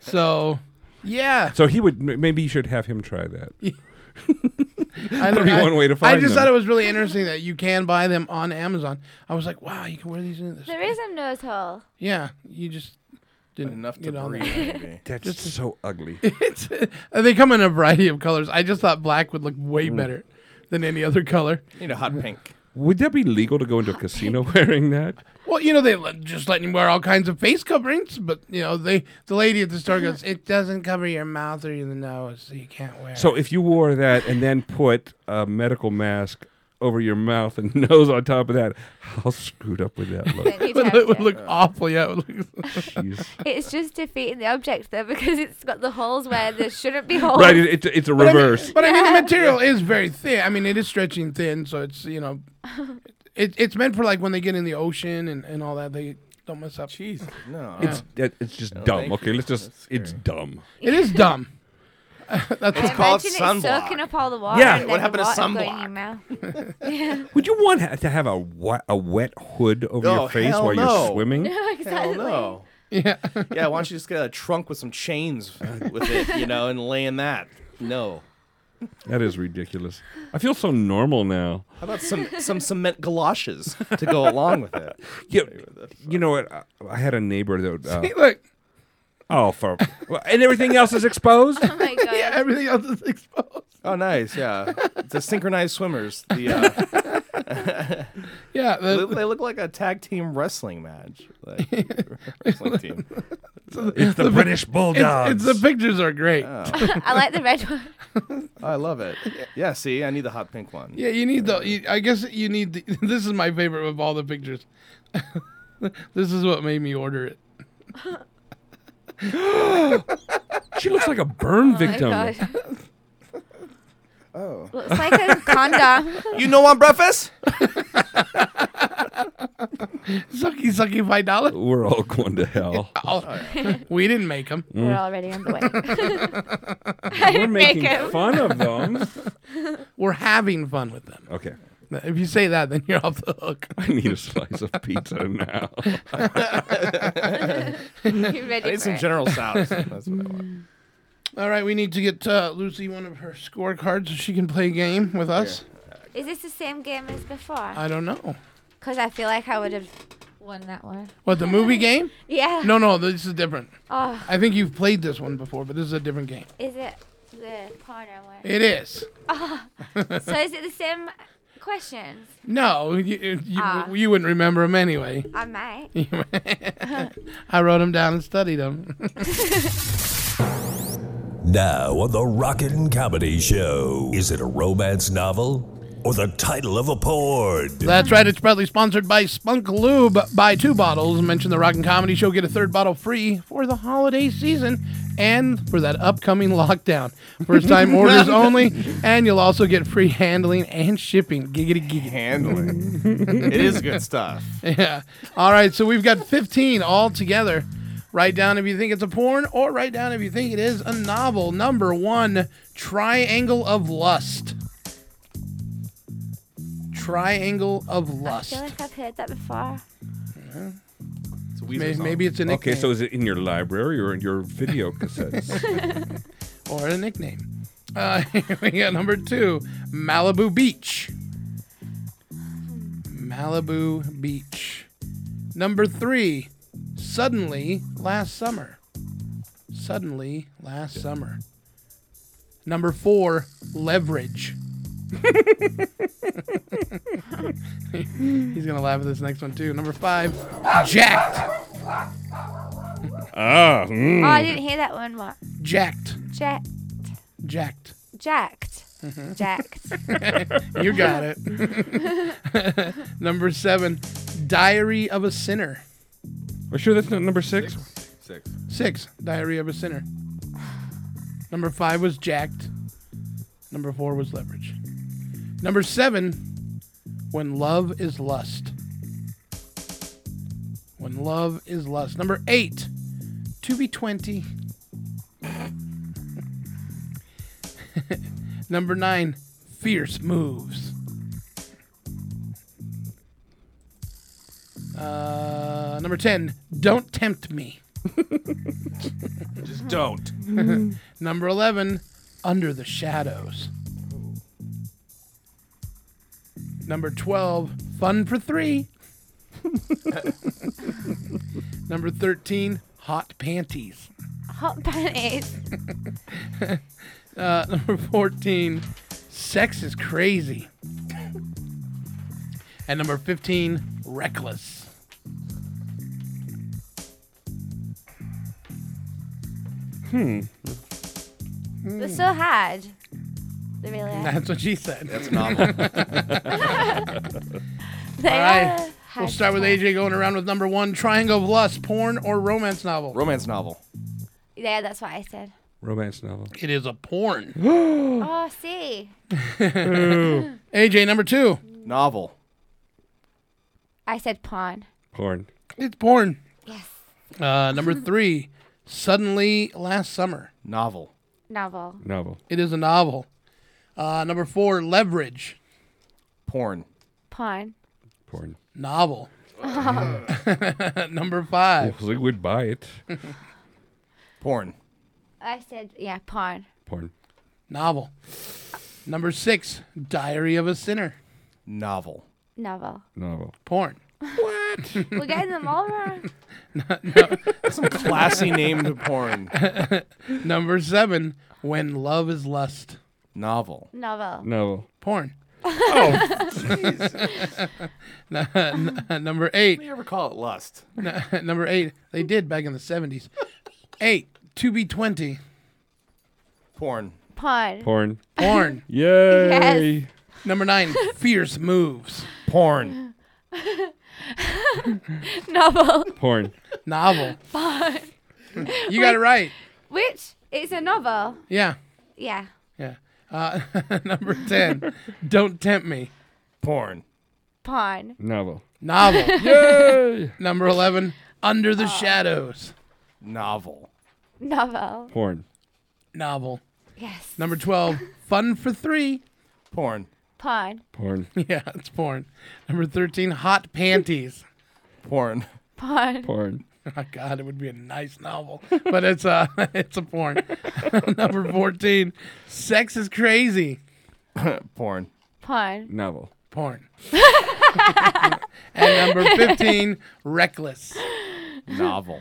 Speaker 7: So, yeah.
Speaker 8: So he would m- maybe you should have him try
Speaker 7: *laughs*
Speaker 8: that.
Speaker 7: I
Speaker 8: That'd be
Speaker 7: I-
Speaker 8: one way to
Speaker 7: I
Speaker 8: find
Speaker 7: just
Speaker 8: them.
Speaker 7: thought it was really interesting that you can buy them on Amazon. I was like, wow, you can wear these in this.
Speaker 4: There is a nose hole.
Speaker 7: Yeah, you just didn't
Speaker 9: Enough to
Speaker 7: get on
Speaker 9: breathe,
Speaker 7: there.
Speaker 9: maybe.
Speaker 8: *laughs* That's just so ugly.
Speaker 7: *laughs* It's, uh, they come in a variety of colors. I just thought black would look way
Speaker 8: Mm.
Speaker 7: better than any other color.
Speaker 9: Need a hot pink.
Speaker 8: Would that be legal to go into a casino *laughs* wearing that?
Speaker 7: Well, you know they let, just let you wear all kinds of face coverings, but you know they the lady at the store goes, it doesn't cover your mouth or your nose, so you can't wear.
Speaker 8: So
Speaker 7: it.
Speaker 8: if you wore that and then put a medical mask over your mouth and *laughs* nose on top of that, how screwed up would that look?
Speaker 4: Then
Speaker 7: *laughs*
Speaker 4: you
Speaker 7: it would,
Speaker 4: have
Speaker 7: look- would
Speaker 4: to.
Speaker 7: look awful. Yeah, it would look- *laughs*
Speaker 8: Jeez.
Speaker 4: It's just defeating the object though, because it's got the holes where there shouldn't be holes.
Speaker 8: Right, it, it, it's a
Speaker 7: But I mean-
Speaker 8: reverse.
Speaker 7: But I mean, the material is very thin. I mean, it is stretching thin, so it's you know, it, it's meant for like when they get in the ocean and, and all that. They don't mess up. Jeez,
Speaker 9: no,
Speaker 8: It's that- it's just dumb. Okay, let's just it's dumb.
Speaker 7: it *laughs* is dumb. That's
Speaker 4: I imagine it's soaking up all the water.
Speaker 8: Yeah,
Speaker 4: and
Speaker 8: what
Speaker 4: then the
Speaker 8: happened to
Speaker 4: water going in
Speaker 7: *laughs*
Speaker 4: your mouth?
Speaker 8: Would you want ha- to have a wa- a wet hood over
Speaker 9: Oh,
Speaker 8: your face
Speaker 9: hell
Speaker 8: while
Speaker 9: no.
Speaker 8: you're
Speaker 4: *laughs*
Speaker 8: swimming?
Speaker 4: *laughs* exactly.
Speaker 9: no.
Speaker 7: Yeah.
Speaker 9: yeah, why don't you just get a trunk with some chains with it, you know, and lay in that? No.
Speaker 8: That is ridiculous. I feel so normal now.
Speaker 9: How about some some cement galoshes to go along
Speaker 8: *laughs*
Speaker 9: with it?
Speaker 8: You, you know what? I, I had a neighbor that. Uh,
Speaker 7: See, look.
Speaker 8: Oh, for well, and everything else is exposed.
Speaker 4: Oh my god.
Speaker 7: *laughs* Yeah, everything else is exposed.
Speaker 9: Oh, nice. Yeah, the synchronized swimmers. The uh,
Speaker 7: *laughs* Yeah, the-
Speaker 9: they, they look like a tag team wrestling match.
Speaker 7: *laughs*
Speaker 9: Like, wrestling team.
Speaker 8: It's the British
Speaker 7: It's,
Speaker 8: Bulldogs.
Speaker 7: it's the pictures are great. *laughs*
Speaker 4: I like the red one.
Speaker 9: Oh. I love it. Yeah, see, I need the hot pink one.
Speaker 7: Yeah, you need the. You, I guess you need. The, *laughs* this is my favorite of all the pictures. *laughs* this is what made me order it.
Speaker 8: *gasps* she looks
Speaker 7: *laughs*
Speaker 8: like a burn
Speaker 4: Oh
Speaker 8: victim.
Speaker 4: my god.
Speaker 9: Oh.
Speaker 4: *laughs* Looks
Speaker 9: *laughs*
Speaker 4: like a condom.
Speaker 9: You know on breakfast?
Speaker 7: sucky, sucky five dollar.
Speaker 8: *laughs* We're all going to hell.
Speaker 7: Oh. we didn't make them.
Speaker 4: We're already on the way.
Speaker 7: *laughs*
Speaker 4: *laughs* I
Speaker 7: We're
Speaker 4: didn't make
Speaker 7: making
Speaker 4: it.
Speaker 7: fun of them. *laughs* We're having fun with them.
Speaker 8: Okay.
Speaker 7: If you say that, then you're off the hook.
Speaker 8: I need a slice of pizza
Speaker 4: *laughs*
Speaker 8: now.
Speaker 7: You
Speaker 9: ready I need for some it. General Tso's. That's what I
Speaker 7: want. *laughs* All right, we need to get uh, Lucy one of her scorecards so she can play a game with us.
Speaker 4: Is this the same game as before?
Speaker 7: I don't know.
Speaker 4: Because I feel like I would have won that one.
Speaker 7: What the
Speaker 4: *laughs*
Speaker 7: movie game?
Speaker 4: Yeah.
Speaker 7: No, no, this is different.
Speaker 4: Oh.
Speaker 7: I think you've played this one before, but this is a different game.
Speaker 4: Is it the corner one?
Speaker 7: It is.
Speaker 4: Oh. so is it the same questions?
Speaker 7: No, you you,
Speaker 4: Ah.
Speaker 7: you wouldn't remember them anyway.
Speaker 4: I might.
Speaker 7: *laughs* I wrote them down and studied
Speaker 4: *laughs*
Speaker 7: them.
Speaker 1: Now on the Rockin' Comedy Show. Is it a romance novel or the title of a porn?
Speaker 7: That's right. It's proudly sponsored by Spunk Lube. Buy two bottles. Mention the Rock and Comedy Show. Get a third bottle free for the holiday season and for that upcoming *laughs* lockdown. First
Speaker 4: *laughs*
Speaker 7: time orders only. And you'll also get free handling and shipping. Giggity giggity.
Speaker 9: Handling. *laughs* it is good stuff.
Speaker 7: Yeah. All right. So we've got 15 all together. Write down if you think it's a porn or write down if you think it is a novel. Number one Triangle of Lust. Triangle of Lust.
Speaker 4: I feel like I've heard that before.
Speaker 7: May- maybe, it's a nickname.
Speaker 8: Okay, so is it in your library or in your
Speaker 9: *laughs*
Speaker 8: video cassettes?
Speaker 7: or a nickname. Uh, *laughs* here we got number two Malibu Beach. Malibu Beach. Number three, Suddenly Last Summer. Suddenly Last Summer. Number four, Leverage. *laughs* He's going to laugh at this next one, too. Number five, Jacked.
Speaker 8: ah.
Speaker 4: Oh,
Speaker 7: Mm.
Speaker 4: I didn't hear that one. What?
Speaker 7: Jacked.
Speaker 4: Jack.
Speaker 7: Jacked.
Speaker 4: Jacked.
Speaker 7: *laughs*
Speaker 4: Jacked.
Speaker 7: you got it. *laughs* number seven, Diary of a Sinner.
Speaker 8: Are sure that's not number six?
Speaker 9: Six.
Speaker 7: Six, Diary of a Sinner. Number five was Jacked. Number four was Leverage. Number seven, When Love is Lust. When Love is Lust. Number eight, To Be 20. *laughs* Number nine, Fierce Moves. Uh, number 10, Don't Tempt Me.
Speaker 8: Just don't.
Speaker 7: *laughs* Number 11, Under the Shadows. Number 12, Fun for
Speaker 9: *laughs*
Speaker 7: Three. Number 13, Hot Panties.
Speaker 4: Hot panties.
Speaker 7: *laughs* Uh, number 14, Sex is Crazy. And number 15, Reckless.
Speaker 8: Hmm.
Speaker 4: They're so hard. They really are.
Speaker 7: That's what she said. *laughs*
Speaker 9: That's novel.
Speaker 4: *laughs* They
Speaker 7: All
Speaker 4: are
Speaker 7: right. We'll
Speaker 4: hard
Speaker 7: start with
Speaker 4: to
Speaker 7: AJ going around with number one Triangle of Lust, porn or romance novel?
Speaker 9: Romance novel.
Speaker 4: Yeah, that's what I said.
Speaker 8: Romance novel.
Speaker 7: It is a porn.
Speaker 8: *gasps*
Speaker 4: oh, see.
Speaker 8: Ooh.
Speaker 7: AJ, number two.
Speaker 9: Novel.
Speaker 4: I said pawn.
Speaker 8: Porn.
Speaker 7: It's porn.
Speaker 4: Yes.
Speaker 7: *laughs* Uh, number three, Suddenly Last Summer.
Speaker 9: Novel.
Speaker 4: Novel.
Speaker 8: Novel.
Speaker 7: It is a novel. Uh, number four, Leverage.
Speaker 9: Porn.
Speaker 4: Pawn.
Speaker 8: Porn.
Speaker 9: *laughs*
Speaker 7: Novel. *laughs*
Speaker 4: *laughs*
Speaker 7: number five.
Speaker 8: we would buy it.
Speaker 9: Porn.
Speaker 4: I said, yeah, pawn.
Speaker 8: Porn.
Speaker 7: Novel. Number six, Diary of a Sinner.
Speaker 9: Novel.
Speaker 4: Novel.
Speaker 8: Novel.
Speaker 7: Porn.
Speaker 4: *laughs* We're getting them all
Speaker 7: *laughs*
Speaker 4: wrong.
Speaker 7: Some
Speaker 9: classy named porn.
Speaker 7: *laughs* number seven, When Love is Lust.
Speaker 9: Novel.
Speaker 4: Novel.
Speaker 8: Novel.
Speaker 7: Porn. *laughs*
Speaker 9: Oh,
Speaker 7: N- n- number eight.
Speaker 9: We ever call it lust?
Speaker 7: N- *laughs* number eight. They did back in the seventies. Eight. To be twenty.
Speaker 9: Porn.
Speaker 4: Pawn.
Speaker 8: Porn.
Speaker 7: Porn.
Speaker 8: Yay.
Speaker 7: Number nine. Fierce moves.
Speaker 9: Porn.
Speaker 4: *laughs* novel.
Speaker 8: Porn.
Speaker 7: Novel.
Speaker 4: Pawn.
Speaker 7: You got it right.
Speaker 4: Which is a novel.
Speaker 7: Yeah.
Speaker 4: Yeah.
Speaker 7: *laughs* Yeah. Uh, number ten. Don't tempt me.
Speaker 9: Porn.
Speaker 4: porn.
Speaker 8: Novel.
Speaker 7: Novel. Yay! *laughs* Number 11, Under
Speaker 8: Ah.
Speaker 7: the Shadows.
Speaker 9: Novel.
Speaker 4: Novel.
Speaker 8: Porn.
Speaker 7: Novel.
Speaker 4: Yes.
Speaker 7: Number 12, Fun for Three.
Speaker 9: Porn.
Speaker 4: Porn.
Speaker 8: Porn.
Speaker 7: *laughs* Yeah, it's porn. Number 13, Hot Panties.
Speaker 9: Porn.
Speaker 4: Porn.
Speaker 8: Porn.
Speaker 7: *laughs* Oh, God, it would be a nice novel, but it's a *laughs* it's a porn. Number fourteen, sex is crazy.
Speaker 9: *laughs* porn.
Speaker 4: Porn.
Speaker 8: Novel.
Speaker 7: Porn. *laughs* and number fifteen, reckless.
Speaker 9: Novel.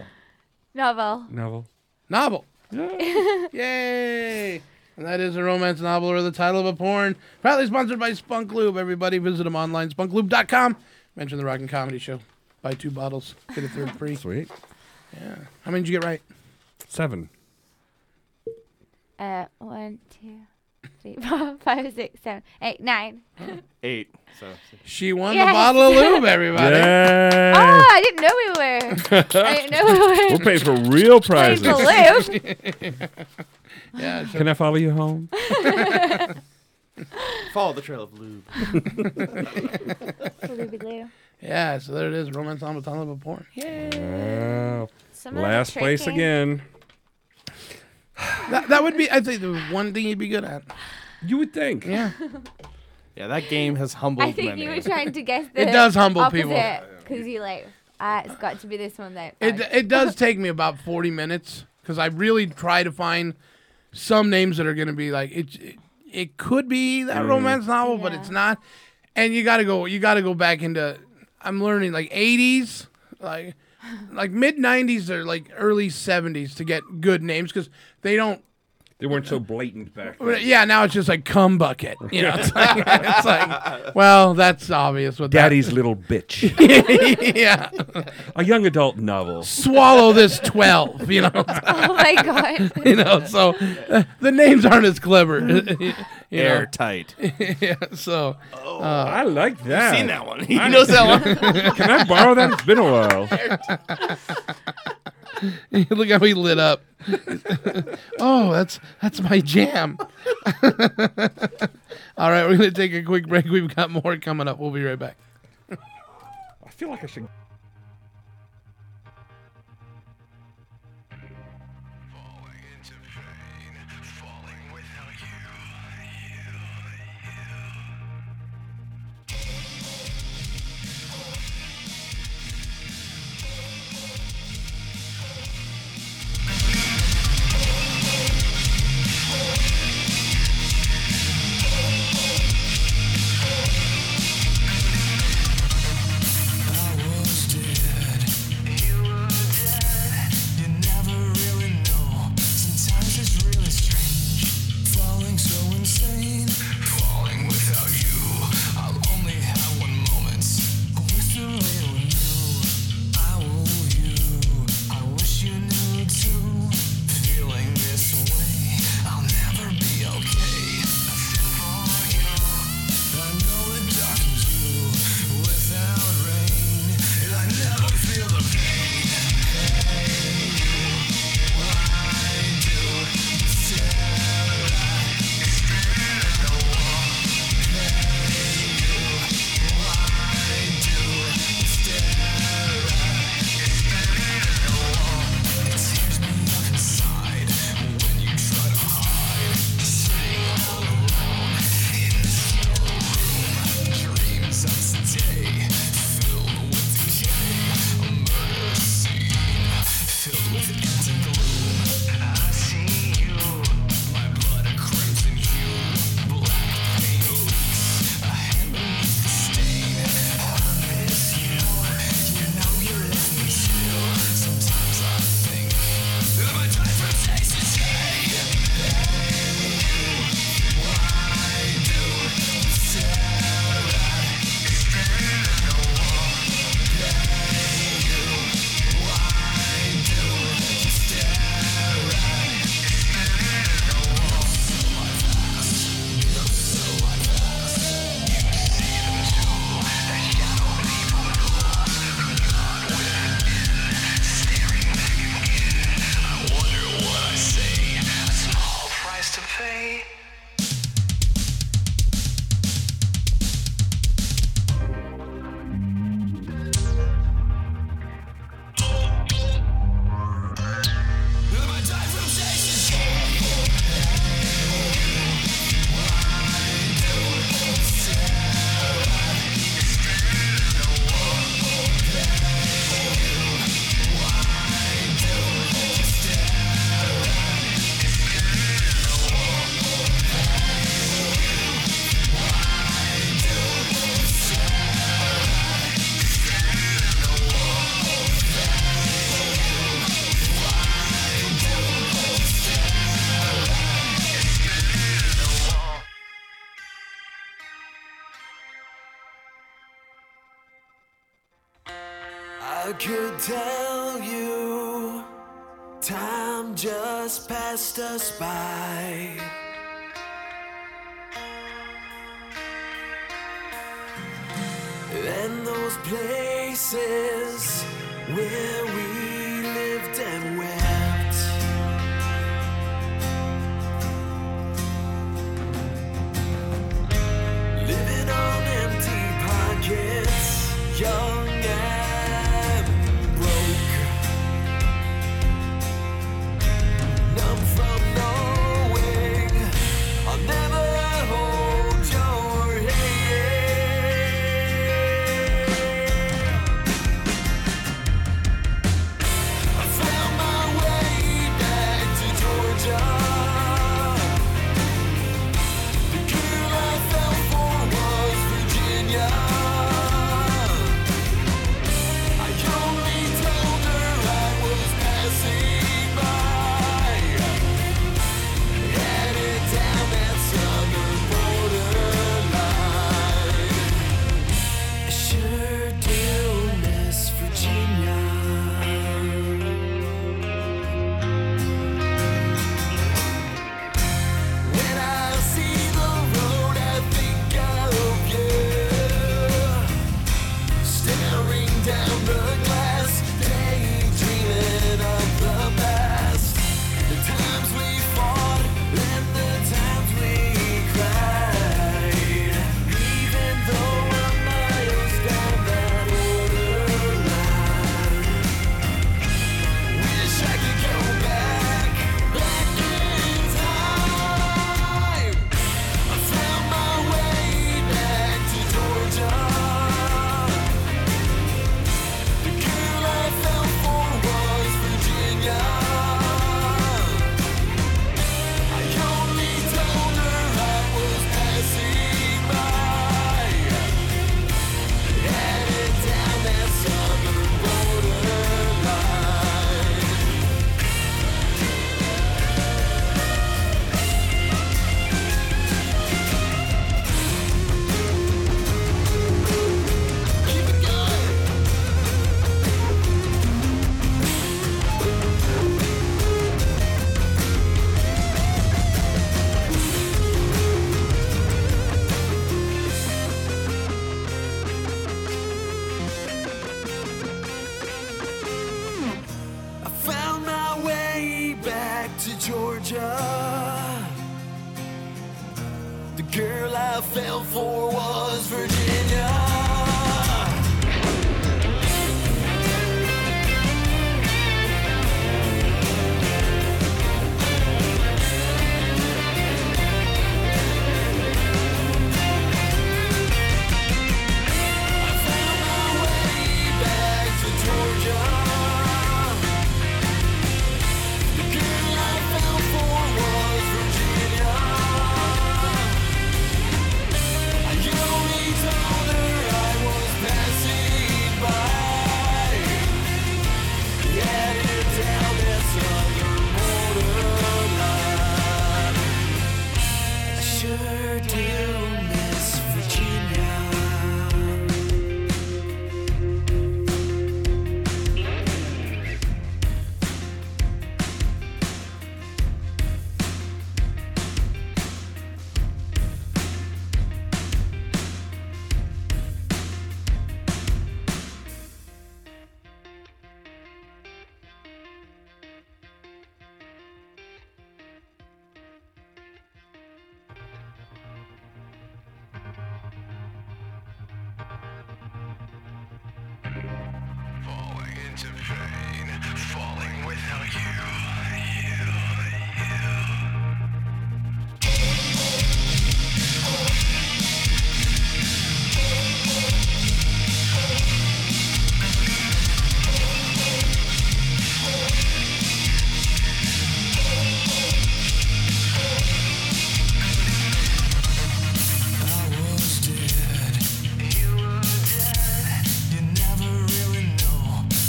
Speaker 4: Novel.
Speaker 8: Novel.
Speaker 7: Novel. *laughs* Yay! And that is a romance novel or the title of a porn. Proudly sponsored by Spunk Lube. Everybody visit them online, spunklube.com. Mention the Rockin' Comedy Show. Buy two bottles, get a third free.
Speaker 8: Sweet.
Speaker 7: Yeah. How many did you get right?
Speaker 8: Seven.
Speaker 4: Uh, one, two, three, *laughs* four, five, six, seven, eight, nine.
Speaker 9: Eight. So.
Speaker 7: She won the
Speaker 4: Yes.
Speaker 7: bottle of lube, everybody.
Speaker 4: Oh, I didn't know we were.
Speaker 8: *laughs*
Speaker 4: I didn't know we were.
Speaker 8: We'll pay for real
Speaker 4: playing
Speaker 8: prizes.
Speaker 4: for lube.
Speaker 7: *laughs* yeah.
Speaker 8: Can I follow you home?
Speaker 9: *laughs* Follow the trail of lube.
Speaker 8: *laughs*
Speaker 4: Lubey-loo.
Speaker 7: Yeah, so there it is. Romance novel, title of a porn.
Speaker 8: Wow.
Speaker 4: Some of them are
Speaker 8: Last place
Speaker 4: tricky.
Speaker 8: again.
Speaker 7: That, that would be, I think, the one thing you'd be good at.
Speaker 8: You would think.
Speaker 7: Yeah.
Speaker 9: Yeah, that game has
Speaker 4: *laughs*
Speaker 9: humbled
Speaker 4: I think
Speaker 9: many.
Speaker 4: you were trying to guess the
Speaker 7: It does humble people.
Speaker 4: Because you're like, ah, it's got to be this one though.
Speaker 7: It, it does take me about 40 minutes because I really try to find some names that are going to be like it, it. It could be that
Speaker 8: Mm.
Speaker 7: romance novel, but it's not. And you got to go. You got to go back into. I'm learning like 80s, like like mid 90s or like early 70s to get good names because they don't
Speaker 8: They weren't so blatant back
Speaker 7: Well,
Speaker 8: then.
Speaker 7: Yeah, now it's just like cum bucket. You know, it's like,
Speaker 8: *laughs*
Speaker 7: it's like well, that's obvious. What
Speaker 8: Daddy's
Speaker 7: *laughs*
Speaker 8: little bitch.
Speaker 7: That. yeah,
Speaker 8: A young adult novel.
Speaker 7: swallow this twelve. You know.
Speaker 4: *laughs* Oh my
Speaker 7: *laughs*
Speaker 4: God.
Speaker 7: you know, so uh, the names aren't as clever. *laughs*
Speaker 8: *laughs*
Speaker 7: you know.
Speaker 9: Airtight.
Speaker 7: *laughs* yeah. So. Oh,
Speaker 8: I like
Speaker 7: You've
Speaker 8: that.
Speaker 7: seen that
Speaker 9: *laughs*
Speaker 7: one. *laughs*
Speaker 9: He knows that
Speaker 8: *laughs*
Speaker 7: one.
Speaker 8: Can I borrow that? It's been a
Speaker 9: *laughs*
Speaker 8: while.
Speaker 7: *laughs* Look how he lit up. oh, that's that's my jam. *laughs* All right, we're gonna take a quick break. We've got more coming up. We'll be right back.
Speaker 8: I feel like I should.
Speaker 34: I
Speaker 2: I could tell you time just passed us by. And those places where we lived and wept. Living on empty pockets, young and broke. Numb from knowing I'll never hold your hand. I found my way back to Georgia. The girl I fell for was Virginia. I only told her I was passing by. Headed down that southern borderline. I sure do miss Virginia. When I see the road, I think of you. Staring down the glass, daydreaming of the past. The times we fought and the times we cried. Even though we're miles down that borderline, wish I could go back, back in time. I found my way back to Georgia. The girl I fell for was Virginia. I only told her I was passing by. Headed down that southern borderline. I found my way back to Georgia. The girl I fell for was Virginia. back to Georgia. The girl I fell for was Virginia. I only told her I was passing by. Headed down that southern borderline. I sure do miss Virginia.
Speaker 36: Falling into pain, falling without you.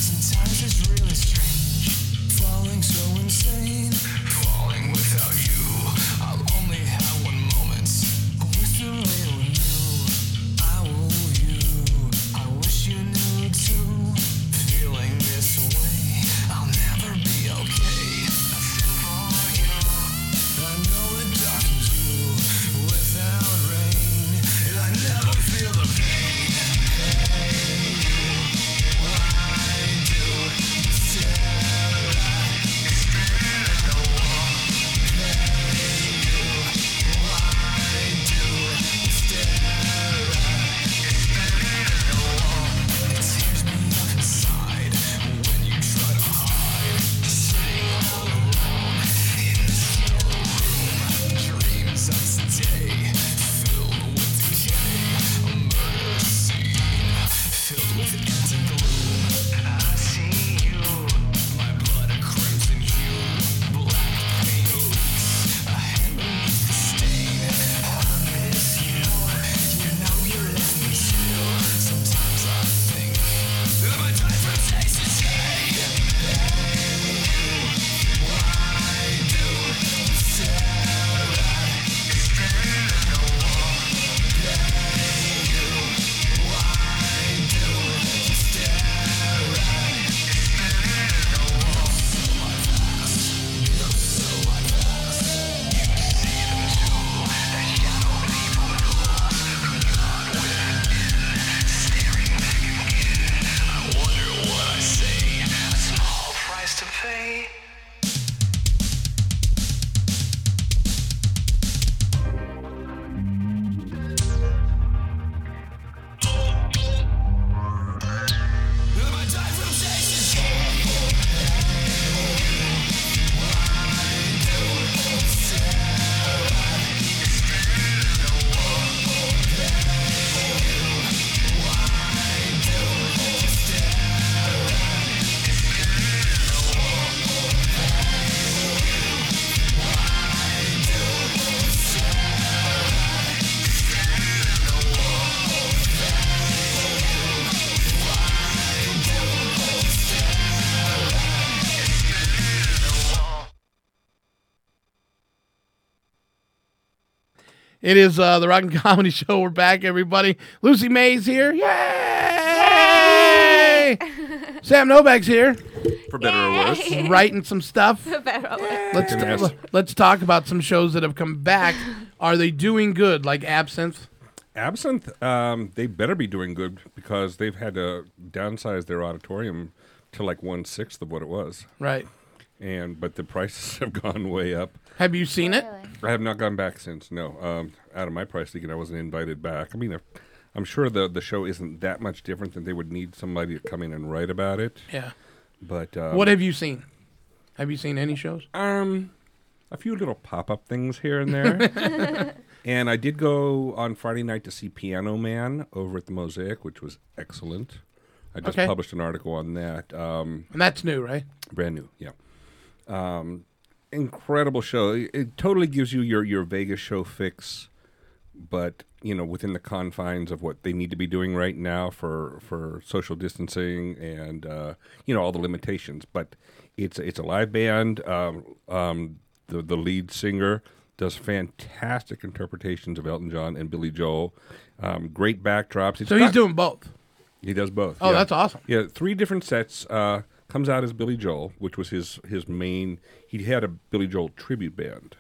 Speaker 36: Sometimes it's really strange. Falling so insane. Falling without
Speaker 7: It is uh, the Rock and *laughs* Comedy Show. We're back, everybody. Lucy Mays here. Yay! *laughs* Sam Novak's here.
Speaker 8: For better or worse.
Speaker 7: Writing some *laughs* stuff. Let's
Speaker 8: Can I
Speaker 7: t-
Speaker 8: ask-
Speaker 7: let's talk about some shows that have come *laughs* back. Are they doing good? Like Absinthe.
Speaker 8: Absinthe, um, they better be doing good because they've had to downsize their auditorium to like one sixth of what it was.
Speaker 7: Right.
Speaker 8: And but the prices *laughs* have gone way up.
Speaker 7: Have you seen it?
Speaker 8: I have not gone back since. No, um, out of my price thinking I wasn't invited back. I mean, if- I'm sure the the show isn't that much different than they would need somebody to come in and write about it.
Speaker 7: Yeah.
Speaker 8: But um,
Speaker 7: what have you seen? Have you seen any shows?
Speaker 8: Um, a few little pop up things here and there. and I did go on Friday night to see Piano Man over at the Mosaic, which was excellent. I just
Speaker 7: Okay.
Speaker 8: published an article on that. Um,
Speaker 7: And that's new, right?
Speaker 8: brand new, yeah. Um, incredible show. It, it totally gives you your your Vegas show fix, but you know within the confines of what they need to be doing right now for for social distancing and uh, you know all the limitations. But it's it's a live band. Um, um, the the lead singer does fantastic interpretations of Elton John and Billy Joel. Um, great backdrops. It's
Speaker 7: So he's
Speaker 8: not-
Speaker 7: doing both.
Speaker 8: he does both.
Speaker 7: Oh,
Speaker 8: yeah.
Speaker 7: that's awesome.
Speaker 8: Yeah, three different sets. Uh, comes out as Billy Joel, which was his his main. He had a Billy Joel tribute band,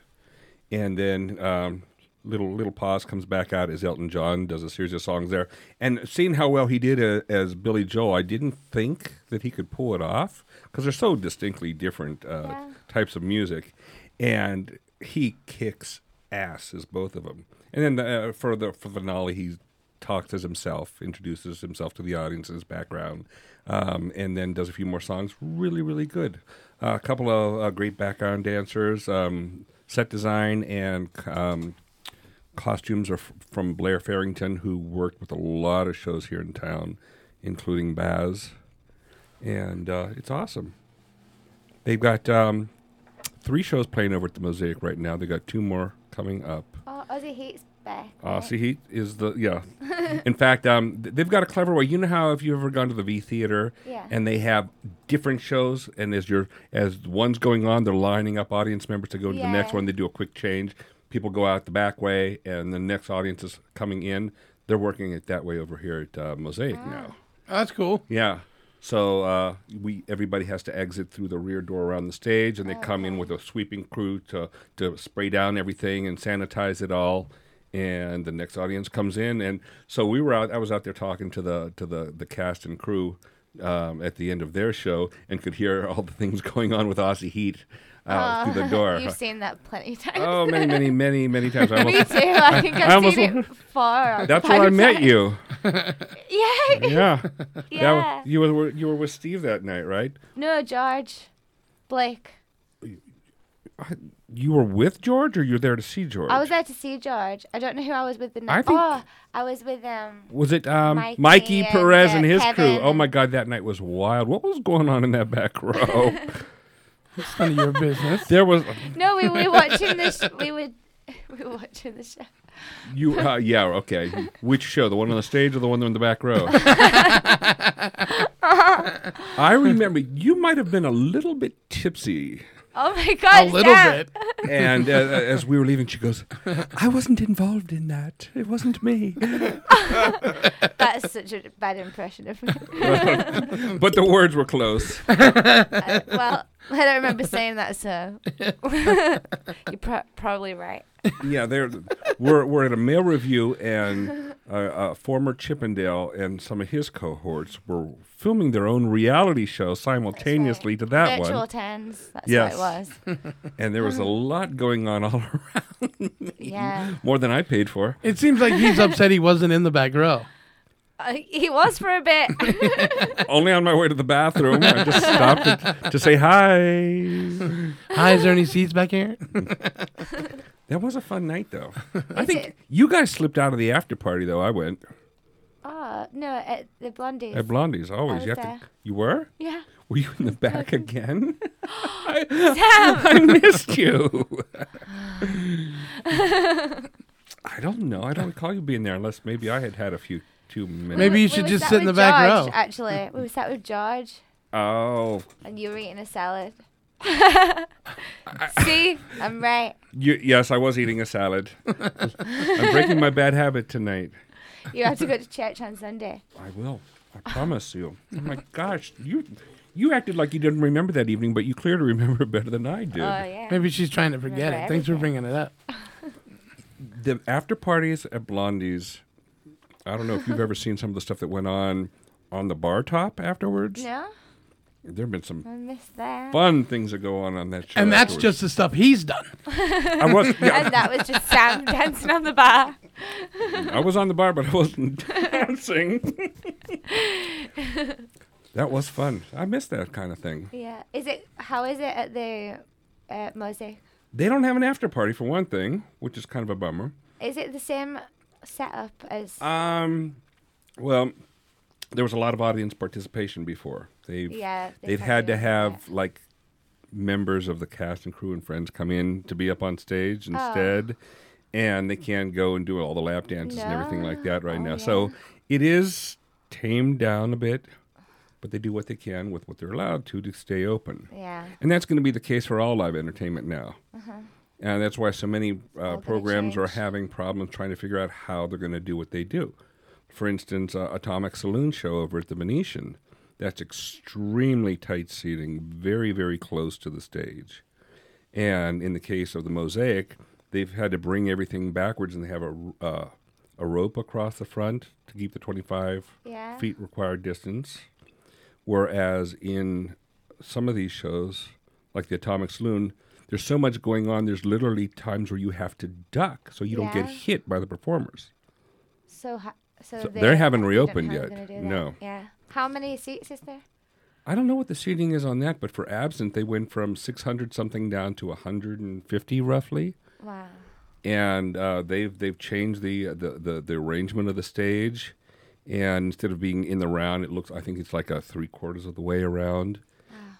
Speaker 8: and then um, little little pause comes back out as Elton John does a series of songs there. And seeing how well he did uh, as Billy Joel, I didn't think that he could pull it off because they're so distinctly different uh, types of music, and he kicks ass as both of them. And then uh, for the for the finale, he talks as himself, introduces himself to the audience and his background, um, and then does a few more songs. Really, really good. Uh, a couple of uh, great background dancers. Um, set design and um, costumes are f- from Blair Farrington, who worked with a lot of shows here in town, including Baz. And uh, it's awesome. They've got um, three shows playing over at the Mosaic right now. They got two more coming up.
Speaker 4: Oh, Aussie Heat's back.
Speaker 8: Aussie Heat Uh, is the
Speaker 4: *laughs*
Speaker 8: yeah. In fact, um, th- they've got a clever way. You know how if you've ever gone to the V Theater,
Speaker 4: Yeah.
Speaker 8: and they have different shows, and as your as one's going on, they're lining up audience members to go to the next
Speaker 4: Yeah.
Speaker 8: one. They do a quick change. People go out the back way, and the next audience is coming in. They're working it that way over here at uh, Mosaic
Speaker 4: Ah.
Speaker 8: now.
Speaker 7: Oh, that's cool.
Speaker 8: Yeah. So uh, we everybody has to exit through the rear door around the stage,
Speaker 4: Oh,
Speaker 8: and they come in with a sweeping crew to to spray down everything and sanitize it all. And the next audience comes in, and so we were out. I was out there talking to the to the the cast and crew um, at the end of their show, and could hear *laughs* all the things going on with Aussie Heat out through the door.
Speaker 4: Oh, *laughs* You've seen that plenty of times.
Speaker 8: oh, many,
Speaker 4: *laughs*
Speaker 8: many, many, many times. I
Speaker 4: Me too. I think I've seen it far.
Speaker 8: That's where I met you.
Speaker 4: *laughs* Yeah.
Speaker 8: Yeah. *laughs* That w-
Speaker 4: Yeah.
Speaker 8: you were you were with Steve that night, right?
Speaker 4: No, George, Blake.
Speaker 8: Uh, You were with George, or you're there to see George?
Speaker 4: I was there to see George. I don't know who I was with the night.
Speaker 8: I think-
Speaker 4: oh, I was with um.
Speaker 8: Was it um,
Speaker 4: Mikey
Speaker 8: Mikey,
Speaker 4: and,
Speaker 8: Perez
Speaker 4: uh,
Speaker 8: and his
Speaker 4: Kevin
Speaker 8: crew? Oh my God, that night was wild. What was going on in that
Speaker 4: *laughs*
Speaker 8: back row?
Speaker 7: it's none of your business.
Speaker 8: there was
Speaker 4: No, we were watching this. We were *laughs* we were watching the show.
Speaker 8: *laughs* you. Uh, yeah, okay. Which show? The one on the stage or the one in the back
Speaker 4: *laughs*
Speaker 8: row?
Speaker 4: Oh
Speaker 8: I remember you might have been a little bit tipsy.
Speaker 4: Oh my God! Sam.
Speaker 8: And uh, as we were leaving, she goes, *laughs* I wasn't involved in that. It wasn't
Speaker 7: *laughs*
Speaker 8: me.
Speaker 4: *laughs* That's such a bad impression
Speaker 8: *laughs*
Speaker 4: of me.
Speaker 8: but the words were close.
Speaker 4: Uh, well, I don't remember saying
Speaker 8: *laughs*
Speaker 4: that, so *laughs* you're pro- probably right.
Speaker 8: yeah, they're we're we're at a mail review, and uh, uh, former Chippendale and some of his cohorts were filming their own reality show simultaneously to that
Speaker 4: Virtual
Speaker 8: one.
Speaker 4: tens. That's
Speaker 8: yes,
Speaker 4: what it was.
Speaker 8: *laughs* and there was a lot going on all around me.
Speaker 4: Yeah.
Speaker 8: more than I paid for.
Speaker 7: It seems like he's upset he wasn't in the back row.
Speaker 4: Uh, he was for a bit.
Speaker 8: *laughs* Only on my way to the bathroom, I just stopped to, to say hi.
Speaker 7: *laughs* Hi, is there any seats back here?
Speaker 8: *laughs* That was a fun night,
Speaker 4: *laughs*
Speaker 8: though. *laughs* I think you guys slipped out of the after party, though. I went
Speaker 4: oh no, at the Blondies.
Speaker 8: at Blondie's always.
Speaker 4: I
Speaker 8: You have
Speaker 4: was
Speaker 8: to.
Speaker 4: there.
Speaker 8: You were.
Speaker 4: Yeah.
Speaker 8: Were you in the
Speaker 4: *laughs*
Speaker 8: back again? *laughs* I, *laughs* *laughs*
Speaker 4: Sam! *laughs*
Speaker 8: I missed you. *laughs*
Speaker 4: *laughs*
Speaker 8: I don't know. I don't recall you being there unless maybe I had had a few too
Speaker 4: We
Speaker 8: many.
Speaker 7: Maybe
Speaker 4: were-
Speaker 7: you
Speaker 4: we
Speaker 7: should
Speaker 4: were
Speaker 7: just
Speaker 4: sat
Speaker 7: sit in
Speaker 4: with
Speaker 7: the back row.
Speaker 4: George, Actually, we were sat with George,
Speaker 8: Oh, *laughs*
Speaker 4: and you were eating a salad. See, I'm right.
Speaker 8: You, yes, I was eating a
Speaker 7: *laughs*
Speaker 8: salad. I'm breaking my bad habit tonight.
Speaker 4: You have to go to church on Sunday.
Speaker 8: I will. I promise you. Oh my gosh, you you acted like you didn't remember that evening, but you clearly remember it better than I did.
Speaker 4: Oh, yeah.
Speaker 7: Maybe she's trying to forget
Speaker 4: Remember
Speaker 7: it. Thanks for bringing it up.
Speaker 8: *laughs* the after parties at Blondie's. I don't know if you've ever seen some of the stuff that went on on the bar top afterwards.
Speaker 4: No,
Speaker 8: There have been some
Speaker 4: I missed that.
Speaker 8: fun things that go on on that show.
Speaker 7: And that's
Speaker 8: afterwards.
Speaker 7: just the stuff he's done.
Speaker 8: I was-
Speaker 4: *laughs*
Speaker 8: yeah.
Speaker 4: and that was just Sam *laughs* dancing on the bar. *laughs*
Speaker 8: I was on the bar, but I wasn't. *laughs* dancing. that was fun. I miss that kind of thing.
Speaker 4: yeah. Is it? How is it at the uh, mosaic?
Speaker 8: They don't have an after party for one thing, which is kind of a bummer.
Speaker 4: Is it the same setup as?
Speaker 8: Um, well, there was a lot of audience participation before. They've
Speaker 4: Yeah, they
Speaker 8: they've had to
Speaker 4: probably
Speaker 8: have like members of the cast and crew and friends come in to be up on stage
Speaker 4: Oh.
Speaker 8: instead, and they can't go and do all the lap dances and everything like that right now.
Speaker 4: Oh, yeah.
Speaker 8: So it is tamed down a bit, but they do what they can with what they're allowed to to stay open.
Speaker 4: Yeah.
Speaker 8: and that's going to be the case for all live entertainment now.
Speaker 4: Uh-huh.
Speaker 8: And that's why so many uh, programs are having problems trying to figure out how they're going to do what they do. For instance, uh, Atomic Saloon show over at the Venetian. That's extremely tight seating, very, very close to the stage. And in the case of the Mosaic, they've had to bring everything backwards and they have a, r- uh, a rope across the front to keep the 25
Speaker 4: Yeah.
Speaker 8: feet required distance. Whereas in some of these shows, like the Atomic Saloon, there's so much going on, there's literally times where you have to duck so you don't get
Speaker 4: Yeah.
Speaker 8: hit by the performers.
Speaker 4: So, ha- so,
Speaker 8: So
Speaker 4: they,
Speaker 8: they haven't
Speaker 4: don't know
Speaker 8: reopened
Speaker 4: how they're
Speaker 8: yet.
Speaker 4: gonna do that.
Speaker 8: No.
Speaker 4: Yeah. How many seats is there?
Speaker 8: I don't know what the seating is on that, but for Absinthe, they went from 600 something down to 150 roughly.
Speaker 22: uh,
Speaker 4: Wow.
Speaker 8: and uh, they've they've changed the, the the the arrangement of the stage, and instead of being in the round, it looks I think it's like a three quarters of the way around,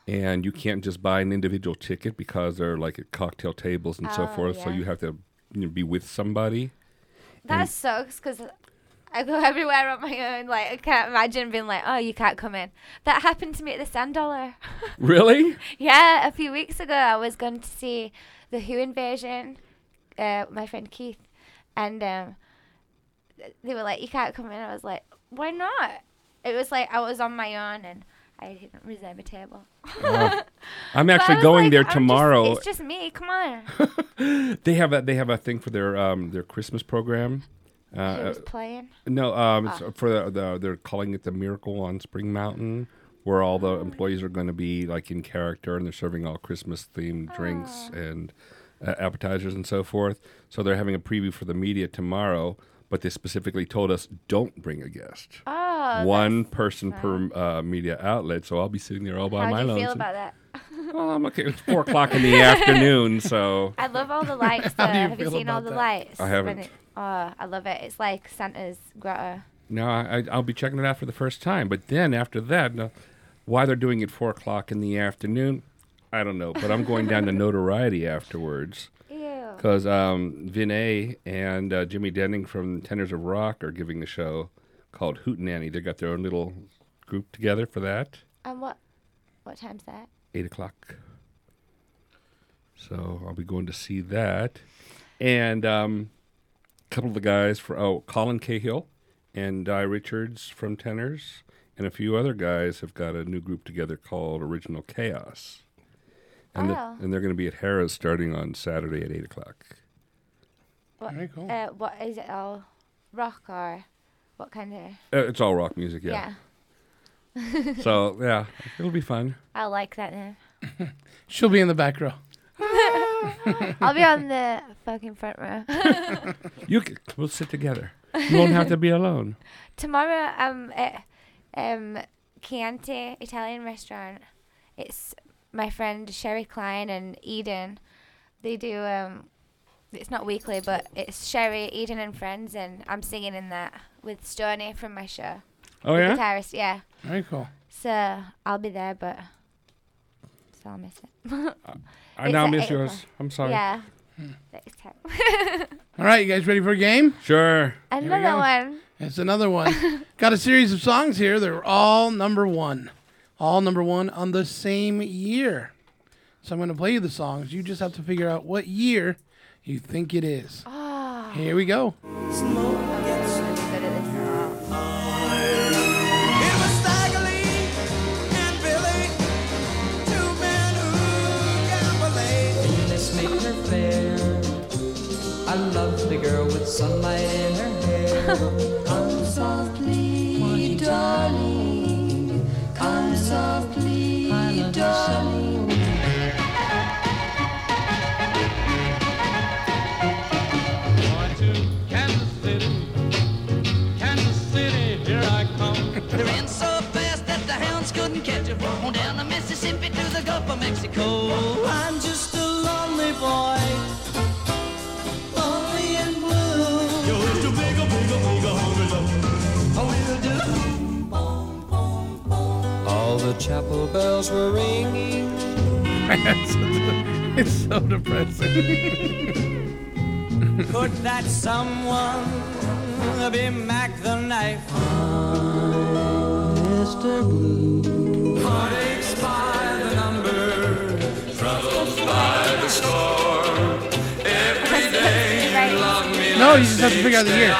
Speaker 8: and you can't just buy an individual ticket because they're like at cocktail tables and so
Speaker 4: Oh,
Speaker 8: forth, so
Speaker 4: yeah.
Speaker 8: you have to you know, be with somebody.
Speaker 4: That sucks because I go *laughs* everywhere on my own. Like I can't imagine being like, oh, you can't come in. That happened to me at the Sand Dollar.
Speaker 8: Really?
Speaker 4: yeah, a few weeks ago, I was going to see the Who Invasion. Uh, my friend Keith, and um, th- they were like, you can't come in. I was like, why not? It was like I was on my own and I didn't reserve a table.
Speaker 8: I'm
Speaker 4: *laughs* But I
Speaker 8: actually
Speaker 4: was
Speaker 8: going
Speaker 4: like,
Speaker 8: there
Speaker 4: "I'm just-
Speaker 8: tomorrow.
Speaker 4: it's just me. Come
Speaker 8: *laughs*
Speaker 4: on.
Speaker 8: They have a they have a thing for their um their Christmas program. Uh,
Speaker 4: Who's
Speaker 8: uh,
Speaker 4: playing?
Speaker 8: No, um, it's
Speaker 4: Oh.
Speaker 8: for the, the they're calling it the Miracle on Spring Mountain, where all
Speaker 4: Oh.
Speaker 8: the employees are going to be like in character, and they're serving all Christmas themed drinks
Speaker 4: Ah.
Speaker 8: and uh, appetizers and so forth. So they're having a preview for the media tomorrow, but they specifically told us don't bring a guest.
Speaker 4: Oh,
Speaker 8: One person per uh, media outlet, so I'll be sitting there all by
Speaker 4: How
Speaker 8: my
Speaker 4: do you feel
Speaker 8: lonesome.
Speaker 4: about that?
Speaker 8: Well,
Speaker 4: *laughs*
Speaker 8: I'm okay. It's four o'clock in the afternoon, so
Speaker 4: I love all the lights. Though.
Speaker 8: *laughs* How do you
Speaker 4: Have you
Speaker 8: feel
Speaker 4: seen all
Speaker 8: about
Speaker 4: the
Speaker 8: that?
Speaker 4: lights?
Speaker 8: I
Speaker 4: when
Speaker 8: haven't.
Speaker 4: it- oh, I love it. It's like Santa's grotto.
Speaker 8: No, I, I- I'll be checking it out for the first time. But then after that, no, why they're doing it four o'clock in the afternoon, I don't know. But I'm going down to Notoriety afterwards.
Speaker 4: Ew.
Speaker 8: Because um, Vinay and uh, Jimmy Denning from Tenors of Rock are giving a show called Hootenanny. They got their own little group together for that.
Speaker 4: And what? What time's that?
Speaker 8: Eight o'clock. So I'll be going to see that. And um, a couple of the guys for oh Colin Cahill and Di Richards from Tenors and a few other guys have got a new group together called Original Chaos. And, the-
Speaker 4: Oh.
Speaker 8: and they're going to be at Harrah's starting on Saturday at eight o'clock.
Speaker 4: What, uh, what is it all? Rock or what kind of?
Speaker 8: Uh, it's all rock music, yeah.
Speaker 4: Yeah.
Speaker 8: *laughs* so yeah, it'll be fun.
Speaker 4: *laughs* I like that name.
Speaker 7: She'll be in the back row.
Speaker 4: I'll be on the fucking front row.
Speaker 8: *laughs*
Speaker 4: *laughs*
Speaker 8: You c- we'll sit together. You won't have to be alone.
Speaker 4: Tomorrow, I'm at um, Chianti Italian restaurant. It's my friend Sherry Klein and Eden. They do. Um, it's not weekly, but it's Sherry, Eden, and friends, and I'm singing in that with Stoney from my show.
Speaker 7: Oh,
Speaker 4: The
Speaker 7: yeah?
Speaker 4: Guitarist, yeah.
Speaker 7: Very cool.
Speaker 4: So I'll be there, but so I'll miss it. *laughs*
Speaker 8: I now
Speaker 4: at
Speaker 8: miss
Speaker 4: eight
Speaker 8: yours.
Speaker 4: o'clock.
Speaker 8: I'm sorry.
Speaker 4: Yeah.
Speaker 7: Hmm.
Speaker 4: Next time.
Speaker 7: All right, you guys ready for a game?
Speaker 8: Sure.
Speaker 4: Another one.
Speaker 7: It's another
Speaker 4: *laughs*
Speaker 7: one. Got a series of songs here. They're all number one. All number one on the same year. So I'm going to play you the songs. You just have to figure out what year you think it is.
Speaker 4: Ah.
Speaker 7: Here we go.
Speaker 2: This made her fair. I love the girl with sunlight in her hair. *laughs* Come softly, darling. Come softly, darling.
Speaker 13: Kansas City, here I come. They ran so fast that the hounds couldn't catch her. From down the Mississippi to the Gulf of Mexico. I'm just a lonely boy. Lonely and blue. Yo, it's oh, the bigger, bigger, bigger, oh.
Speaker 2: All the chapel bells were
Speaker 7: *laughs*
Speaker 2: ringing.
Speaker 7: it's so depressing. *laughs*
Speaker 2: Could that someone be Mac the knife? Mr. Blue. Heartaches by the number, troubles by the score. Every day you love me.
Speaker 7: No,
Speaker 2: like
Speaker 7: you just have to figure out the
Speaker 2: six
Speaker 7: year.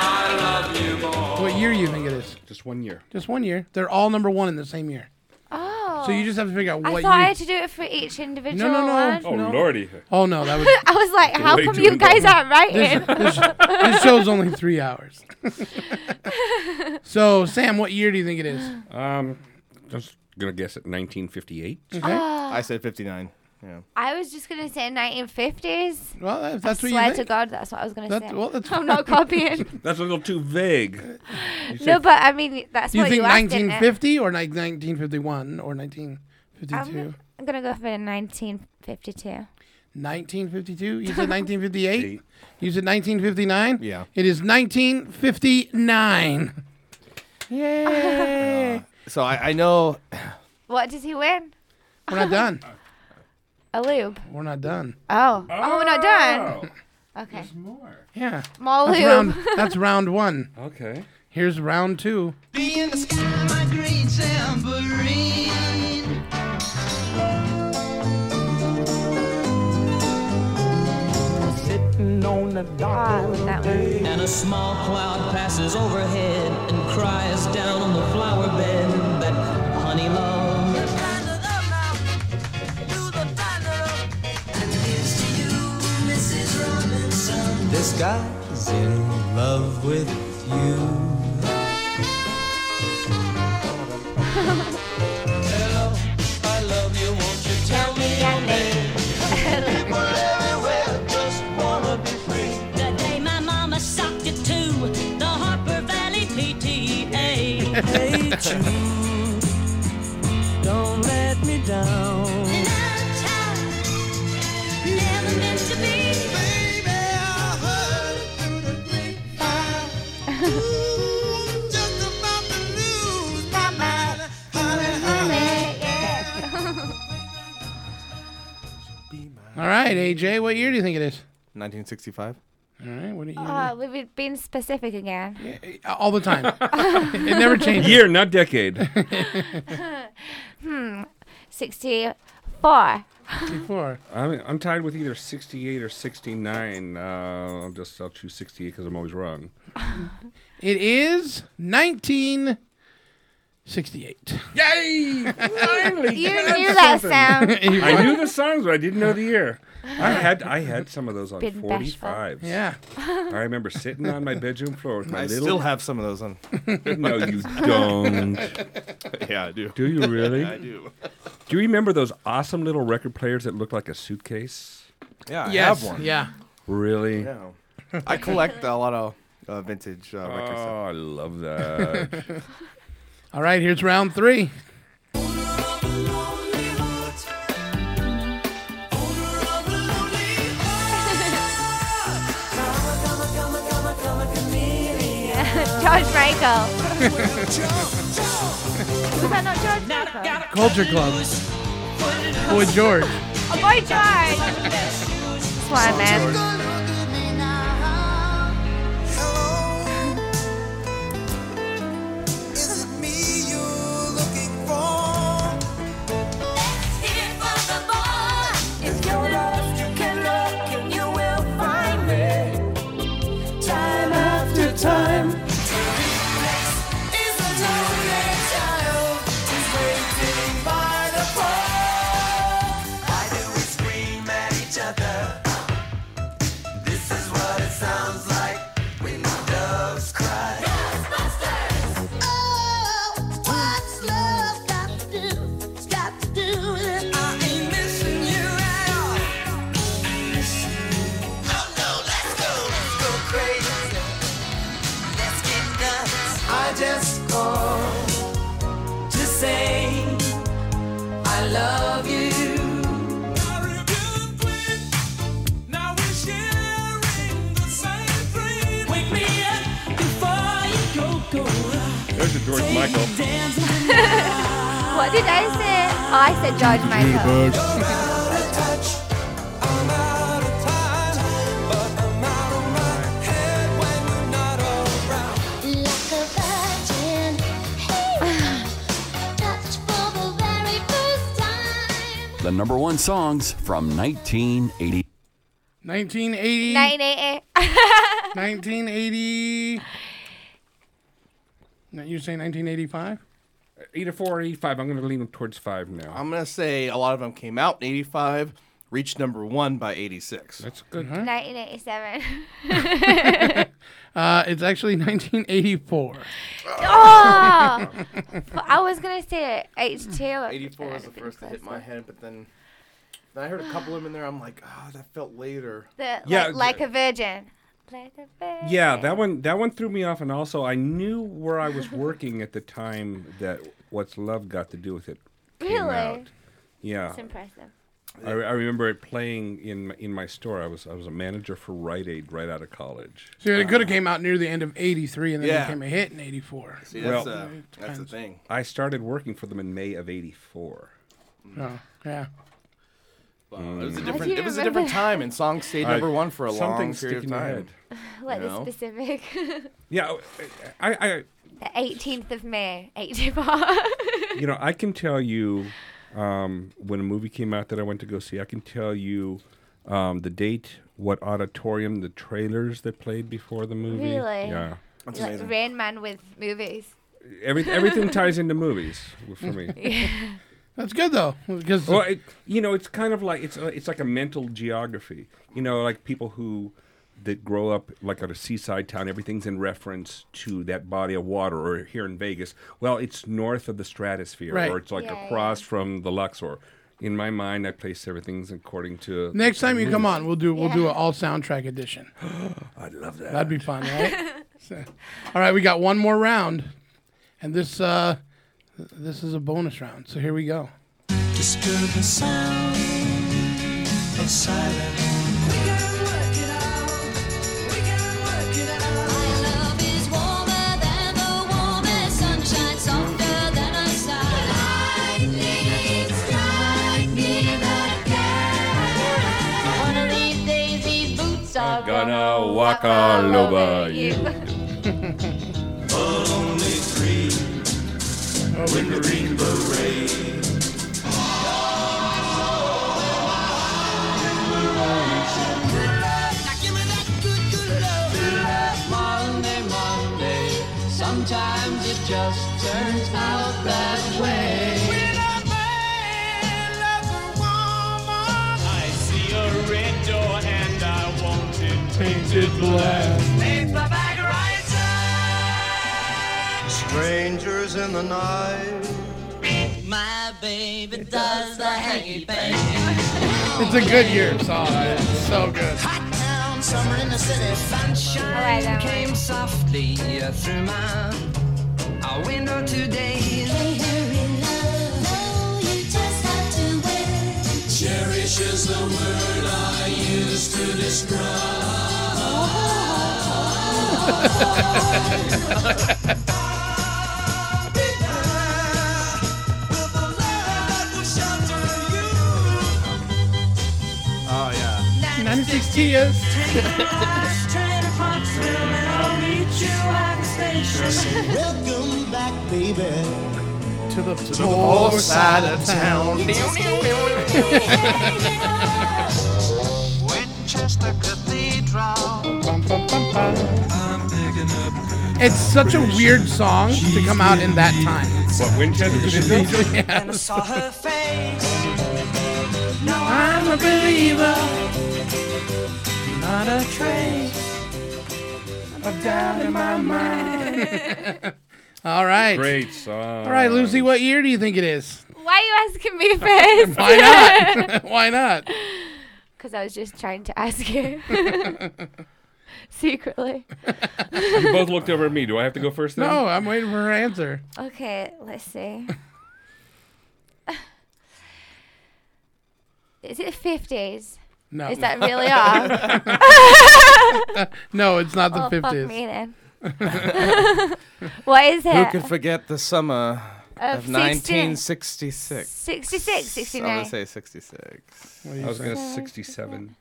Speaker 2: days.
Speaker 7: What year you think it is?
Speaker 8: Just one year.
Speaker 7: Just one year. They're all number one in the same year.
Speaker 4: Oh.
Speaker 7: So you just have to figure out
Speaker 4: I
Speaker 7: what
Speaker 4: thought I
Speaker 7: year.
Speaker 4: had to do it for each individual
Speaker 7: no, no.
Speaker 4: one.
Speaker 8: Oh,
Speaker 7: *laughs*
Speaker 8: lordy.
Speaker 7: Oh no, that was.
Speaker 4: *laughs* I was like, how
Speaker 7: Way
Speaker 4: come
Speaker 7: too
Speaker 4: you guys
Speaker 7: involved.
Speaker 4: aren't writing? *laughs*
Speaker 7: This- *laughs* this show's only three hours. so, Sam, what year do *laughs* you think it is?
Speaker 8: Um, I was gonna guess at 1958.
Speaker 4: Okay. Ah.
Speaker 9: I said 59. Yeah.
Speaker 4: I was just gonna say 1950s.
Speaker 7: Well, if that's what
Speaker 4: I
Speaker 7: you
Speaker 4: swear to
Speaker 7: think.
Speaker 4: God, that's what I was gonna
Speaker 7: That's-
Speaker 4: say.
Speaker 7: well, that's *laughs*
Speaker 4: I'm not
Speaker 7: fine.
Speaker 4: copying.
Speaker 8: That's a little too vague. You
Speaker 4: no,
Speaker 8: said-
Speaker 4: but I mean, that's
Speaker 7: you
Speaker 4: what
Speaker 7: think
Speaker 4: you asked, didn't it?
Speaker 7: 1950 or ni- 1951 or 1952?
Speaker 4: I'm, I'm gonna go for 1952.
Speaker 7: 1952? You said
Speaker 8: *laughs*
Speaker 7: 1958? You said 1959?
Speaker 9: Yeah.
Speaker 7: It is 1959. Yay!
Speaker 9: So I, I know
Speaker 4: *laughs* What does he win?
Speaker 7: We're not done.
Speaker 4: A lube.
Speaker 7: We're not done.
Speaker 4: Oh. Oh, we're not done.
Speaker 7: Oh.
Speaker 4: Okay.
Speaker 7: Yeah.
Speaker 4: More
Speaker 7: That's
Speaker 4: lube.
Speaker 7: round, that's round one.
Speaker 8: Okay.
Speaker 7: Here's round two.
Speaker 13: Be in the sky, my great tambourine.
Speaker 2: Sitting on the dock of the bay.
Speaker 13: And a small cloud passes overhead and cries down on the flower bed that honey love.
Speaker 2: This guy's in love with you. Hello, I love you. Won't you tell me your name? People everywhere just wanna be free.
Speaker 13: The day my mama socked it to the Harper Valley PTA.
Speaker 2: Hey, June, don't let me down.
Speaker 13: Never meant to be.
Speaker 2: Baby, I heard it through the grapevine. Ooh, just about to lose my mind. Honey, honey,
Speaker 7: All right, AJ, what year do you think it is?
Speaker 9: 1965.
Speaker 7: All right, what do you?
Speaker 4: Oh, we've been specific again.
Speaker 7: all the
Speaker 4: *laughs*
Speaker 7: time. it never changes.
Speaker 8: Year,
Speaker 7: *laughs*
Speaker 8: not decade.
Speaker 4: hmm. 64.
Speaker 7: Before.
Speaker 8: I'm, I'm tied with either 68 or 69. Uh, I'll just I'll choose 68 because I'm always wrong.
Speaker 7: It is 1968.
Speaker 8: Yay! Finally,
Speaker 4: You
Speaker 8: got
Speaker 4: knew that
Speaker 8: something.
Speaker 7: *laughs* sound.
Speaker 8: I knew the songs, but I didn't know the year. I had I had some of those on
Speaker 4: Been bashful.
Speaker 8: 45s.
Speaker 7: Yeah.
Speaker 8: I remember sitting on my bedroom floor with my
Speaker 9: I
Speaker 8: little.
Speaker 9: still have some of those on.
Speaker 8: *laughs* No, you
Speaker 13: *laughs*
Speaker 8: don't.
Speaker 9: *laughs* yeah, I do.
Speaker 8: Do you really?
Speaker 9: *laughs* I do.
Speaker 8: Do you remember those awesome little record players that look like a suitcase?
Speaker 9: Yeah, I
Speaker 7: Yes,
Speaker 9: have one.
Speaker 7: yeah.
Speaker 8: Really?
Speaker 9: Yeah. I collect a lot of uh, vintage uh,
Speaker 8: Oh,
Speaker 9: records.
Speaker 8: I love that.
Speaker 9: *laughs*
Speaker 7: All right, here's round three.
Speaker 4: *laughs* George Michael. Was that not George Michael?
Speaker 7: Culture Club. Boy George.
Speaker 4: Oh, boy, George. That's what I meant.
Speaker 13: Is it me you're looking for? Let's hear it for the boy
Speaker 8: Michael.
Speaker 4: *laughs* what did I say? Oh, I said George Michael. *laughs*
Speaker 14: The number one songs from 1980.
Speaker 7: 1980.
Speaker 4: 988.
Speaker 7: *laughs* 1980. No, You're saying 1985?
Speaker 8: Either four or 85. I'm going to lean towards five now.
Speaker 9: I'm going to say a lot of them came out in 85, reached number one by 86.
Speaker 8: That's
Speaker 7: good,
Speaker 4: Mm-hmm.
Speaker 7: *laughs*
Speaker 4: *laughs* 1987.
Speaker 7: Uh, it's actually 1984.
Speaker 4: oh! But *laughs* I was going to say H2.
Speaker 9: 84 was the first that hit my head, but then, then I heard a couple of them in there. I'm like, oh, that felt later.
Speaker 8: *laughs*
Speaker 4: The, *laughs*
Speaker 8: Yeah,
Speaker 4: like, like a virgin. Like a virgin.
Speaker 8: Yeah, that one that one threw me off, and also I knew where I was working at the time that "What's Love" got to do with it. came
Speaker 4: Really?
Speaker 8: out. Yeah.
Speaker 4: It's impressive.
Speaker 8: I, I remember it playing in my- in my store. I was I was a manager for Rite Aid right out of college.
Speaker 7: So it could have came out near the end of 83 and then
Speaker 8: Yeah.
Speaker 7: became a hit in 84.
Speaker 9: See,
Speaker 8: Well-
Speaker 9: that's, uh, that's the thing.
Speaker 8: I started working for them in May of '84.
Speaker 7: Oh, yeah.
Speaker 9: It was a
Speaker 8: Mm.
Speaker 9: different.
Speaker 4: you
Speaker 9: It was a
Speaker 4: remember
Speaker 9: different
Speaker 4: that?
Speaker 9: time, and songs stayed
Speaker 8: I-
Speaker 9: number one for a
Speaker 8: something
Speaker 9: long
Speaker 8: stick
Speaker 9: period of
Speaker 8: in your
Speaker 9: time.
Speaker 8: head.
Speaker 4: Like the
Speaker 9: You know?
Speaker 4: specific. *laughs*
Speaker 8: Yeah, I, I, I
Speaker 4: the 18th of May, 84.
Speaker 8: you know, I can tell you um, when a movie came out that I went to go see. I can tell you um, the date, what auditorium, the trailers that played before the movie.
Speaker 4: *laughs* really?
Speaker 8: Yeah.
Speaker 4: like Rain Man with movies.
Speaker 8: Every,
Speaker 4: *laughs*
Speaker 8: everything ties into movies for me.
Speaker 4: Yeah.
Speaker 7: That's good though, because
Speaker 8: well, it, you know, it's kind of like it's a, it's like a mental geography. You know, like people who that grow up like at a seaside town, everything's in reference to that body of water. Or here in Vegas, well, it's north of the stratosphere,
Speaker 7: Right.
Speaker 8: or it's like
Speaker 7: Yeah,
Speaker 8: across from the Luxor. In my mind, I place everything's according to.
Speaker 7: Next time you come
Speaker 8: movies.
Speaker 7: on, we'll do we'll do an all soundtrack edition.
Speaker 8: I'd love that.
Speaker 7: That'd be fun, right? *laughs* So- all right, we got one more round, and this uh, th- this is a bonus round. So here we go.
Speaker 2: Disturb the sound of silence. We can work it out. We can work it out. My love is warmer than the warmest sunshine, softer than a star. Lightning strike me again. One of these days, these boots are
Speaker 8: Gonna walk all over you.
Speaker 2: But only three with the green beret.
Speaker 13: Monday, Monday. Sometimes it just turns out that way.
Speaker 2: I see a red door and I want it
Speaker 7: painted black.
Speaker 2: Paint the bag right
Speaker 34: Strangers in the night.
Speaker 13: My baby does the hanky bang.
Speaker 7: It's a good year song. It's so good.
Speaker 13: Hot town, summer in the city, sunshine came softly through my our window today.
Speaker 2: Cherishes the word I used to
Speaker 13: *laughs*
Speaker 2: describe.
Speaker 9: Oh yeah.
Speaker 7: 96 years.
Speaker 2: Welcome back, baby,
Speaker 7: to the
Speaker 2: to
Speaker 7: poor side of
Speaker 2: *laughs*
Speaker 7: town. *laughs*
Speaker 2: Winchester Cathedral. I'm picking up.
Speaker 7: It's such a weird song to come out in that time.
Speaker 8: What Winchester Cathedral?
Speaker 7: *laughs*
Speaker 2: And I saw her face.
Speaker 7: No, I'm a believer.
Speaker 2: Not a trace of doubt in my mind.
Speaker 7: All right.
Speaker 8: Great song.
Speaker 7: All right, Lucy, what year do you think it is? *laughs*
Speaker 4: Why are you asking
Speaker 8: *laughs*
Speaker 4: me first?
Speaker 7: Why
Speaker 4: *laughs*
Speaker 7: not? Why not?
Speaker 4: Because I was just trying to ask you. *laughs* Secretly.
Speaker 8: you both looked over at me. Do I have to go first? Then?
Speaker 7: No, uh, I'm waiting for her answer.
Speaker 4: Okay, let's see. Is it 50s?
Speaker 7: No.
Speaker 4: Is that really off?
Speaker 7: *laughs* no, it's not the
Speaker 4: oh,
Speaker 8: *laughs*
Speaker 7: 50s.
Speaker 4: Fuck me then. *laughs*
Speaker 7: *laughs*
Speaker 4: what is it?
Speaker 10: Who could forget the summer
Speaker 4: Of
Speaker 10: of 1966?
Speaker 4: 66,
Speaker 10: I'm
Speaker 4: 69.
Speaker 10: gonna say 66.
Speaker 8: What do you I was say? gonna 67.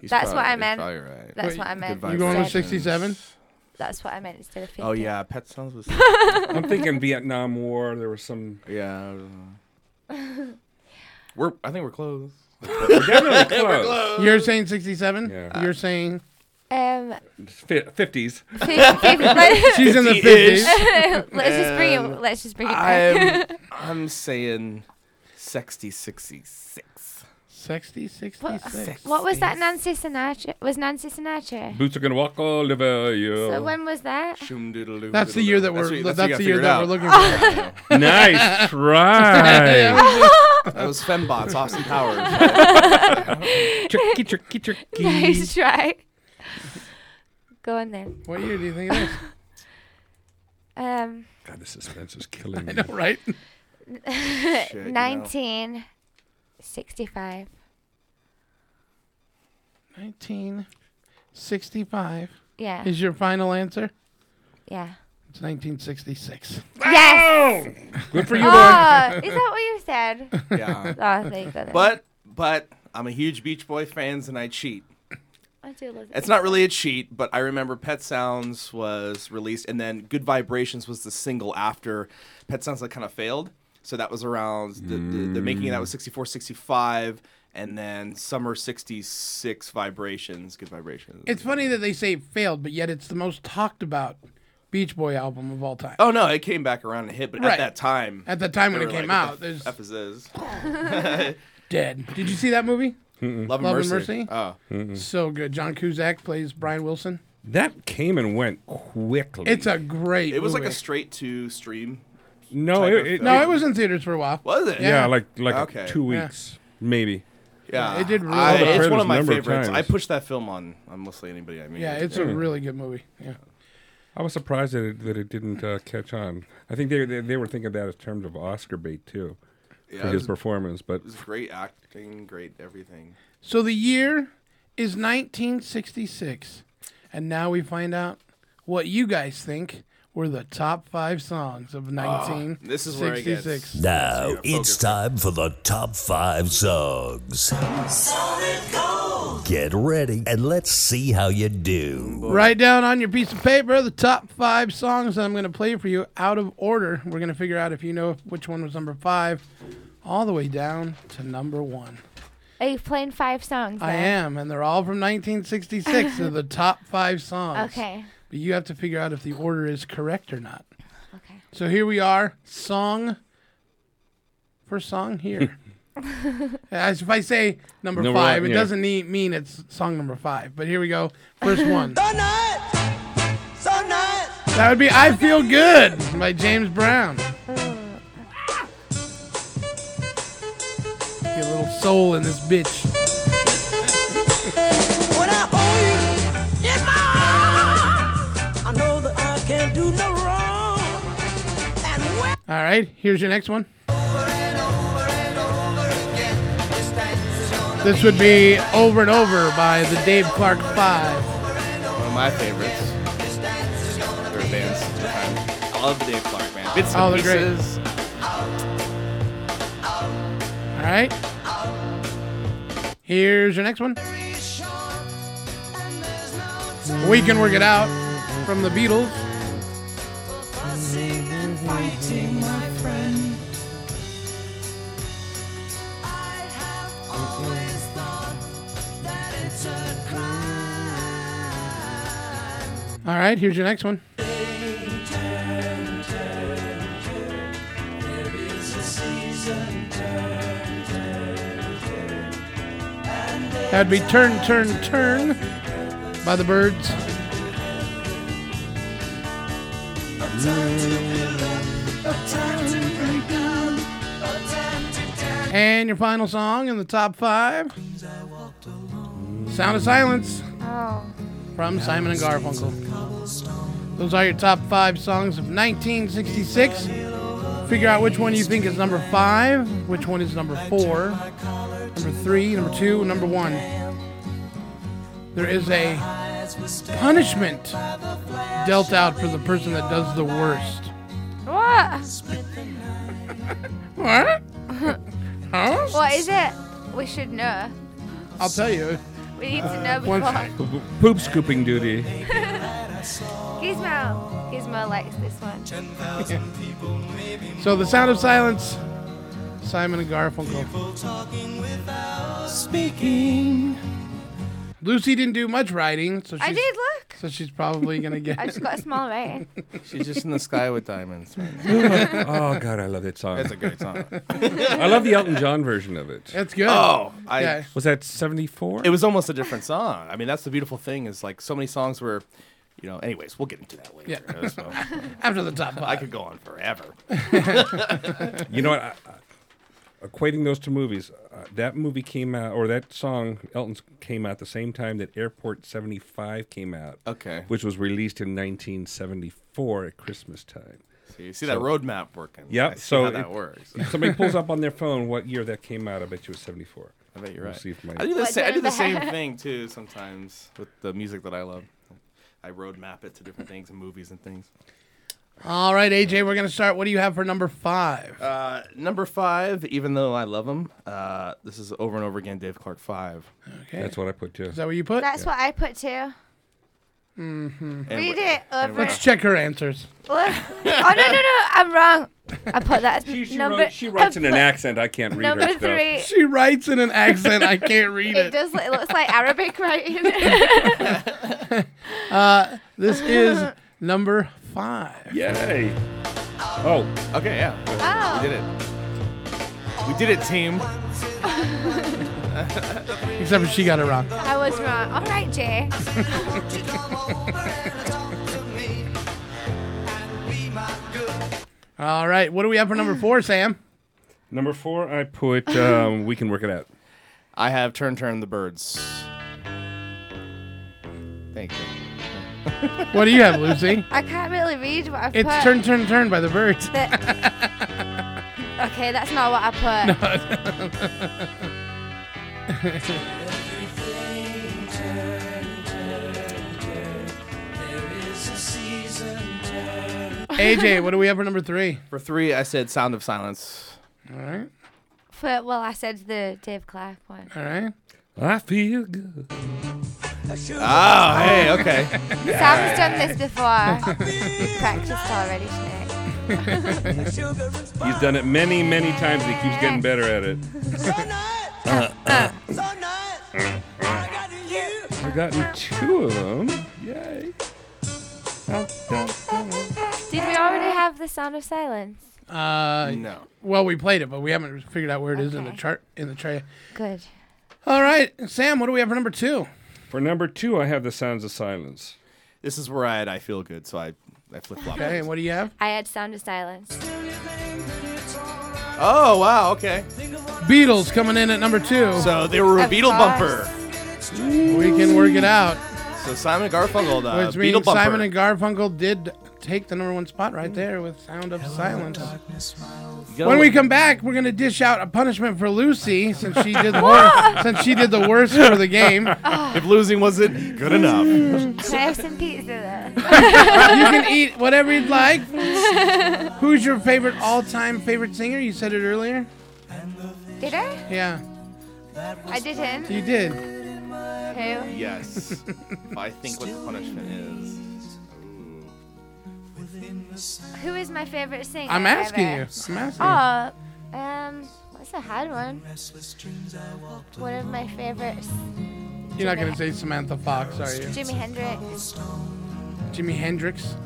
Speaker 10: He's
Speaker 4: That's
Speaker 10: probably-
Speaker 4: what I
Speaker 10: he's
Speaker 4: meant.
Speaker 10: probably right.
Speaker 4: That's what I meant.
Speaker 7: You going with 67?
Speaker 4: That's what I meant instead of 50.
Speaker 10: Oh yeah, Pet Sounds was.
Speaker 8: I'm thinking Vietnam War. There was some.
Speaker 10: Yeah. We're. I think we're close.
Speaker 8: We're
Speaker 10: *laughs*
Speaker 8: definitely close.
Speaker 7: You're saying 67?
Speaker 8: Yeah.
Speaker 7: You're saying
Speaker 4: *laughs* Um,
Speaker 8: Fifties.
Speaker 2: *laughs*
Speaker 10: *laughs*
Speaker 7: She's in the 50s.
Speaker 4: *laughs* Let's just bring it- let's just bring it
Speaker 10: I'm,
Speaker 4: back.
Speaker 10: Um, I'm saying 60, 66.
Speaker 7: 60,
Speaker 10: 66.
Speaker 4: what was that Nancy Sinatra? Was Nancy Sinatra?
Speaker 8: Boots are gonna walk all over you.
Speaker 4: So
Speaker 10: Oh.
Speaker 4: when was that?
Speaker 7: That's the year that we're- that's the year that we're looking
Speaker 8: *laughs*
Speaker 10: *laughs* for.
Speaker 8: Nice
Speaker 7: *laughs*
Speaker 8: try.
Speaker 10: that was Fembots,
Speaker 8: *laughs*
Speaker 10: Austin Powers.
Speaker 8: tricky, tricky, tricky.
Speaker 4: Nice try. Go on then.
Speaker 7: What year do you think it is?
Speaker 4: *laughs* Um,
Speaker 8: God, the suspense is killing me.
Speaker 7: I know,
Speaker 4: *laughs*
Speaker 7: right?
Speaker 8: you know.
Speaker 4: 1965.
Speaker 7: 1965.
Speaker 4: Yeah.
Speaker 7: Is your final answer?
Speaker 4: Yeah.
Speaker 7: It's 1966.
Speaker 4: Yes.
Speaker 7: Good
Speaker 4: oh, is that what you said?
Speaker 10: *laughs* Yeah.
Speaker 4: Oh, thank goodness.
Speaker 10: But but I'm a huge Beach Boy fans and I cheat.
Speaker 4: I do love
Speaker 10: It's not really a cheat, but I remember Pet Sounds was released, and then Good Vibrations was the single after Pet Sounds that kind of failed. So that was around the, the, the making of that was 64, 65, and then Summer 66 Vibrations, Good Vibrations.
Speaker 7: It's funny that they say it failed, but yet it's the most talked about Beach Boy album of all time.
Speaker 10: Oh, no, it came back around and hit, but
Speaker 7: Right.
Speaker 10: at that time.
Speaker 7: At the time when
Speaker 10: they
Speaker 7: it
Speaker 10: were
Speaker 7: came
Speaker 10: like,
Speaker 7: out,
Speaker 10: what the
Speaker 7: there's-
Speaker 10: F is this?
Speaker 7: *laughs* Dead. Did you see that movie?
Speaker 10: Mm-mm. Love and Mercy? Oh. Mm-mm.
Speaker 7: So good. John Cusack plays Brian Wilson.
Speaker 8: That came and went quickly.
Speaker 7: It's a great
Speaker 10: It was like a
Speaker 7: movie.
Speaker 10: straight to stream.
Speaker 8: no.
Speaker 10: type
Speaker 8: It,
Speaker 10: of
Speaker 8: it,
Speaker 7: No, it was in theaters for a while.
Speaker 10: Was
Speaker 8: Yeah, like like
Speaker 10: Okay.
Speaker 8: two
Speaker 10: Yeah.
Speaker 8: weeks maybe.
Speaker 10: Yeah,
Speaker 7: It did really
Speaker 10: I- it's
Speaker 7: well.
Speaker 10: one
Speaker 8: Trailers
Speaker 10: of my
Speaker 8: number of
Speaker 10: favorites. I
Speaker 8: times.
Speaker 10: push that film on on mostly anybody I meet.
Speaker 7: Yeah, it's a
Speaker 10: Mm.
Speaker 8: Yeah.
Speaker 7: really good movie. Yeah.
Speaker 8: I was surprised that it, that it didn't uh, catch on. I think they, they they were thinking that in terms of Oscar bait too,
Speaker 10: Yeah,
Speaker 8: for
Speaker 10: it
Speaker 8: his
Speaker 10: was-
Speaker 8: performance. But
Speaker 10: It was great acting, great everything.
Speaker 7: So the year is 1966. And now we find out what you guys think were the top five songs of 1966.
Speaker 10: Ah, this is where it gets-
Speaker 1: Now it's time for the top five songs. Get ready and let's see how you do.
Speaker 7: Write down on your piece of paper the top five songs that I'm going to play for you out of order. We're going to figure out if you know which one was number five, all the way down to number one.
Speaker 4: Are you playing five songs?
Speaker 7: I
Speaker 4: then?
Speaker 7: am, and they're all from 1966. they're the top five songs.
Speaker 4: Okay.
Speaker 7: But you have to figure out if the order is correct or not. Okay. So here we are, song for
Speaker 2: *laughs*
Speaker 7: song here. As if I say number,
Speaker 2: Number
Speaker 7: five,
Speaker 2: one,
Speaker 7: it
Speaker 2: yeah.
Speaker 7: doesn't need, mean it's song number five. But here we go. First one.
Speaker 2: So nice. So nice.
Speaker 7: That would be I Feel Good by James Brown. Get a little soul in this bitch.
Speaker 2: When I hold you in my arms, I know that I can't do no wrong. And when
Speaker 7: All right, here's your next one. This would be Over and Over by the Dave Clark Five.
Speaker 10: One of my favorites. Their bands. at the time. I love the Dave Clark man. Bits
Speaker 7: Oh,
Speaker 10: and
Speaker 7: they're great.
Speaker 10: pieces. *laughs*
Speaker 7: All right. Here's your next one. We can work it out from the Beatles.
Speaker 2: fussing and fighting, my friend. I have always thought that it's a crime.
Speaker 7: All right, here's your next one.
Speaker 2: Turn, turn, turn. There is a season. Turn, turn, turn.
Speaker 7: That'd be Turn, Turn, Turn by the Birds.
Speaker 2: A time to build up, a time to break down, a time to die.
Speaker 7: And your final song in the top five Sound of Silence
Speaker 4: Oh.
Speaker 7: from Simon and Garfunkel. Those are your top five songs of 1966. Figure out which one you think is number five, which one is number four, number three, number two, number one. There is a punishment dealt out for the person that does the worst.
Speaker 4: What?
Speaker 7: What? Huh?
Speaker 4: What is it? We should know.
Speaker 7: I'll tell you.
Speaker 4: We need to know
Speaker 8: Once-
Speaker 4: before.
Speaker 8: p- poop scooping
Speaker 7: *laughs*
Speaker 8: duty.
Speaker 4: *laughs* Gizmo. Gizmo likes this one.
Speaker 7: So the sound of silence. Simon and Garfunkel. Speaking. Lucy didn't do much writing, so she's,
Speaker 4: I did look.
Speaker 7: so she's probably
Speaker 4: *laughs*
Speaker 7: gonna get.
Speaker 4: I just got a small rating.
Speaker 10: She's just in the sky with diamonds.
Speaker 8: oh God, I love that song.
Speaker 10: That's a great song.
Speaker 8: I love the Elton John version of it.
Speaker 7: That's good.
Speaker 10: Oh, I
Speaker 7: Yeah.
Speaker 8: was that '74.
Speaker 10: It was almost a different song. I mean, that's the beautiful thing is like so many songs were, you know. Anyways, we'll get into that later.
Speaker 7: Yeah.
Speaker 10: So-
Speaker 7: *laughs* After the top
Speaker 10: I
Speaker 7: five.
Speaker 10: could go on forever.
Speaker 8: *laughs* you know what? I, I, equating those to movies, uh, that movie came out, or that song Elton's came out the same time that Airport '75 came out.
Speaker 10: Okay.
Speaker 8: Which was released in 1974 at Christmas time.
Speaker 10: So you see that roadmap working. I
Speaker 8: Yep.
Speaker 10: see
Speaker 8: So
Speaker 10: how that
Speaker 8: if-
Speaker 10: works.
Speaker 8: if *laughs* somebody pulls up on their phone what year that came out. I bet you it was 74.
Speaker 10: I bet you're
Speaker 8: We'll
Speaker 10: right.
Speaker 8: see if my-
Speaker 10: I do the,
Speaker 4: What
Speaker 10: sa- I do the
Speaker 4: does
Speaker 10: same
Speaker 4: *laughs* that-
Speaker 10: thing too sometimes with the music that I love. I roadmap it to different things and movies and things.
Speaker 7: *laughs* All right, AJ, we're gonna start. What do you have for number five?
Speaker 10: Uh, number five, even though I love him, uh, this is over and over again. Dave Clark five.
Speaker 7: Okay. That's
Speaker 8: what I put too.
Speaker 7: Is that what you put?
Speaker 4: That's what I put too.
Speaker 7: Mm-hmm.
Speaker 4: Hmm. Read it over.
Speaker 7: Let's check her answers.
Speaker 4: *laughs* oh no no no! I'm wrong. I
Speaker 7: *laughs*
Speaker 4: put that
Speaker 8: She, she,
Speaker 4: number.
Speaker 8: wrote, she writes
Speaker 4: I
Speaker 8: in an
Speaker 4: *laughs* put-
Speaker 8: accent. I can't read
Speaker 4: number
Speaker 8: her stuff.
Speaker 4: three.
Speaker 7: She writes in an accent. I can't read
Speaker 4: *laughs* It
Speaker 7: it.
Speaker 4: does. It looks like Arabic writing. *laughs*
Speaker 7: *laughs* Uh, this
Speaker 4: *laughs*
Speaker 7: is number five.
Speaker 8: Yay. Oh.
Speaker 10: Okay, yeah.
Speaker 4: Oh.
Speaker 10: We did it. We did it, team.
Speaker 7: Except for she got it wrong.
Speaker 4: I was wrong. All right, Jay. *laughs*
Speaker 7: All right, what do we have for number four, Sam?
Speaker 8: Number four, I put um, We Can Work It Out.
Speaker 10: I have Turn Turn the Birds. Thank you.
Speaker 7: What do you have, Lucy?
Speaker 4: I can't really read what I put.
Speaker 7: It's turn, turn, turn by the birds.
Speaker 4: Okay, that's not what I put.
Speaker 7: AJ, what do we have for number three?
Speaker 10: For three, I said Sound of Silence.
Speaker 7: All right.
Speaker 4: For, well, I said the Dave Clark one.
Speaker 7: All right.
Speaker 8: I feel good.
Speaker 10: Oh,
Speaker 8: *laughs*
Speaker 10: hey, okay.
Speaker 4: Sam's done this
Speaker 7: *laughs*
Speaker 4: before. He's practiced already today.
Speaker 8: He's done it many, many times. and He keeps getting better at
Speaker 4: *laughs*
Speaker 8: it. Uh, uh, uh, uh. I've gotten two of them. Yay.
Speaker 4: Did we already have the sound of silence?
Speaker 7: *laughs* Uh,
Speaker 10: no.
Speaker 7: Well, we played it, but we haven't figured out where it is in the chart in the tray.
Speaker 4: Good.
Speaker 7: All right, Sam, what do we have for number two?
Speaker 8: For number two, I have The Sounds of Silence.
Speaker 10: This is where I had I Feel Good, so I, I flip flop.
Speaker 7: Okay, what do you have?
Speaker 4: I had sound of silence.
Speaker 10: Oh, wow, okay.
Speaker 7: Beatles coming in at number two.
Speaker 10: So they were a
Speaker 4: Of
Speaker 10: Beatle
Speaker 4: course.
Speaker 10: bumper.
Speaker 7: We can work it out.
Speaker 10: So Simon and Garfunkel, the
Speaker 7: Which
Speaker 10: Beatle
Speaker 7: means
Speaker 10: bumper.
Speaker 7: Simon and Garfunkel did take the number one spot right there with Sound of Silence.
Speaker 10: You
Speaker 7: When
Speaker 10: gotta
Speaker 7: we
Speaker 10: look-
Speaker 7: come back, we're gonna dish out a punishment for Lucy since she did the worst, since she did the worst for the game. You
Speaker 10: if losing wasn't good enough.
Speaker 4: Can I have some pizza then?
Speaker 7: can eat whatever you'd like. Who's your favorite all-time favorite singer? You said it earlier.
Speaker 4: Did I?
Speaker 7: Yeah,
Speaker 4: I didn't.
Speaker 7: you *laughs* did.
Speaker 4: *laughs* Who?
Speaker 10: Yes. if I think what the punishment
Speaker 4: *laughs*
Speaker 10: is. Ooh.
Speaker 4: Who is my favorite singer?
Speaker 7: I'm asking you.
Speaker 4: ever?
Speaker 7: I'm asking. you.
Speaker 4: Oh, um, that's a hard one. One of my favorites,
Speaker 7: You're not gonna say Samantha Fox, are you?
Speaker 4: Jimi Hendrix,
Speaker 7: Jimi Hendrix.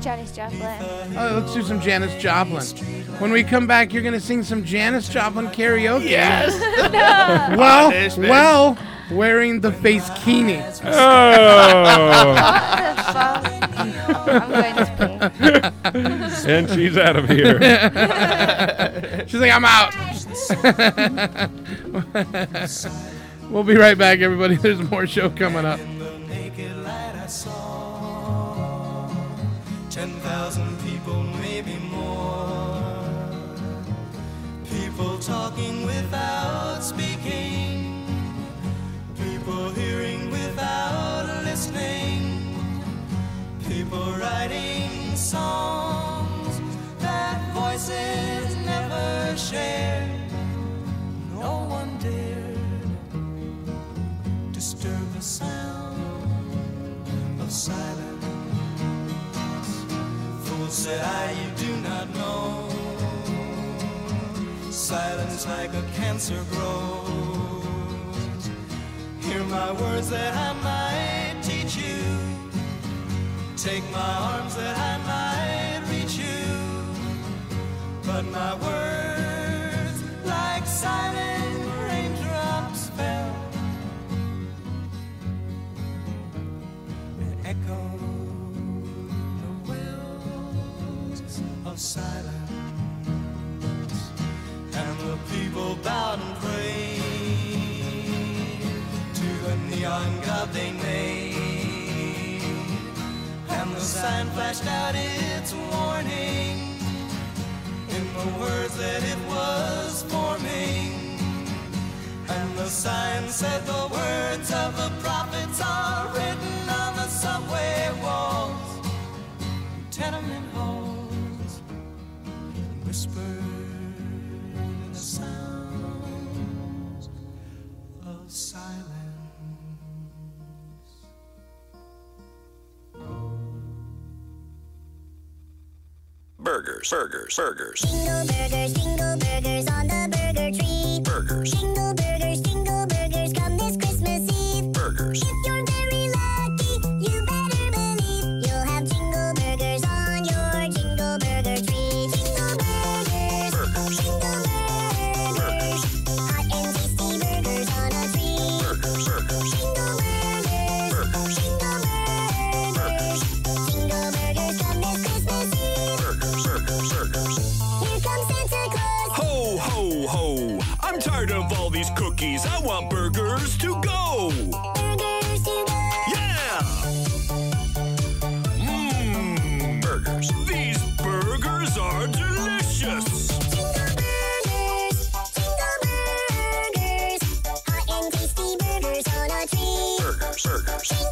Speaker 4: Janis Joplin.
Speaker 7: Oh, let's do some Janis Joplin. When we come back, you're gonna sing some Janis Joplin karaoke.
Speaker 8: *laughs*
Speaker 10: Yes.
Speaker 7: Well,
Speaker 10: Punishment.
Speaker 7: well, wearing the face kini.
Speaker 8: Oh.
Speaker 4: I'm going to pee.
Speaker 8: and she's out of here.
Speaker 7: *laughs* She's like, I'm out. *laughs* we'll be right back, everybody. *laughs* There's more show coming up.
Speaker 2: naked light I saw. Ten thousand people, maybe more. People talking without speaking. People hearing without listening. this is never shared. No one dared disturb the sound of silence. Fool said I, you do not know. Silence like a cancer grows. Hear my words that I might teach you. Take my arms that I might reach you. But my words, like silent raindrops, fell and echoed the wells of silence. And the people bowed and prayed to the neon god they made. And the sign flashed out its warning in the words that it was forming. And the sign said the words of the prophets are written on the subway walls, tenement halls, and whispered in the sounds of silence.
Speaker 32: Burgers, burgers, burgers.
Speaker 2: Jingle burgers, jingle burgers on the burger tree. Burgers. Jingle burgers, jingle burgers come this Christmas Eve. Burgers. If you're very lucky, you better believe you'll have jingle burgers on your jingle burger tree. Jingle burgers. Burgers. Jingle burgers. Hot and tasty burgers on a tree. Burgers, burgers. Jingle burgers. Burgers. Jingle burgers. Jingle burgers come this Christmas Eve.
Speaker 32: Burgers, burgers, burgers.
Speaker 2: Here comes Santa Claus.
Speaker 32: Ho, ho, ho. I'm tired of all these cookies. I want burgers to go.
Speaker 2: Burgers to go.
Speaker 32: Yeah. Mmm, burgers. These burgers are delicious. Burgers, burgers. Yeah. Burgers, burgers, burgers. Burgers. Bur- burgers.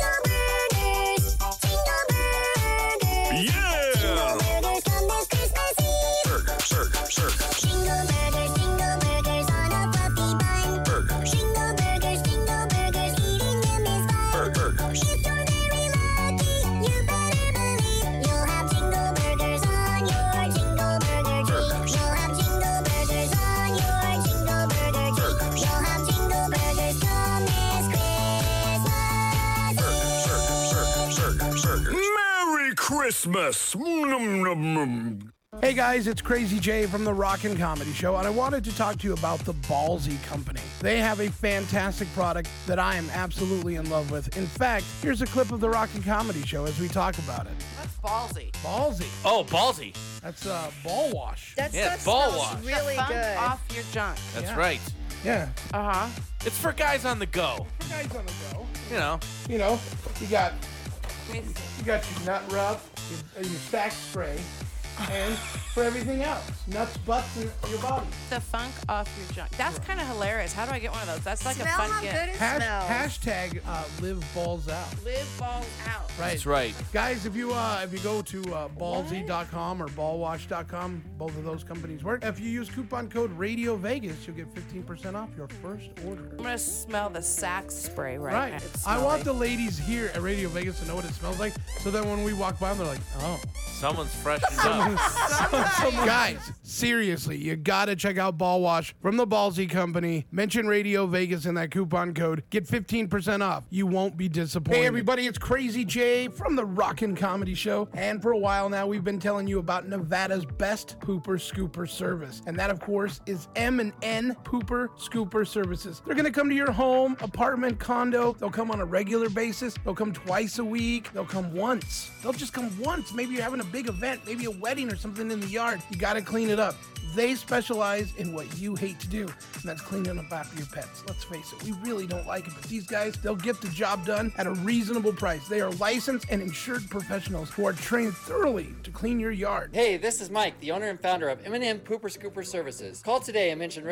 Speaker 1: Merry Christmas!
Speaker 7: Hey guys, it's Crazy Jay from the Rockin' Comedy Show, and I wanted to talk to you about the Ballsy Company. They have a fantastic product that I am absolutely in love with. In fact, here's a clip of the Rockin' Comedy Show as we talk about it.
Speaker 30: That's ballsy.
Speaker 7: Ballsy.
Speaker 5: Oh, ballsy.
Speaker 7: That's uh, ball wash.
Speaker 30: That's
Speaker 5: Yeah,
Speaker 30: that
Speaker 5: ball
Speaker 30: smells
Speaker 5: wash.
Speaker 30: Really
Speaker 37: Get the
Speaker 30: good.
Speaker 37: funk
Speaker 30: Off your junk.
Speaker 5: That's right.
Speaker 7: Yeah.
Speaker 30: Uh huh.
Speaker 5: It's for guys on the go.
Speaker 7: Guys on the go.
Speaker 5: You know.
Speaker 7: You know, you got you got your nut rub, your, uh, your sack spray, and for everything else, nuts, butts, and your body.
Speaker 30: The funk off your junk. That's kind of hilarious. How do I get one of those? That's like Smell a fun how gift. good it
Speaker 7: Hash-
Speaker 30: smells.
Speaker 7: hashtag uh, live balls out.
Speaker 30: Live balls out.
Speaker 7: Right.
Speaker 5: That's right.
Speaker 7: Guys, if you uh, if you go to uh, ballsy.com or ballwash.com, both of those companies work. If you use coupon code Radio Vegas, you'll get 15% off your first order.
Speaker 30: I'm gonna smell the sack spray right, now. It's
Speaker 7: I want
Speaker 30: smelly.
Speaker 7: the ladies here at Radio Vegas to know what it smells like, so that when we walk by, them, they're like, oh.
Speaker 5: Someone's freshened
Speaker 7: Someone-
Speaker 5: up.
Speaker 7: someone- Guys, seriously, you gotta check out Ball Wash from the Ballsy Company. Mention Radio Vegas in that coupon code. Get 15% off. You won't be disappointed. Hey, everybody, it's Crazy Jay from the Rockin' Comedy Show. And for a while now, we've been telling you about Nevada's best pooper scooper service. And that, of course, is M&N Pooper Scooper Services. They're gonna come to your home, apartment, condo. They'll come on a regular basis. They'll come twice a week. They'll come once. They'll just come once. Maybe you're having a big event, maybe a wedding or something in the yard. You gotta clean it up. They specialize in what you hate to do, and that's cleaning up after your pets. Let's face it, we really don't like it, but these guys, they'll get the job done at a reasonable price. They are licensed and insured professionals who are trained thoroughly to clean your yard.
Speaker 35: Hey, this is Mike, the owner and founder of M&M Pooper Scooper Services. Call today and mention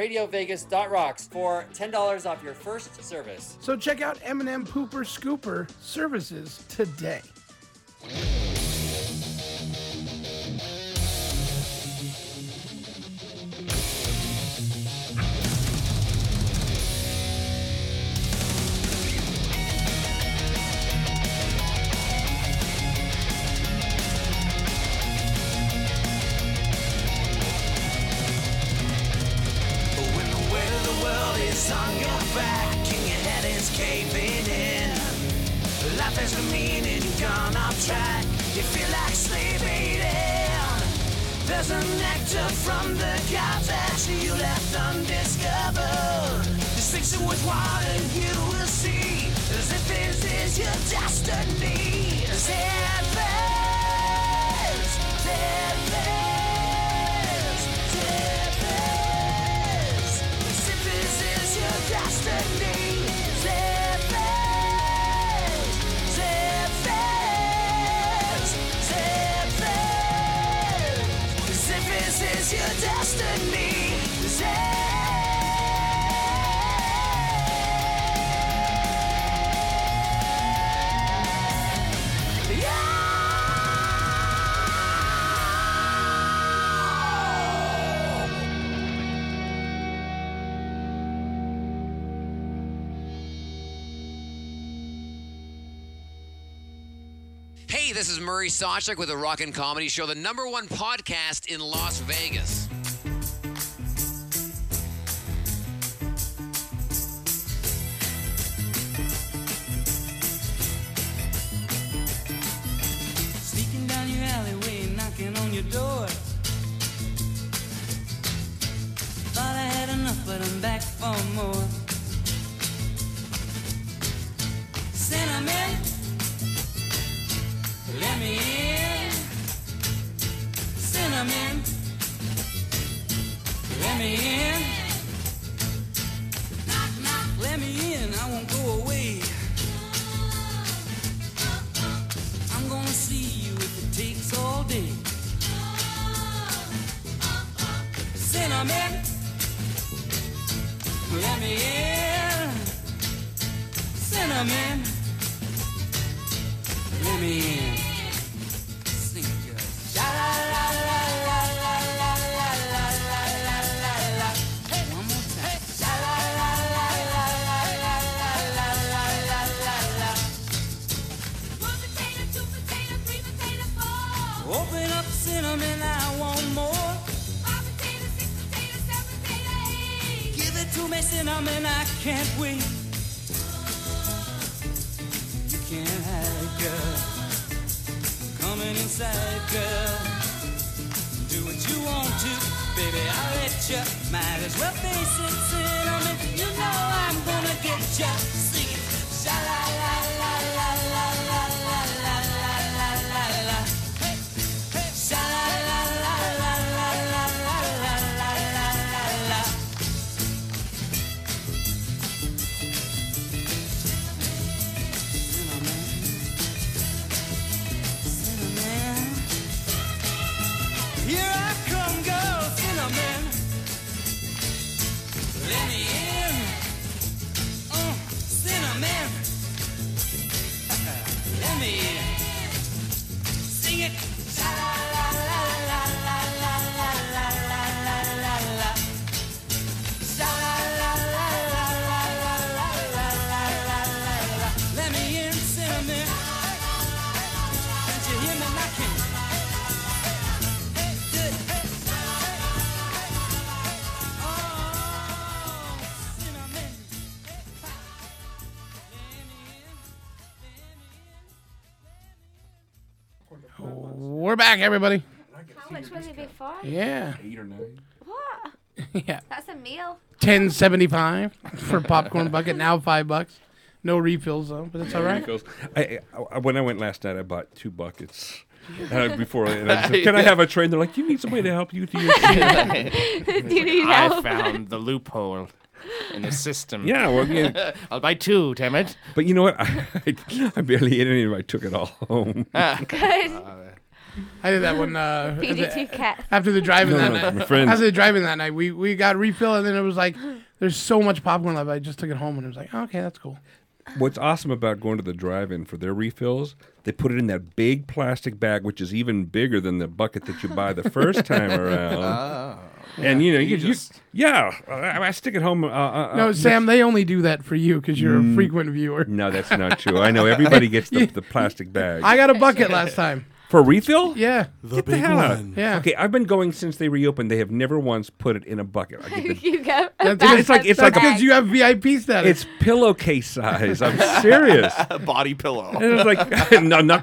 Speaker 35: RadioVegas.rocks for $10 off your first service.
Speaker 7: So check out M&M Pooper Scooper Services today.
Speaker 2: is on your back and your head is caving in. Life has no meaning, you've gone off track. You feel like sleeping in. There's a nectar from the gods that you left undiscovered. Just mix it with water and you will see. As if this is your destiny. Set flames, set flames, set flames. As if this is your destiny. Set flames, set flames, set flames. As if this is your destiny. Set- Yeah!
Speaker 6: Hey, this is Murray Sawchuk with the Rockin' Comedy Show, the number one podcast in Las Vegas.
Speaker 2: Sneaking down your alleyway, knocking on your door. Thought I had enough, but I'm back for more. Cinnamon, let me in. Cinnamon, let me in. Knock, knock, let me in. I won't go away. I'm gonna see you if it takes all day. Cinnamon, let me in. Cinnamon, let me in. Sing it, girl. Sha la la la la la la la la la la la la. One more time. Sha la la la la la la la la la la la la. Open up cinnamon, I want more. Give it to me, cinnamon, I can't wait. You can't hide, girl. Coming inside, girl. Do what you want to, baby. I'll let you. Might as well face it, cinnamon. You know I'm gonna get ya. Sing it. Sha la la la la la la la la la la la la. Sha la la la la la la la la la la la la. Cinnamon. Here I come, girl, cinnamon. Let me in. Uh, cinnamon. Let me in. Sing it. Sha la la la la la la la la la la la. Sha la la la la la la la la la la la la. Let me in, cinnamon. Can't you hear me knocking? Hey, good.
Speaker 7: We're back, everybody.
Speaker 4: How much was it before?
Speaker 7: Yeah.
Speaker 8: Eight or nine.
Speaker 4: What?
Speaker 7: *laughs* yeah.
Speaker 4: That's a meal.
Speaker 7: Ten seventy five for popcorn bucket. Now five bucks. No refills though, but it's all right.
Speaker 8: Refills. I, I- I- when I went last night, I bought two buckets. uh, before, I- and I said, can I have a train? They're like, you need somebody to help you do your shit."
Speaker 27: Do you need I help? found the loophole in the system.
Speaker 8: Yeah, well, yeah.
Speaker 10: *laughs*
Speaker 27: I'll buy two, damn it.
Speaker 8: But you know what? *laughs* I, I, barely ate any of it. I took it all home.
Speaker 4: Ah. *laughs*
Speaker 7: I did that when uh,
Speaker 27: PDT
Speaker 7: the-
Speaker 27: cat.
Speaker 7: after the driving
Speaker 8: No,
Speaker 7: that
Speaker 8: no,
Speaker 7: night.
Speaker 8: my friend.
Speaker 7: After the driving that night, we, we got refill and then it was
Speaker 4: *gasps*
Speaker 7: like, there's so much popcorn left. I just took it home and it was like, okay, that's cool.
Speaker 8: What's awesome about going to the drive-in for their refills, they put it in that big plastic bag, which is even bigger than the bucket that you buy the first time around.
Speaker 27: Oh.
Speaker 8: And you know, you,
Speaker 27: You
Speaker 8: you- yeah, I, I stick it home. Uh, uh,
Speaker 7: no,
Speaker 8: uh,
Speaker 7: Sam, they only do that for you because you're a
Speaker 8: Mm.
Speaker 7: frequent viewer. *laughs*
Speaker 8: No, that's not true. I know everybody gets the, the plastic bag.
Speaker 7: I got a bucket last time.
Speaker 8: For refill?
Speaker 7: Yeah.
Speaker 8: The
Speaker 7: big one. Yeah.
Speaker 8: Okay, I've been going since they reopened. They have never once put it in a bucket. I get the-
Speaker 4: *laughs* you go.
Speaker 8: It's
Speaker 7: That's
Speaker 8: like-
Speaker 7: it's like
Speaker 8: it's
Speaker 7: it's
Speaker 8: like a-
Speaker 7: because you have VIP status.
Speaker 8: it's pillowcase size. I'm serious.
Speaker 10: *laughs* Body pillow.
Speaker 8: And it's like, *laughs* no, no.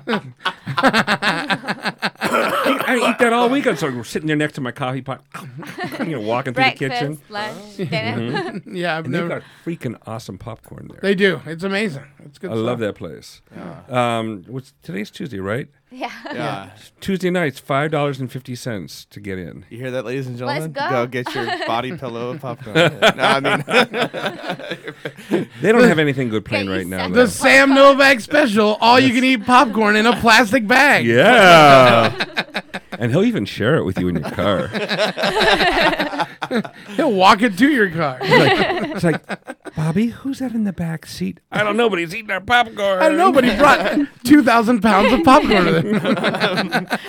Speaker 8: I eat that all weekend. So I'm sitting there next to my coffee pot, you know, walking through the kitchen.
Speaker 4: Breakfast, lunch, dinner.
Speaker 8: Mhm.
Speaker 7: *laughs* Yeah, I've
Speaker 8: and
Speaker 7: never-
Speaker 8: they've got freaking awesome popcorn there.
Speaker 7: They do. It's amazing. It's good.
Speaker 8: I
Speaker 7: stuff.
Speaker 8: love that place. Um, what's today's Tuesday, right?
Speaker 4: Yeah. Yeah.
Speaker 8: Tuesday nights, five dollars and fifty cents to get in.
Speaker 10: You hear that, ladies and
Speaker 4: Let's
Speaker 10: gentlemen?
Speaker 4: go.
Speaker 10: get your *laughs*
Speaker 4: *laughs*
Speaker 10: body pillow and
Speaker 8: *laughs*
Speaker 10: popcorn. no, I mean,
Speaker 8: They don't have anything good playing right now.
Speaker 7: The
Speaker 8: though.
Speaker 7: Sam Novak special, all you can eat popcorn in a plastic bag.
Speaker 8: Yeah. and he'll even share it with you in your car.
Speaker 7: *laughs* He'll walk it to your car.
Speaker 8: He's like, he's like, Bobby, who's that in the back seat? I don't know, but he's eating our popcorn.
Speaker 7: I don't know, but he brought 2,000 pounds of popcorn to them.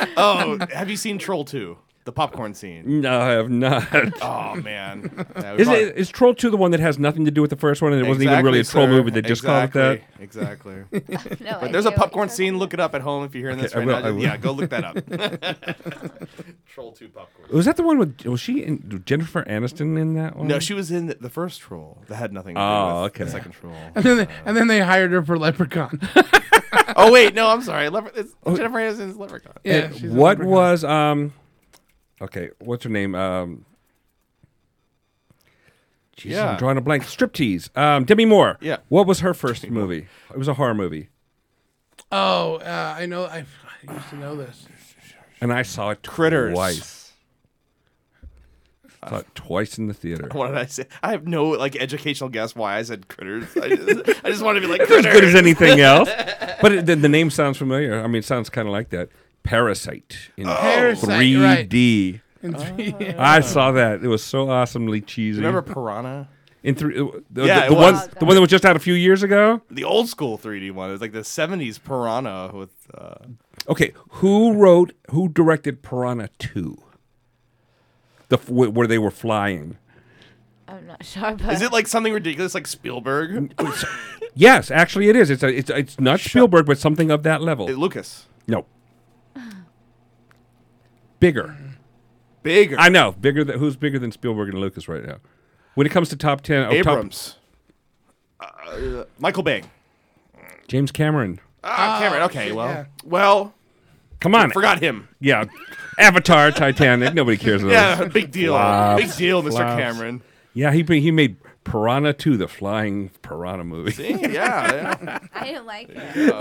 Speaker 7: *laughs*
Speaker 10: oh, have you seen Troll 2? The popcorn scene.
Speaker 8: No, I have not.
Speaker 10: *laughs* Oh, man. Yeah, we
Speaker 8: Is,
Speaker 10: probably-
Speaker 8: it, is Troll 2 the one that has nothing to do with the first one and it wasn't even really a
Speaker 10: Exactly,
Speaker 8: troll
Speaker 10: sir.
Speaker 8: movie? They just called it that?
Speaker 10: Exactly.
Speaker 8: *laughs*
Speaker 10: Exactly.
Speaker 4: no
Speaker 10: but there's a popcorn scene. Look it up at home if you're hearing
Speaker 8: Okay,
Speaker 10: this
Speaker 8: I
Speaker 10: right
Speaker 8: will,
Speaker 10: now.
Speaker 8: I will.
Speaker 10: Yeah, go look that
Speaker 8: *laughs*
Speaker 10: up. *laughs* Troll 2 popcorn.
Speaker 8: Was that the one with, was she in, Jennifer Aniston in that one?
Speaker 10: No, she was in the first troll that had nothing to do
Speaker 8: Oh,
Speaker 10: with
Speaker 8: okay.
Speaker 10: the
Speaker 8: *laughs*
Speaker 10: second troll.
Speaker 7: and, then they, and then they hired her for Leprechaun.
Speaker 10: oh, wait, no, I'm sorry. Leper, it's Jennifer Aniston's Leprechaun.
Speaker 7: Yeah,
Speaker 8: And
Speaker 7: she's a
Speaker 8: Oh. what
Speaker 7: leprechaun.
Speaker 8: was um? Okay, what's her name? Um, jeez,
Speaker 10: Yeah.
Speaker 8: I'm drawing a blank. Striptease. Um, Demi Moore.
Speaker 10: Yeah.
Speaker 8: What was her first movie? It was a horror movie,
Speaker 7: *laughs* Oh, uh, I know. I, I used to know this.
Speaker 8: and I saw it
Speaker 10: Critters.
Speaker 8: twice. I saw it twice in the theater.
Speaker 10: What did I say? I have no like educational guess why I said critters. I just, I just want to be like
Speaker 8: It's
Speaker 10: critters.
Speaker 8: as good as anything
Speaker 7: *laughs*
Speaker 8: else. But it, the, the name sounds familiar. I mean, it sounds kind of like that. Parasite in
Speaker 10: Oh.
Speaker 7: Parasite, right.
Speaker 8: 3D.
Speaker 7: In 3D.
Speaker 8: I saw that. It was so awesomely cheesy.
Speaker 10: Remember Piranha?
Speaker 8: In three, uh, the,
Speaker 10: Yeah,
Speaker 8: the,
Speaker 10: it
Speaker 8: the
Speaker 10: was.
Speaker 8: one, the one that was just out a few years ago.
Speaker 10: *laughs* The old school 3D one. It was like the 70s Piranha with. Uh,
Speaker 8: Okay, who wrote, who directed Piranha Two? The f- wh- where they were flying.
Speaker 4: I'm not sure, but
Speaker 10: is it like something ridiculous like Spielberg?
Speaker 8: Oh, Yes, actually, it is. It's a, it's it's not Spielberg, but something of that level.
Speaker 10: Hey, Lucas.
Speaker 8: No. Bigger.
Speaker 10: Bigger.
Speaker 8: I know. Bigger. Than, who's bigger than Spielberg and Lucas right now? When it comes to top ten, oh, top-
Speaker 10: Abrams. *laughs* Uh, Michael Bay.
Speaker 8: James Cameron.
Speaker 10: Ah, Cameron. Okay,
Speaker 7: shit,
Speaker 10: well,
Speaker 7: yeah.
Speaker 10: well,
Speaker 8: Come on.
Speaker 10: Forgot him.
Speaker 8: Yeah. Avatar, Titanic. Nobody cares about
Speaker 10: *laughs* Yeah,
Speaker 8: those.
Speaker 10: big deal.
Speaker 8: Flops,
Speaker 10: Big deal, Mr. Cameron.
Speaker 8: Yeah, he he made Piranha 2, the flying piranha movie.
Speaker 10: See? Yeah. yeah.
Speaker 4: I didn't like it.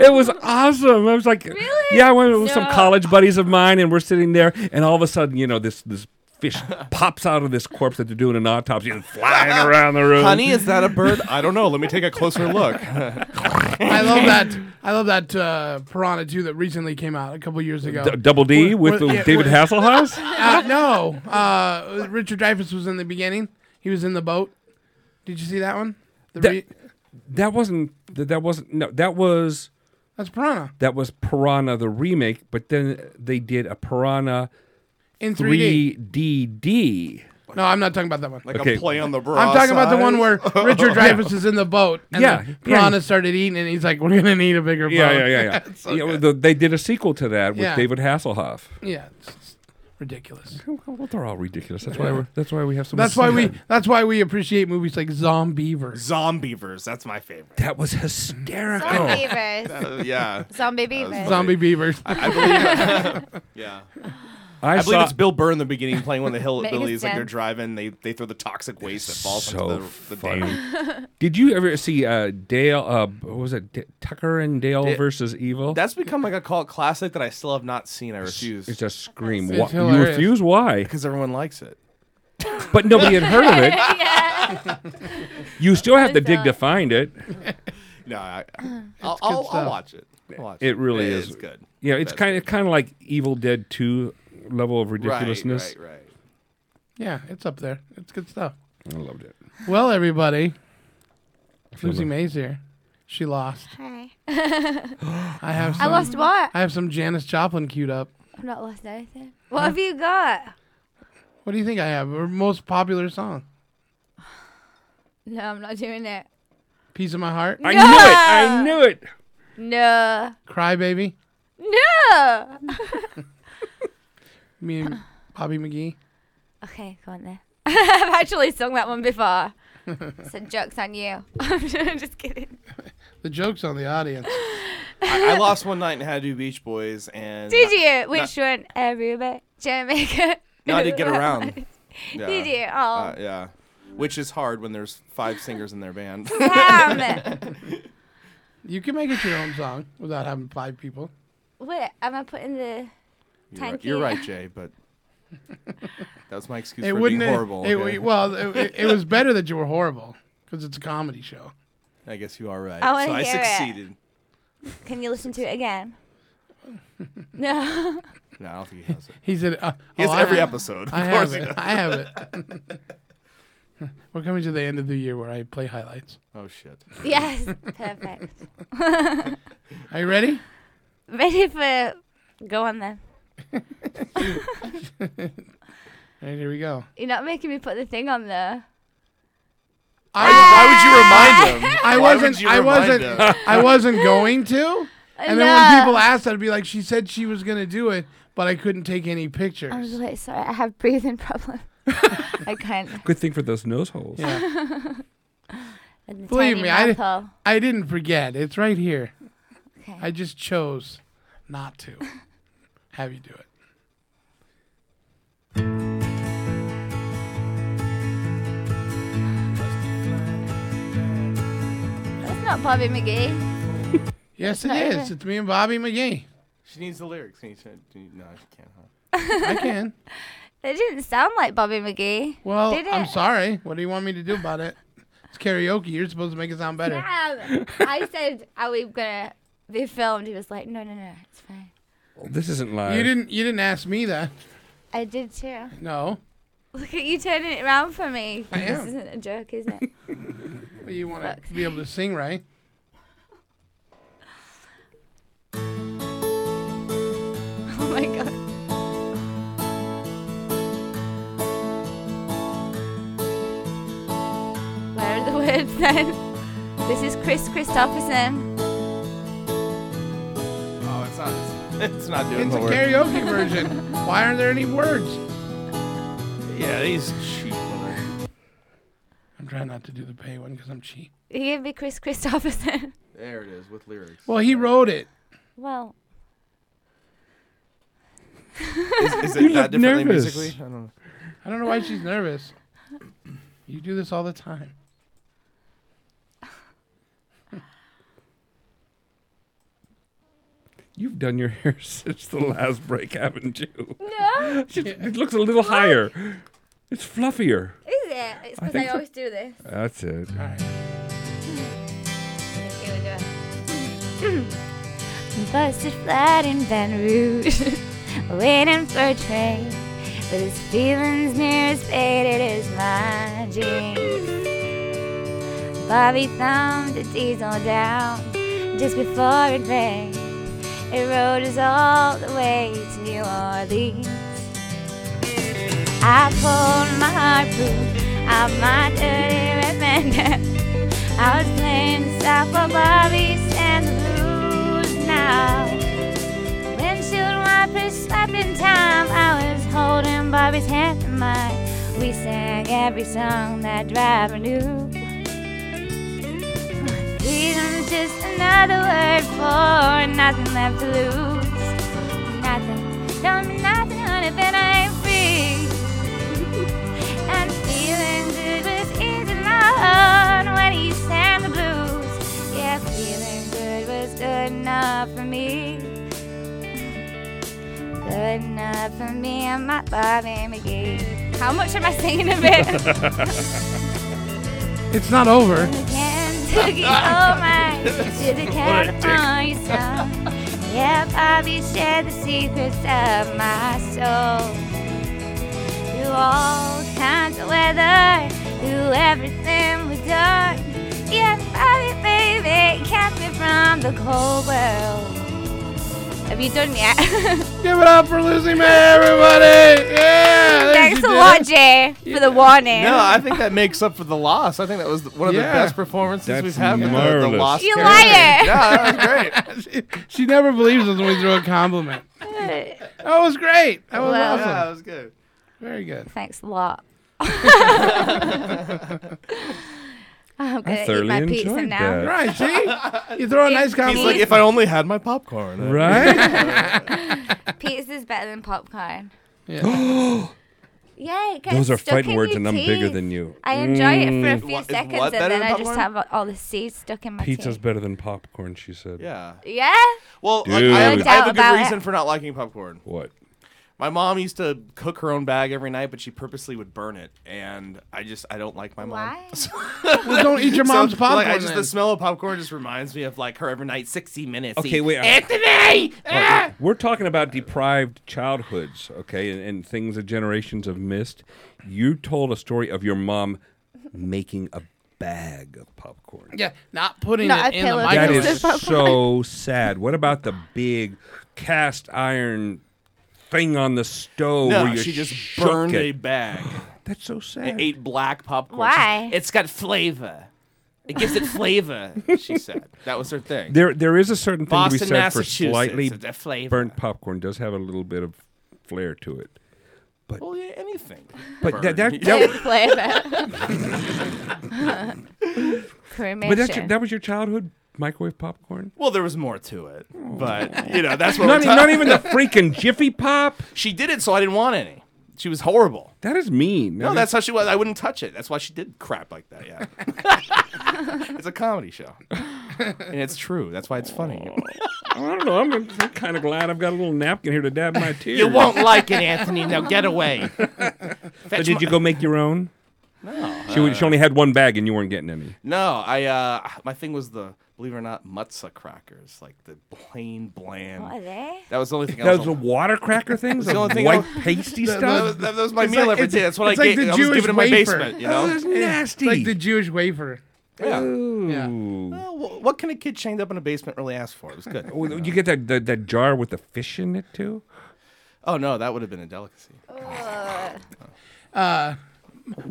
Speaker 8: *laughs* It was awesome. I was like,
Speaker 4: Really?
Speaker 8: yeah, I went with some
Speaker 4: No.
Speaker 8: college buddies of mine, and we're sitting there, and all of a sudden, you know, this this
Speaker 10: *laughs*
Speaker 8: fish pops out of this corpse that they're doing an autopsy and flying around the room.
Speaker 10: Honey, is
Speaker 8: *laughs*
Speaker 10: that a bird? I don't know. Let me take a closer look.
Speaker 7: I love that. I love that uh, Piranha 2 that recently came out a couple years ago.
Speaker 8: D- Double D
Speaker 7: Where-
Speaker 8: with
Speaker 7: where-
Speaker 8: the
Speaker 7: yeah,
Speaker 8: David
Speaker 7: where-
Speaker 8: Hasselhoff.
Speaker 7: Uh, no, uh, Richard Dreyfuss was in the beginning. He was in the boat. Did you see that one? The
Speaker 8: That-
Speaker 7: re-
Speaker 8: *laughs* That wasn't that, that wasn't no that was
Speaker 7: That's Piranha
Speaker 8: that was Piranha the remake, but then they did a Piranha
Speaker 7: in 3D.
Speaker 8: 3DD.
Speaker 7: No, I'm not talking about that one.
Speaker 10: Like
Speaker 8: Okay.
Speaker 10: a play on the bra.
Speaker 7: I'm talking about the one
Speaker 10: size. *laughs*
Speaker 7: where Richard Dreyfuss is in the boat and
Speaker 8: Yeah,
Speaker 7: the
Speaker 8: yeah.
Speaker 7: piranha started eating, and he's like, "We're gonna need a bigger
Speaker 8: Yeah,
Speaker 7: boat."
Speaker 8: yeah,
Speaker 10: *laughs*
Speaker 8: yeah, yeah.
Speaker 7: It's so
Speaker 8: Yeah, well,
Speaker 7: good.
Speaker 8: the- they did a sequel to that with
Speaker 7: Yeah.
Speaker 8: David Hasselhoff.
Speaker 7: *laughs* Yeah, it's, it's ridiculous.
Speaker 8: Well, they're all ridiculous. That's why we're, that's why we have so. much
Speaker 7: That's why
Speaker 8: fun.
Speaker 7: we. That's why we appreciate movies like Zombiever.
Speaker 10: Zombievers. That's my favorite.
Speaker 8: That was hysterical.
Speaker 4: Zombie beavers.
Speaker 10: Uh, yeah.
Speaker 4: Zombie
Speaker 10: That
Speaker 4: beavers.
Speaker 10: was
Speaker 7: Zombie beavers.
Speaker 10: I, I
Speaker 8: *laughs*
Speaker 10: believe. yeah. I, believe
Speaker 8: saw-
Speaker 10: it's Bill Burr in the beginning playing one of the hillbillies.
Speaker 4: Make it
Speaker 10: Like they're
Speaker 4: sense.
Speaker 10: driving, they they throw the toxic waste that falls
Speaker 8: so
Speaker 10: into the, the dam.
Speaker 4: *laughs*
Speaker 8: funny. Did you ever see uh, Dale? Uh, what was it? D- Tucker and Dale
Speaker 10: Da-
Speaker 8: versus Evil.
Speaker 10: That's become like a cult classic that I still have not seen. I refuse
Speaker 8: it's a scream.
Speaker 7: It's
Speaker 8: Why- you
Speaker 7: hilarious.
Speaker 8: refuse? Why?
Speaker 10: because everyone likes it.
Speaker 8: But nobody had heard of it.
Speaker 4: *laughs* yeah. *laughs*
Speaker 8: You still have to
Speaker 4: Who's
Speaker 8: dig to *laughs*
Speaker 4: that?
Speaker 8: find it.
Speaker 10: No, I, I'll, I'll, I'll
Speaker 7: stuff.
Speaker 10: watch it. I'll watch
Speaker 8: It really
Speaker 10: It
Speaker 8: is
Speaker 10: is good.
Speaker 8: Yeah, it's
Speaker 10: That's
Speaker 8: kind of kind of like Evil Dead Two level of ridiculousness.
Speaker 10: *laughs* Right, right, right.
Speaker 7: Yeah, it's up there. It's good stuff.
Speaker 8: I loved it.
Speaker 7: Well, everybody, Lucy
Speaker 8: like-
Speaker 7: Mays here. She lost.
Speaker 4: Hi.
Speaker 7: I have.
Speaker 4: I
Speaker 7: Some,
Speaker 4: lost what?
Speaker 7: I have some Janis Joplin queued up.
Speaker 4: I've not lost anything. What have you got?
Speaker 7: What do you think I have? Her most popular song,
Speaker 4: No, I'm not doing it.
Speaker 7: "Piece of My Heart,"
Speaker 8: I knew it. I
Speaker 4: No.
Speaker 8: knew it.
Speaker 4: No.
Speaker 7: "Cry Baby."
Speaker 4: No.
Speaker 7: Me and Bobby McGee.
Speaker 4: okay, go on there. *laughs* I've actually sung that one before. so joke's on you. *laughs* I'm just kidding.
Speaker 7: The joke's on the audience.
Speaker 10: *laughs* I, I lost one night and had to do Beach Boys, and
Speaker 4: Did you?
Speaker 10: Not-
Speaker 4: Which one? Aruba, Jamaica. *laughs*
Speaker 10: No, I did get around. Yeah.
Speaker 4: Did you? Oh.
Speaker 10: Uh, yeah. Which is hard when there's five singers in their band. *laughs*
Speaker 4: *laughs*
Speaker 7: You can make it your own song without having five people.
Speaker 4: Wait, am I putting the
Speaker 10: You're
Speaker 4: tanky?
Speaker 10: right, you're right, Jay, but that was my excuse
Speaker 7: it
Speaker 10: for being
Speaker 7: wouldn't.
Speaker 10: horrible.
Speaker 7: it,
Speaker 10: okay?
Speaker 7: it- well, it, it- it was better that you were horrible because it's a comedy show.
Speaker 10: *laughs* I guess you are right.
Speaker 4: Oh, I wanna
Speaker 10: so I
Speaker 4: hear it.
Speaker 10: succeeded.
Speaker 4: Can you listen to it again? No. *laughs*
Speaker 10: No, I don't think he has it.
Speaker 7: He said, uh,
Speaker 10: He has
Speaker 7: oh, I
Speaker 10: every
Speaker 7: have-
Speaker 10: episode.
Speaker 7: I
Speaker 10: of
Speaker 7: have
Speaker 10: course he
Speaker 7: it.
Speaker 10: does.
Speaker 7: I have
Speaker 10: *laughs*
Speaker 7: it. *laughs* We're coming to the end of the year where I play highlights.
Speaker 10: Oh shit.
Speaker 4: yes. Perfect.
Speaker 7: *laughs* Are you ready?
Speaker 4: Ready for go on then.
Speaker 7: All right, here we go.
Speaker 4: You're not making me put the thing on there. Ah!
Speaker 10: Why would you remind him?
Speaker 7: I
Speaker 10: Why would
Speaker 7: wasn't.
Speaker 10: you
Speaker 7: I
Speaker 10: remind
Speaker 7: wasn't.
Speaker 10: him?
Speaker 7: I wasn't going to. And then
Speaker 4: No.
Speaker 7: when people asked, I'd be like, "She said she was gonna do it, but I couldn't take any pictures."
Speaker 4: I was like, sorry, I have breathing problem. *laughs* I can't.
Speaker 8: Good thing for those nose holes.
Speaker 4: *laughs* And the
Speaker 7: Believe
Speaker 4: tiny
Speaker 7: me, I,
Speaker 4: mouth hole.
Speaker 7: di- I didn't forget. It's right here.
Speaker 4: Okay.
Speaker 7: I just chose not
Speaker 4: *laughs*
Speaker 7: to have you do it.
Speaker 4: That's not Bobby McGee.
Speaker 7: Yes, it
Speaker 4: Not
Speaker 7: is.
Speaker 4: even-
Speaker 7: It's me and Bobby McGee.
Speaker 10: She needs the lyrics. She needs to- no, she can't. Huh?
Speaker 7: I
Speaker 4: *laughs*
Speaker 7: can.
Speaker 4: It didn't sound like Bobby McGee.
Speaker 7: Well,
Speaker 4: did it?
Speaker 7: I'm sorry. What do you want me to do about it? It's karaoke. You're supposed to make it sound better.
Speaker 4: Damn.
Speaker 7: *laughs*
Speaker 4: I said, are we gonna be filmed? He was like, no, no, no, it's fine.
Speaker 8: This isn't live.
Speaker 7: You didn't. You didn't ask me that.
Speaker 4: I did too.
Speaker 7: No.
Speaker 4: Look at you turning it around for me.
Speaker 7: I
Speaker 4: this
Speaker 7: am.
Speaker 4: isn't a
Speaker 7: *laughs*
Speaker 4: joke, is it?
Speaker 7: But you want to be able to sing, right?
Speaker 4: oh my god. Where are the words then? This is Chris Christopherson.
Speaker 10: Oh, it's not. It's, *laughs* it's not doing
Speaker 7: It's
Speaker 10: the
Speaker 7: a
Speaker 10: work.
Speaker 7: karaoke version. Why aren't there any words?
Speaker 10: Yeah, these cheap. little-
Speaker 7: I'm trying not to do the pay one because I'm cheap.
Speaker 4: You gonna be Chris Christopherson.
Speaker 10: There it is with lyrics.
Speaker 7: Well, he wrote it.
Speaker 4: well,
Speaker 10: Is,
Speaker 7: *laughs*
Speaker 10: is
Speaker 7: You
Speaker 10: it that
Speaker 7: look
Speaker 10: differently
Speaker 7: nervous.
Speaker 10: musically? I don't know.
Speaker 7: I don't know why she's nervous. You do this all the
Speaker 4: *laughs*
Speaker 7: time.
Speaker 8: You've done your *laughs* hair since the last break, haven't you?
Speaker 4: No.
Speaker 8: It, it looks a little higher. It's fluffier.
Speaker 4: is it? It's
Speaker 8: I
Speaker 4: because I,
Speaker 8: think so.
Speaker 4: always do this.
Speaker 8: That's it.
Speaker 4: Here we go. *clears throat* Busted flat in Baton Rouge, *laughs* waiting for a train. With his feelings near as faded as my jeans. Bobby thumbed the diesel down just before it rained. It rode us all the way to New Orleans. I pulled my harpoon out my dirty remender. I was playing South for Bobby and the blues now. Windshield wipers slapped in time. I was holding Bobby's hand in mine. We sang every song that driver knew. Freedom's just another word for nothing left to lose. Nothing, don't mean nothing, honey, but I ain't free. *laughs* I'm feeling good was easy, Lord, when he sang the blues. Yeah, feeling good was good enough for me. Good enough for me and my Bobby McGee. How much am I singing
Speaker 7: *laughs*
Speaker 4: of it?
Speaker 7: It's not over.
Speaker 4: Kentucky, oh
Speaker 7: *laughs*
Speaker 4: my, to the California sun. Yeah, Bobby shared the secrets of my soul. Through all kinds of weather, through everything we done. Yeah, Bobby, baby, kept me from the cold world. Have you done yet? *laughs*
Speaker 7: Give it up for Lucy May, everybody! Yeah! there
Speaker 4: Thanks
Speaker 7: she
Speaker 4: a
Speaker 7: did
Speaker 4: lot,
Speaker 7: it.
Speaker 4: Jay, for the warning.
Speaker 10: No, I think that makes up for the loss. I think that was one of
Speaker 7: Yeah.
Speaker 10: the best performances
Speaker 7: That's
Speaker 10: we've had. with the- The,
Speaker 7: marvelous.
Speaker 10: lost
Speaker 4: You
Speaker 10: character.
Speaker 4: liar.
Speaker 10: Yeah, that was great.
Speaker 7: *laughs* She never believes us when we throw a compliment. That was great. That was
Speaker 4: Well-
Speaker 7: awesome.
Speaker 4: Yeah, that
Speaker 10: was good.
Speaker 7: Very good.
Speaker 4: Thanks
Speaker 8: *laughs*
Speaker 4: a lot. *laughs* I'm gonna eat
Speaker 8: thoroughly
Speaker 4: my pizza
Speaker 8: enjoyed
Speaker 4: now.
Speaker 8: that.
Speaker 7: Right,
Speaker 4: *laughs*
Speaker 7: see?
Speaker 10: *laughs*
Speaker 7: You throw a nice compliment.
Speaker 10: He's like, if I only had my
Speaker 8: *laughs*
Speaker 10: popcorn. *laughs*
Speaker 8: Right?
Speaker 4: *laughs* Pizza's better
Speaker 8: *gasps*
Speaker 4: than popcorn.
Speaker 7: *gasps*
Speaker 8: Yeah.
Speaker 4: Yeah, it gets
Speaker 8: Those are
Speaker 4: stuck
Speaker 8: fighting
Speaker 4: in
Speaker 8: words,
Speaker 4: your
Speaker 8: and I'm bigger
Speaker 4: teeth.
Speaker 8: than you.
Speaker 4: I enjoy it for a
Speaker 8: Mm.
Speaker 4: few
Speaker 8: Is
Speaker 4: seconds,
Speaker 8: what
Speaker 4: and
Speaker 8: better
Speaker 4: then
Speaker 8: than
Speaker 4: I just
Speaker 8: popcorn?
Speaker 4: have all the seeds stuck in my
Speaker 8: Pizza's
Speaker 4: teeth.
Speaker 8: better than popcorn, she said.
Speaker 10: Yeah.
Speaker 4: Yeah.
Speaker 10: Ah. Well, like, I, have,
Speaker 8: Dude.
Speaker 10: I have a
Speaker 4: No doubt about
Speaker 10: good reason
Speaker 4: it.
Speaker 10: for not liking popcorn.
Speaker 8: What?
Speaker 10: My mom used to cook her own bag every night, but she purposely would burn it, and I just I don't like my mom. *laughs*
Speaker 8: *laughs*
Speaker 7: Well, don't eat your
Speaker 10: So, Like,
Speaker 7: mom's
Speaker 10: I
Speaker 7: popcorn
Speaker 10: just
Speaker 7: then.
Speaker 10: the smell of popcorn just reminds me of like her every night, sixty minutes.
Speaker 8: Okay,
Speaker 10: See,
Speaker 8: wait. I-
Speaker 10: Anthony.
Speaker 8: All right, We're talking about deprived childhoods, okay, and, and things that generations have missed. You told a story of your mom making a bag of popcorn.
Speaker 7: Yeah, not putting it
Speaker 4: Not a
Speaker 7: in the
Speaker 4: pillow
Speaker 8: That
Speaker 7: microwave.
Speaker 8: is
Speaker 7: *laughs*
Speaker 8: so sad. What about the big cast iron thing on the stove Oh, where
Speaker 10: No,
Speaker 8: you
Speaker 10: she just
Speaker 8: shook
Speaker 10: burned
Speaker 8: it?
Speaker 10: a bag.
Speaker 8: *gasps* That's so sad.
Speaker 10: I ate black popcorn.
Speaker 4: Why?
Speaker 10: She's- it's got flavor. It gives it
Speaker 8: *laughs*
Speaker 10: flavor. she said that was her thing.
Speaker 8: There, there is a certain thing to
Speaker 10: Boston,
Speaker 8: be said for
Speaker 10: Massachusetts,
Speaker 8: slightly
Speaker 10: it's a flavor.
Speaker 8: burnt popcorn. Does have a little bit of flair to it, but
Speaker 10: Well, yeah, anything.
Speaker 8: but that,
Speaker 4: *laughs*
Speaker 8: that,
Speaker 10: Burnt.
Speaker 8: that-
Speaker 10: *laughs*
Speaker 8: *laughs*
Speaker 4: Flavor.
Speaker 8: but that's your,
Speaker 4: Cremation.
Speaker 8: that was your childhood microwave popcorn.
Speaker 10: Well, there was more to it, but you know that's what.
Speaker 8: Oh, not,
Speaker 10: we're
Speaker 8: e-
Speaker 10: talking-
Speaker 8: not even the freaking Jiffy Pop.
Speaker 10: She did it, so I didn't want any. She was horrible.
Speaker 8: That is mean.
Speaker 10: No, that's how she was. I wouldn't touch it. That's why she did crap like that. Yeah,
Speaker 8: *laughs*
Speaker 10: it's a comedy show, *laughs* and it's true. That's why it's funny.
Speaker 8: Oh. I don't know. I'm, kind of glad I've got a little napkin here to dab
Speaker 10: *laughs*
Speaker 8: my tears.
Speaker 10: You won't like it, Anthony. Now get away.
Speaker 8: *laughs* So did you go make your own?
Speaker 10: No.
Speaker 8: She, w- she only had one bag, and you weren't getting any.
Speaker 10: No, I uh my thing was the believe it or not mutza crackers, like the plain bland.
Speaker 4: What are they?
Speaker 10: That was the only thing. I
Speaker 8: That
Speaker 10: was
Speaker 8: was the water
Speaker 10: *laughs*
Speaker 8: cracker things,
Speaker 10: the
Speaker 8: the
Speaker 10: only thing I
Speaker 8: white *laughs*
Speaker 10: was-
Speaker 8: pasty
Speaker 10: That-
Speaker 8: stuff.
Speaker 10: that was- that was my meal every day. That's what I
Speaker 7: it's like
Speaker 10: gave-
Speaker 7: the
Speaker 10: I was
Speaker 7: Jewish
Speaker 10: given in my
Speaker 7: wafer.
Speaker 10: basement, you
Speaker 8: Oh,
Speaker 10: know?
Speaker 7: That was
Speaker 10: Yeah.
Speaker 7: nasty. Like the Jewish wafer.
Speaker 10: Yeah.
Speaker 8: Ooh.
Speaker 10: Well, wh- what can a kid chained up in a basement really ask for? It was good.
Speaker 8: Oh, you get that, that that jar with the fish in it too.
Speaker 10: Oh no, that would have been a delicacy.
Speaker 7: Uh,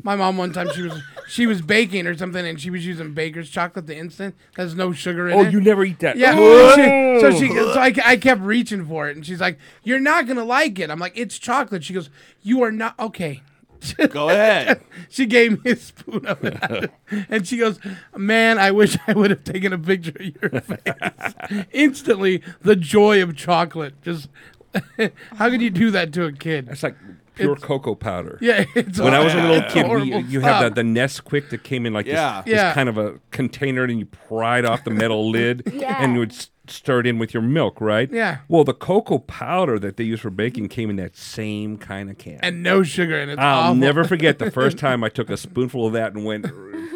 Speaker 7: my mom one time she was she was baking or something and she was using baker's chocolate the instant there's no sugar in
Speaker 8: Oh,
Speaker 7: it.
Speaker 8: you never eat that.
Speaker 7: Yeah.
Speaker 8: Whoa.
Speaker 7: she- so she so I, I kept reaching for it and she's like, "You're not gonna like it." I'm like, "It's chocolate." She goes, "You are not okay."
Speaker 8: *laughs*
Speaker 10: Go ahead.
Speaker 7: she gave me a spoon of *laughs* it, and she goes, "Man, I wish I would have taken a picture of your *laughs* face." Instantly, the joy of chocolate. Just *laughs* how could you do that to a kid?
Speaker 8: That's like Pure cocoa powder.
Speaker 7: Yeah, *laughs* it's
Speaker 8: when I was a
Speaker 7: horrible.
Speaker 8: little kid, we,
Speaker 7: Horrible
Speaker 8: you have
Speaker 7: stuff.
Speaker 8: that the Nesquik that came in like this-
Speaker 10: Yeah.
Speaker 8: this,
Speaker 7: Yeah.
Speaker 8: kind of a container, and you pried off the
Speaker 7: *laughs*
Speaker 8: metal lid,
Speaker 7: Yeah.
Speaker 8: and you would s- stir it in with your milk, right?
Speaker 7: Yeah.
Speaker 8: Well, the cocoa powder that they use for baking came in that same kind of can.
Speaker 7: and no sugar in it. It's
Speaker 8: I'll
Speaker 7: awful.
Speaker 8: never forget the
Speaker 7: *laughs*
Speaker 8: first time I took a spoonful of that and went,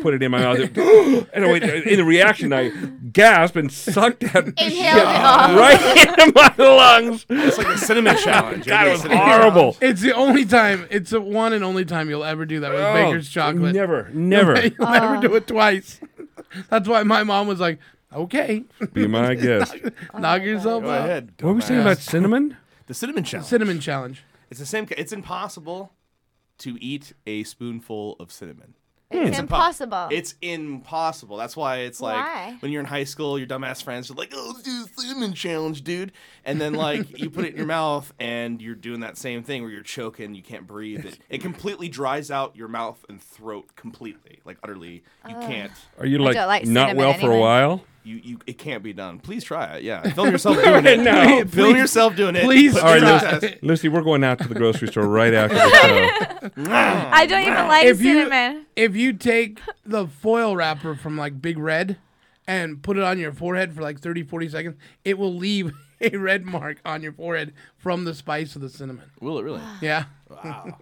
Speaker 8: put it in my mouth. and *gasps* I went, uh, in the reaction, I gasped and sucked that shit
Speaker 2: Inhaled it all.
Speaker 8: right *laughs* into my lungs.
Speaker 10: It's like the cinnamon challenge.
Speaker 8: God, it
Speaker 10: You do
Speaker 8: was
Speaker 10: the cinnamon
Speaker 8: horrible.
Speaker 7: It's the only time. It's the one and only time you'll ever do that with
Speaker 8: Oh,
Speaker 7: baker's chocolate.
Speaker 8: never, *laughs* never.
Speaker 7: *laughs* You'll never do it twice. That's why my mom was like, "Okay,
Speaker 8: Be
Speaker 7: *laughs*
Speaker 8: my guest.
Speaker 7: knock yourself
Speaker 10: Go
Speaker 7: out."
Speaker 10: ahead.
Speaker 8: What were we saying
Speaker 10: dumbass.
Speaker 8: about cinnamon?
Speaker 10: The cinnamon challenge.
Speaker 7: Cinnamon challenge.
Speaker 10: It's the same. ca- It's impossible to eat a spoonful of cinnamon.
Speaker 4: It's
Speaker 10: impo-
Speaker 4: impossible.
Speaker 10: It's impossible. That's why it's like
Speaker 4: Why?
Speaker 10: when you're in high school, your dumbass friends are like, "Oh, let's do the cinnamon challenge, dude," and then like *laughs* you put it in your mouth and you're doing that same thing where you're choking, you can't breathe. It, it completely dries out your mouth and throat completely, like utterly. You
Speaker 4: Ugh.
Speaker 10: can't.
Speaker 8: Are you like, not well for a while?
Speaker 10: You, you, it can't be done. Please try it. Yeah, *laughs* film
Speaker 8: *laughs*
Speaker 10: yourself doing it.
Speaker 8: No,
Speaker 10: *laughs* film
Speaker 8: please-
Speaker 10: yourself doing it.
Speaker 8: Please,
Speaker 10: Put
Speaker 8: all
Speaker 10: it to the *laughs*
Speaker 8: right,
Speaker 10: test.
Speaker 8: Lucy, Lucy, we're going out to the grocery store right after the show.
Speaker 4: *laughs* I don't even like
Speaker 7: if you
Speaker 4: cinnamon.
Speaker 7: if you take the foil wrapper from like Big Red and put it on your forehead for like 30, 40 seconds, it will leave *laughs* a red mark on your forehead from the spice of the cinnamon.
Speaker 10: Will it
Speaker 4: *sighs*
Speaker 10: really?
Speaker 7: Yeah.
Speaker 10: Wow.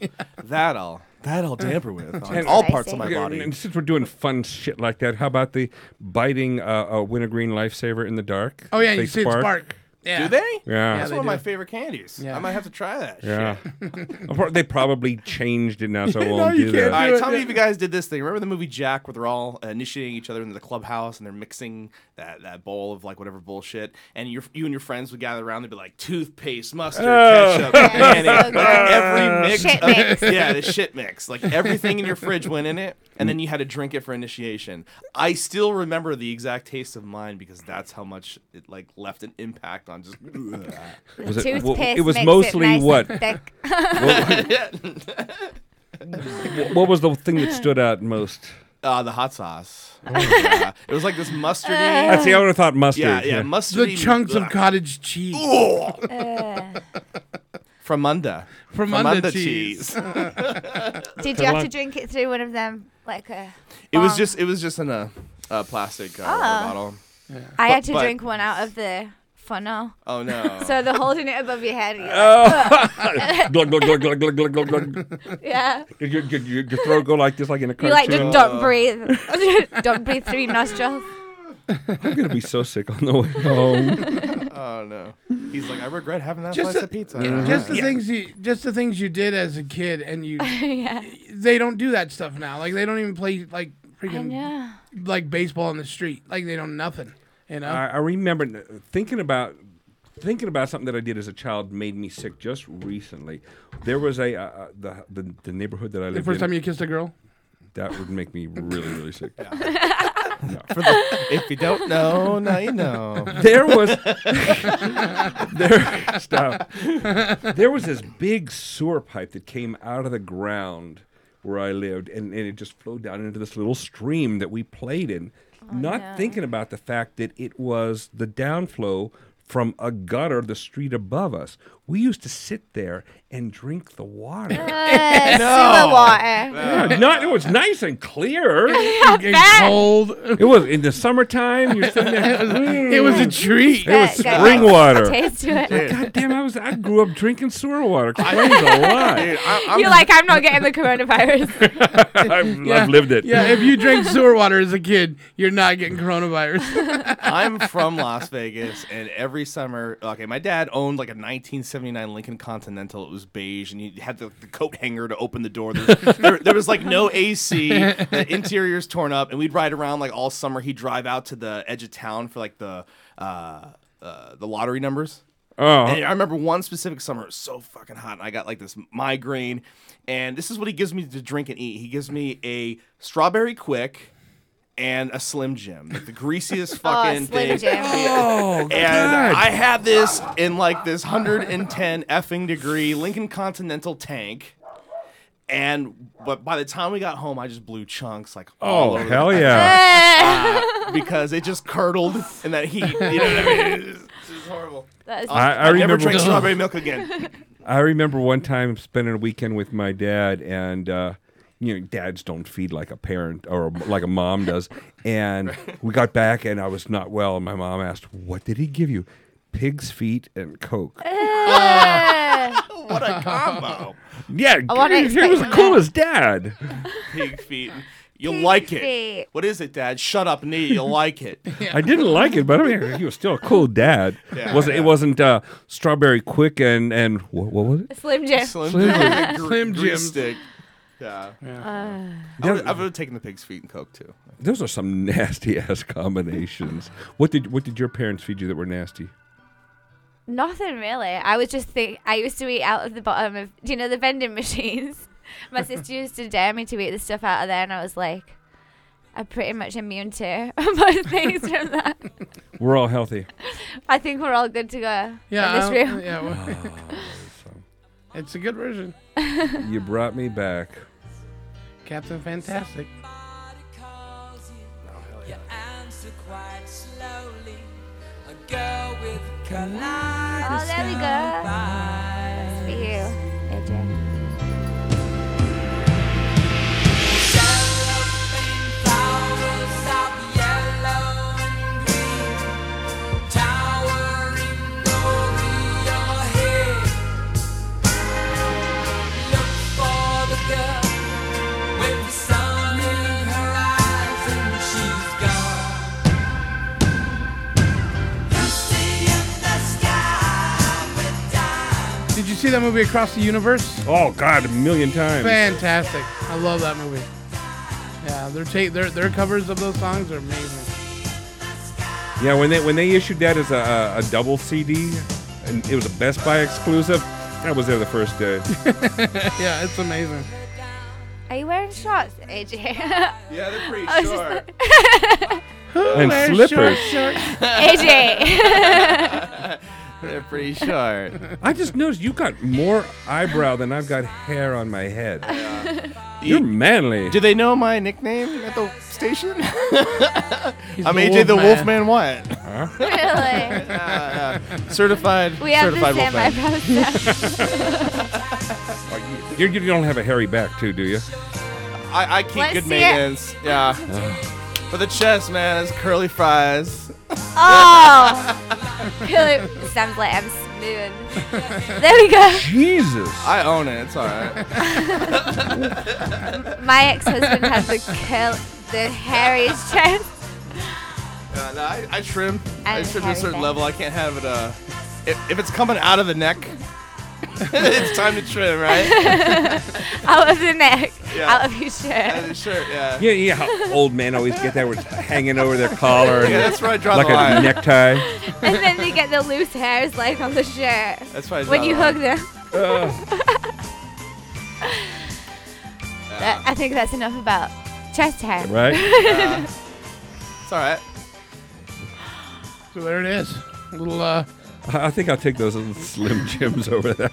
Speaker 10: that I'll that I'll damper with on
Speaker 8: And-
Speaker 10: all parts of my
Speaker 8: Okay,
Speaker 10: body.
Speaker 8: And since we're doing fun shit like that, how about the biting uh, a uh, wintergreen lifesaver in the dark?
Speaker 7: Oh yeah,
Speaker 8: They
Speaker 7: you see it spark.
Speaker 10: Do they?
Speaker 8: Yeah.
Speaker 10: That's
Speaker 8: Yeah,
Speaker 10: one of
Speaker 8: they
Speaker 10: my
Speaker 8: do.
Speaker 10: favorite candies. I might have to try that.
Speaker 8: Yeah.
Speaker 10: Shit.
Speaker 8: *laughs* Of course, they probably changed it
Speaker 10: *laughs*
Speaker 8: now, so I
Speaker 10: No,
Speaker 8: won't do
Speaker 10: All
Speaker 8: that.
Speaker 10: right, tell me if you guys did this thing. Remember the movie Jack, where they're all uh, initiating each other into the clubhouse and they're mixing that, that bowl of like whatever bullshit, and your you and your friends would gather around. They'd be like toothpaste, mustard,
Speaker 8: Oh. *laughs*
Speaker 10: ketchup,
Speaker 8: Yeah,
Speaker 10: mayonnaise,
Speaker 8: so
Speaker 10: like,
Speaker 8: good.
Speaker 10: every mix.
Speaker 8: Shit
Speaker 10: of-
Speaker 8: mix.
Speaker 10: *laughs* Yeah, the shit mix. Like everything in your fridge went in it, and then you had to drink it for initiation. I still remember the exact taste of mine because that's how much it like left an impact on just.
Speaker 8: Was it- well, it was mostly what?
Speaker 10: *laughs*
Speaker 8: *laughs* Wh- what was the thing that stood out most?
Speaker 10: *laughs*
Speaker 4: *laughs*
Speaker 10: Uh, the hot sauce. *laughs* yeah. It was like this mustardy.
Speaker 8: That's the I would have thought mustard.
Speaker 10: Yeah, yeah,
Speaker 7: The
Speaker 10: mustardy.
Speaker 7: chunks of
Speaker 10: ugh.
Speaker 7: cottage cheese.
Speaker 10: Fromunda.
Speaker 7: Fromunda
Speaker 10: Fromunda
Speaker 7: cheese. *laughs*
Speaker 4: Did you have to drink it through one of them? Like a.
Speaker 10: It was
Speaker 4: bong?
Speaker 10: just. It was just in a, a plastic uh,
Speaker 4: Oh.
Speaker 10: bottle.
Speaker 4: I
Speaker 10: But-
Speaker 4: had to
Speaker 10: but-
Speaker 4: drink one out of the funnel.
Speaker 10: Oh no.
Speaker 4: *laughs* So they're holding it above your head. and you're
Speaker 8: Oh.
Speaker 4: like,
Speaker 8: glug, glug, glug, glug, glug, glug, glug.
Speaker 10: *laughs*
Speaker 4: yeah.
Speaker 8: Your, your, your, your throat go like this, like in a
Speaker 4: You
Speaker 8: cartoon.
Speaker 4: like just don't breathe. don't breathe *laughs* through your nostrils.
Speaker 8: I'm gonna be so sick on the way
Speaker 4: *laughs*
Speaker 8: home.
Speaker 10: *laughs* oh no. He's like, I regret having that
Speaker 7: Just
Speaker 10: slice
Speaker 7: the,
Speaker 10: of pizza.
Speaker 7: *laughs*
Speaker 10: *laughs*
Speaker 7: just the things you, just the things you did as a kid, and
Speaker 4: *laughs*
Speaker 7: you, they don't do that stuff now. Like they don't even play like
Speaker 4: know.
Speaker 7: freaking like baseball in the street. Like they don't nothing. You know.
Speaker 8: I, I remember n- thinking about thinking about something that I did as a child made me sick just recently. There was a uh, uh, the, the the neighborhood that I lived
Speaker 7: the first
Speaker 8: in.
Speaker 7: time you kissed a girl.
Speaker 8: that would make me really really sick.
Speaker 10: For the, if you don't know, now you know.
Speaker 8: There was *laughs* there stop. *laughs* There was this big sewer pipe that came out of the ground where I lived, and, and it just flowed down into this little stream that we played in.
Speaker 4: Oh,
Speaker 8: not
Speaker 12: no.
Speaker 8: thinking about the fact that it was the downflow from a gutter the street above us. We used to sit there and drink the *laughs* water.
Speaker 7: *laughs*
Speaker 4: Uh, sewer water.
Speaker 8: Yeah, not, it was nice and
Speaker 4: *laughs*
Speaker 8: clear.
Speaker 4: And bet.
Speaker 8: cold. It was in the summertime. You're sitting there.
Speaker 7: *laughs*
Speaker 8: mm.
Speaker 7: It was a treat.
Speaker 8: It was
Speaker 7: Bet, got
Speaker 8: spring
Speaker 7: that
Speaker 8: water.
Speaker 4: taste to it.
Speaker 8: Like, God damn, I was I grew up drinking sewer water. Explains a lot.
Speaker 4: You're like, I'm not getting the
Speaker 8: *laughs*
Speaker 4: coronavirus.
Speaker 8: I've, I've lived it.
Speaker 7: Yeah, if
Speaker 8: *laughs*
Speaker 7: you drank sewer water as a kid, you're not getting coronavirus. *laughs*
Speaker 10: I'm from Las Vegas, and every summer, okay, my dad owned like a 1979 Lincoln Continental. It was beige, and you had the, the coat hanger to open the door. There, there, there was like no AC. The interior's torn up, and we'd ride around like all summer. He'd drive out to the edge of town for like the uh, uh, the lottery numbers.
Speaker 8: Oh.
Speaker 10: And I remember one specific summer, it was so fucking hot, and I got like this migraine. And this is what he gives me to drink and eat. He gives me a strawberry quick and a Slim Jim, like the
Speaker 4: *laughs*
Speaker 10: greasiest fucking
Speaker 4: Oh, Slim
Speaker 10: thing. *laughs*
Speaker 4: Jim.
Speaker 10: Yeah.
Speaker 4: Oh,
Speaker 10: and
Speaker 4: God.
Speaker 10: I had this in like this 110 effing degree Lincoln Continental tank. And but by the time we got home, I just blew chunks like
Speaker 8: Oh,
Speaker 10: all over the
Speaker 8: hell
Speaker 10: place.
Speaker 8: yeah.
Speaker 10: Uh, *laughs* because it just curdled in that heat. You know what I mean?
Speaker 4: *laughs*
Speaker 10: It's, it's horrible.
Speaker 4: That is-
Speaker 8: I- I
Speaker 10: I, I never
Speaker 8: remember-
Speaker 10: drink
Speaker 8: Ugh.
Speaker 10: strawberry milk again.
Speaker 8: I remember one time spending a weekend with my dad, and uh, you know, dads don't feed like a parent or like a mom does. And we got back, and I was not well. And my mom asked, "What did he give you?" Pig's feet and coke.
Speaker 10: *laughs* what a combo.
Speaker 8: Yeah,
Speaker 10: I wasn't
Speaker 8: he was the
Speaker 10: expecting that.
Speaker 8: coolest dad.
Speaker 10: Pig feet. You'll like it.
Speaker 4: feet.
Speaker 10: What is it, Dad? Shut up and eat. You'll like it.
Speaker 8: I didn't like it, but I mean, he was still a cool dad.
Speaker 10: Yeah,
Speaker 8: wasn't
Speaker 10: yeah.
Speaker 8: it? Wasn't uh, strawberry quick and and what, what was it?
Speaker 4: Slim Jim.
Speaker 10: Slim,
Speaker 8: Slim Jim.
Speaker 10: Jim. Gr-
Speaker 7: Slim
Speaker 10: grease
Speaker 7: Jim.
Speaker 10: stick. Yeah.
Speaker 4: Uh.
Speaker 8: Yeah.
Speaker 10: I would have taken the pig's feet and Coke too.
Speaker 8: Those are some *laughs* nasty ass combinations. What did what did your parents feed you that were nasty?
Speaker 4: Nothing really. I was just think I used to eat out of the bottom of do you know the vending machines? *laughs* My sister used to dare me to eat the stuff out of there and I was like I'm pretty much immune to *laughs* most things from that.
Speaker 8: We're all healthy.
Speaker 4: I think we're all good to go
Speaker 7: Yeah,
Speaker 4: in this
Speaker 7: I-
Speaker 4: room.
Speaker 7: yeah,
Speaker 8: Oh,
Speaker 7: *laughs* we're- it's a good version.
Speaker 8: *laughs* You brought me back.
Speaker 7: Captain Fantastic.
Speaker 2: You answer quite slowly. A girl with kaleidoscope
Speaker 4: Oh, there we go.
Speaker 2: eyes.
Speaker 4: For you, AJ.
Speaker 2: Cellophane flowers of yellow and green, towering over your head. Look for the girl with the sun in her eyes, and she's gone. You see in the sky
Speaker 7: see that movie Across the Universe?
Speaker 8: Oh God, a million times.
Speaker 7: Fantastic. I love that movie. Yeah, their ta- their their covers of those songs are amazing. *laughs*
Speaker 8: Yeah, when they when they issued that as a, a, a double CD, and it was a Best Buy exclusive, I was there the first day.
Speaker 7: yeah, it's amazing.
Speaker 4: Are you wearing shorts, *laughs* AJ? yeah,
Speaker 10: they're
Speaker 4: pretty
Speaker 10: short.
Speaker 4: *laughs*
Speaker 8: And
Speaker 4: wears
Speaker 8: slippers.
Speaker 4: short shorts? *laughs* AJ.
Speaker 8: They're
Speaker 10: pretty
Speaker 8: *laughs*
Speaker 10: short. *laughs*
Speaker 8: I just noticed you got more eyebrow than I've got hair on my head. You're
Speaker 10: E-
Speaker 8: manly.
Speaker 10: Do they know my nickname at the
Speaker 8: *laughs*
Speaker 10: station?
Speaker 9: I'm AJ the Wolfman
Speaker 10: Wyatt.
Speaker 4: really?
Speaker 10: *laughs*
Speaker 9: Uh,
Speaker 10: certified.
Speaker 4: we have the
Speaker 8: Certified
Speaker 4: same *laughs* eyebrows.
Speaker 8: Are you- You, you don't have a hairy back too, do you?
Speaker 10: I, I keep
Speaker 4: Let's
Speaker 10: good
Speaker 4: see it.
Speaker 10: maintenance. Yeah. For the chest, man, it's curly fries.
Speaker 4: oh, really? Sounds like I'm smooth. There we go.
Speaker 8: Jesus.
Speaker 10: I own it. It's all *laughs*
Speaker 4: *laughs*
Speaker 10: right.
Speaker 4: My ex-husband had the curl, the hairiest chest.
Speaker 10: Uh, no, I, I trim. i
Speaker 4: And
Speaker 10: trim to a
Speaker 4: hairy
Speaker 10: certain
Speaker 4: back.
Speaker 10: level. I can't have it. Uh, if, if it's coming out of the neck, *laughs* it's time to trim, right?
Speaker 4: *laughs* out of the neck,
Speaker 10: Yeah.
Speaker 4: out of your shirt.
Speaker 10: Out of the shirt, yeah.
Speaker 8: Yeah, yeah. Oh. How old men always get that, where it's hanging over their collar. And
Speaker 10: Yeah, that's where I draw
Speaker 8: like
Speaker 10: the
Speaker 8: a
Speaker 10: line.
Speaker 8: necktie.
Speaker 4: and then they get the loose hairs like on the shirt.
Speaker 10: That's why I
Speaker 4: When
Speaker 10: draw
Speaker 4: you
Speaker 10: the line. *laughs*
Speaker 4: hug them.
Speaker 8: Uh,
Speaker 10: Yeah.
Speaker 4: That- I think that's enough about chest hair. *laughs*
Speaker 8: Right.
Speaker 7: Uh,
Speaker 10: Yeah. it's all right.
Speaker 7: So there it is. A little uh,
Speaker 8: I I think I'll take those little slim jims over that.